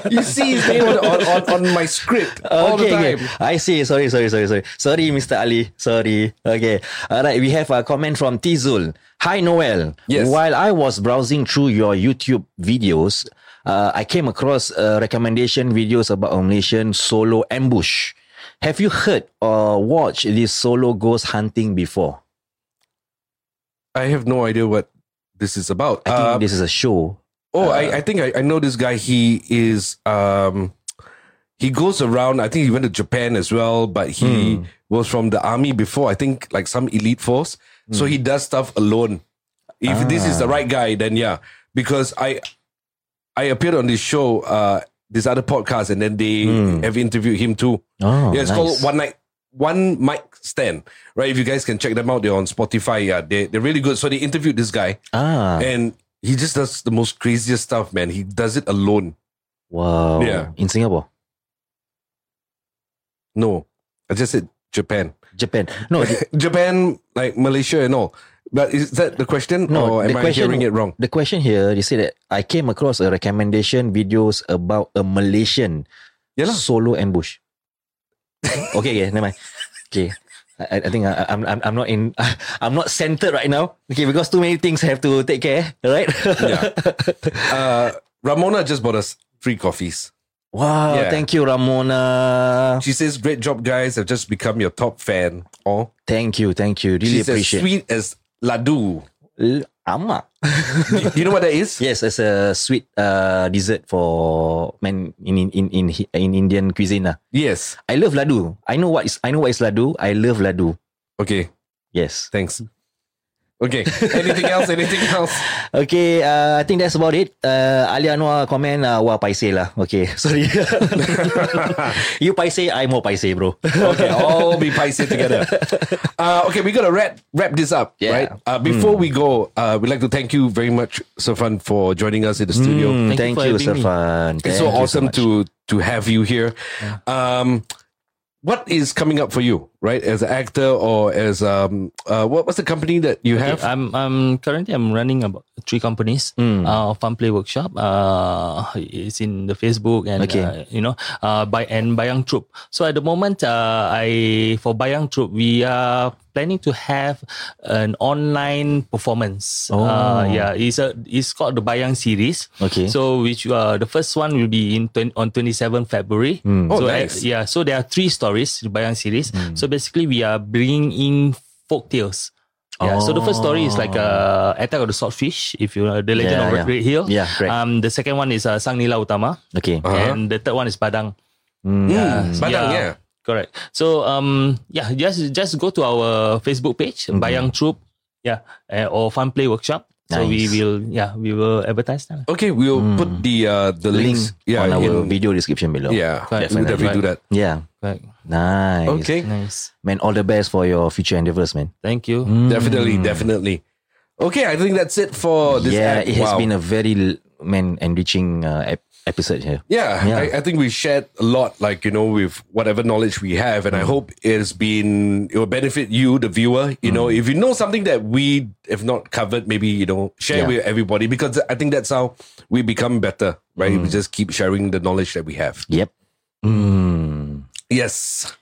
[SPEAKER 6] you see his name on, on, on, on my script all the
[SPEAKER 7] okay,
[SPEAKER 6] time.
[SPEAKER 7] okay. I see. Sorry, sorry, sorry, sorry. Sorry, Mr. Ali. Sorry. Okay. All right. We have a comment from Tizul. Hi, Noel.
[SPEAKER 6] Yes.
[SPEAKER 7] While I was browsing through your YouTube videos, uh, I came across uh, recommendation videos about a Malaysian solo ambush. Have you heard or watched this solo ghost hunting before?
[SPEAKER 6] I have no idea what this is about.
[SPEAKER 7] I think
[SPEAKER 6] Uh,
[SPEAKER 7] this is a show.
[SPEAKER 6] oh,
[SPEAKER 7] Uh,
[SPEAKER 6] I, I think I, I know this guy. He is um, he goes around. I think he went to Japan as well, but he
[SPEAKER 7] Hmm.
[SPEAKER 6] was from the army before. I think like some elite force. So
[SPEAKER 7] Hmm.
[SPEAKER 6] he does stuff alone. If this is the
[SPEAKER 7] Ah.
[SPEAKER 6] right guy, then yeah, because I I appeared on this show, uh, this other podcast, and then they have interviewed him too.
[SPEAKER 7] Hmm. Oh,
[SPEAKER 6] yeah, it's
[SPEAKER 7] nice.
[SPEAKER 6] called One Night One Mic Stand. Right? If you guys can check them out, they're on Spotify. Yeah, they they're really good. So they interviewed this guy
[SPEAKER 7] Ah,
[SPEAKER 6] and he just does the most craziest stuff, man. He does it alone.
[SPEAKER 7] wow.
[SPEAKER 6] Yeah.
[SPEAKER 7] In Singapore.
[SPEAKER 6] No, I just said Japan,
[SPEAKER 7] Japan. No, the-
[SPEAKER 6] Japan, like Malaysia and all. But is that the question,
[SPEAKER 7] No,
[SPEAKER 6] or am
[SPEAKER 7] the
[SPEAKER 6] I
[SPEAKER 7] question,
[SPEAKER 6] hearing it wrong?
[SPEAKER 7] The question here, they say that I came across a recommendation videos about a Malaysian
[SPEAKER 6] Yeah, lah.
[SPEAKER 7] solo ambush. okay, okay, never mind. Okay. I, I think I, I'm, I'm I'm not in I'm not centered right now. Okay, because too many things have to take care, right?
[SPEAKER 6] Yeah. Uh, Ramona just bought us free coffees.
[SPEAKER 7] wow,
[SPEAKER 6] Yeah.
[SPEAKER 7] thank you, Ramona.
[SPEAKER 6] She says, "Great job, guys! I've just become your top fan." Oh,
[SPEAKER 7] Thank you, thank you. Really
[SPEAKER 6] she's as
[SPEAKER 7] appreciate.
[SPEAKER 6] sweet as ladu.
[SPEAKER 7] L- Ama.
[SPEAKER 6] you know what that is?
[SPEAKER 7] Yes, as a sweet uh, dessert for men in in in in, in Indian cuisine lah.
[SPEAKER 6] Yes.
[SPEAKER 7] I love ladu. I know what is I know what is ladu. I love ladu.
[SPEAKER 6] Okay.
[SPEAKER 7] Yes.
[SPEAKER 6] Thanks. Okay. Anything else? Anything else?
[SPEAKER 7] Okay, uh, I think that's about it. Uh, Ali Anwar comment, uh, wah paiseh lah. Okay, sorry. you paiseh, I more paiseh bro.
[SPEAKER 6] okay, all be paiseh together. Uh, okay, we're gonna wrap wrap this up,
[SPEAKER 7] Yeah. Hmm.
[SPEAKER 6] right? Uh, before we go, uh, we'd like to thank you very much, Sofan, for joining us in the studio.
[SPEAKER 7] Mm,
[SPEAKER 8] Thank
[SPEAKER 7] thank, you,
[SPEAKER 8] you for having me.
[SPEAKER 7] Sirfan.
[SPEAKER 6] It's
[SPEAKER 7] Thank
[SPEAKER 6] so
[SPEAKER 7] you
[SPEAKER 6] awesome
[SPEAKER 7] much.
[SPEAKER 6] to to have you here. Um, what is coming up for you, right? As an actor or as um, uh, what was the company that you have? Hmm.
[SPEAKER 8] I'm I'm currently I'm running about three companies. Uh, Fun Play Workshop. Uh, it's in the Facebook and
[SPEAKER 7] Okay.
[SPEAKER 8] uh, you know uh by and Bayang Troop. So at the moment, uh, I for Bayang Troop we are planning to have an online performance.
[SPEAKER 7] Oh.
[SPEAKER 8] Uh, yeah, it's a it's called the Bayang series.
[SPEAKER 7] Okay.
[SPEAKER 8] So which uh the first one will be in 20, on 27 February.
[SPEAKER 6] Oh,
[SPEAKER 8] so uh,
[SPEAKER 6] nice. Hmm.
[SPEAKER 8] yeah, so there are three stories the Bayang series. So basically, we are bringing in folk tales. Yeah. So the first story is like uh, Attack of the Swordfish, if you know the Legend
[SPEAKER 7] Yeah,
[SPEAKER 8] of Red,
[SPEAKER 7] yeah.
[SPEAKER 8] Red Hill.
[SPEAKER 7] Yeah, correct.
[SPEAKER 8] Um, the second one is uh, Sang Nila Utama,
[SPEAKER 7] Okay.
[SPEAKER 6] Uh-huh.
[SPEAKER 8] and the third one is Padang.
[SPEAKER 6] Mm,
[SPEAKER 8] Yeah,
[SPEAKER 6] Padang, yeah.
[SPEAKER 8] Correct. So um, yeah, just just go to our Facebook page,
[SPEAKER 7] Mm-hmm.
[SPEAKER 8] Bayang Troop, yeah, uh, or Fun Play Workshop. So we
[SPEAKER 7] Nice.
[SPEAKER 8] will yeah we will advertise them.
[SPEAKER 6] Okay, we'll put the uh, the
[SPEAKER 7] Hmm. Link
[SPEAKER 6] links. Yeah,
[SPEAKER 7] on
[SPEAKER 6] in-
[SPEAKER 7] our video description below.
[SPEAKER 6] yeah.
[SPEAKER 8] Correct.
[SPEAKER 6] We'll definitely do that.
[SPEAKER 7] Yeah.
[SPEAKER 8] Correct.
[SPEAKER 7] Nice. Mm.
[SPEAKER 6] Okay.
[SPEAKER 8] Nice.
[SPEAKER 7] Man, all the best for your future endeavors, man.
[SPEAKER 8] Thank you.
[SPEAKER 7] Hmm.
[SPEAKER 6] Definitely, definitely. Okay, I think that's it for Oh, this.
[SPEAKER 7] yeah,
[SPEAKER 6] act.
[SPEAKER 7] it has
[SPEAKER 6] Wow.
[SPEAKER 7] been a very l- man enriching uh, ep- episode here.
[SPEAKER 6] Yeah,
[SPEAKER 7] Yeah.
[SPEAKER 6] I, I think we shared a lot, like you know, with whatever knowledge we have, and I
[SPEAKER 7] Mm.
[SPEAKER 6] hope it has been it will benefit you, the viewer. You know,
[SPEAKER 7] Mm.
[SPEAKER 6] if you know something that we have not covered, maybe you know, share
[SPEAKER 7] Yeah.
[SPEAKER 6] with everybody because I think that's how we become better, right?
[SPEAKER 7] Mm.
[SPEAKER 6] Hmm. We just keep sharing the knowledge that we have.
[SPEAKER 7] Yep. Mm.
[SPEAKER 6] Yes.
[SPEAKER 7] Hmm.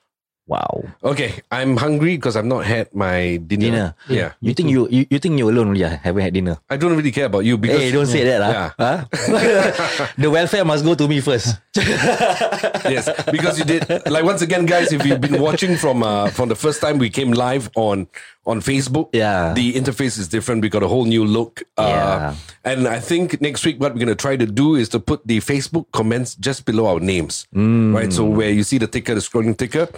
[SPEAKER 7] Wow.
[SPEAKER 6] Okay, I'm hungry because I've not had my dinner.
[SPEAKER 7] Dinner.
[SPEAKER 6] Yeah.
[SPEAKER 7] You think you, you you think you alone? Yeah, haven't had dinner.
[SPEAKER 6] I don't really care about you because
[SPEAKER 7] hey, don't say that, lah.
[SPEAKER 6] Yeah.
[SPEAKER 7] Huh? the welfare must go to me first.
[SPEAKER 6] yes, because you did. Like once again, guys, if you've been watching from uh, from the first time we came live on on Facebook,
[SPEAKER 7] Yeah.
[SPEAKER 6] the interface is different. We got a whole new look, uh,
[SPEAKER 7] Yeah.
[SPEAKER 6] and I think next week what we're gonna try to do is to put the Facebook comments just below our names,
[SPEAKER 7] Mm.
[SPEAKER 6] right? So where you see the ticker, the scrolling ticker,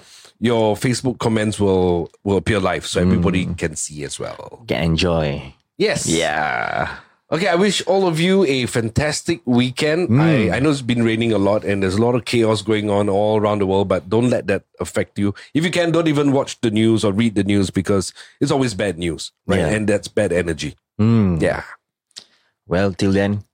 [SPEAKER 6] your Facebook comments will will appear live, so everybody
[SPEAKER 7] Mm.
[SPEAKER 6] can see as well.
[SPEAKER 7] Can enjoy.
[SPEAKER 6] Yes.
[SPEAKER 7] Yeah.
[SPEAKER 6] Okay, I wish all of you a fantastic weekend.
[SPEAKER 8] Hmm.
[SPEAKER 6] I, I know it's been raining a lot and there's a lot of chaos going on all around the world, but don't let that affect you. If you can, don't even watch the news or read the news because it's always bad news, right?
[SPEAKER 7] Yeah.
[SPEAKER 6] And that's bad energy.
[SPEAKER 8] Hmm.
[SPEAKER 7] Mm.
[SPEAKER 6] Yeah.
[SPEAKER 7] Well, till then,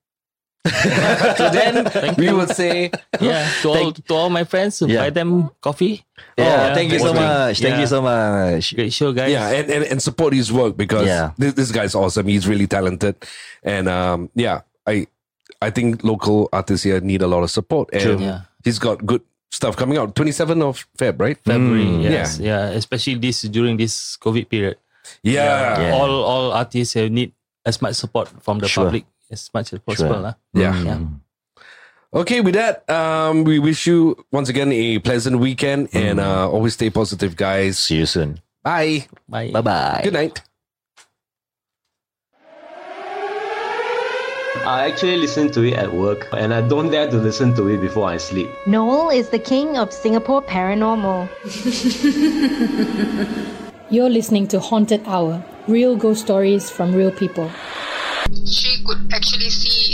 [SPEAKER 6] So then we would say,
[SPEAKER 8] Yeah, to all,
[SPEAKER 7] Thank-
[SPEAKER 8] to all my friends,
[SPEAKER 7] Yeah.
[SPEAKER 8] buy them coffee. Oh,
[SPEAKER 7] yeah, thank you so
[SPEAKER 8] watching.
[SPEAKER 7] much. Thank you
[SPEAKER 8] Yeah.
[SPEAKER 7] so much.
[SPEAKER 8] Great show, guys.
[SPEAKER 6] yeah, and, and, and support his work because
[SPEAKER 7] Yeah.
[SPEAKER 6] this, this guy's awesome. He's really talented. And um, yeah, I I think local artists here need a lot of support. And
[SPEAKER 8] True. Yeah.
[SPEAKER 6] he's got good stuff coming out. 27th of Feb, right? Hmm.
[SPEAKER 8] February,
[SPEAKER 7] Mm,
[SPEAKER 8] yes, yeah. especially this during this COVID period.
[SPEAKER 6] Yeah.
[SPEAKER 7] Yeah.
[SPEAKER 8] all all artists have need as much support from the
[SPEAKER 7] Sure.
[SPEAKER 8] public as much as possible, lah.
[SPEAKER 6] Yeah.
[SPEAKER 7] Mm,
[SPEAKER 8] Yeah.
[SPEAKER 6] Okay, with that, um, we wish you once again a pleasant weekend and uh, always stay positive, guys.
[SPEAKER 7] Mm. See you soon.
[SPEAKER 6] Bye.
[SPEAKER 8] Bye.
[SPEAKER 7] Bye bye.
[SPEAKER 6] Good night.
[SPEAKER 1] I actually listen to it at work and I don't dare to listen to it before I sleep.
[SPEAKER 2] Noel is the king of Singapore paranormal.
[SPEAKER 3] You're listening to Haunted Hour, real ghost stories from real people.
[SPEAKER 4] She could actually see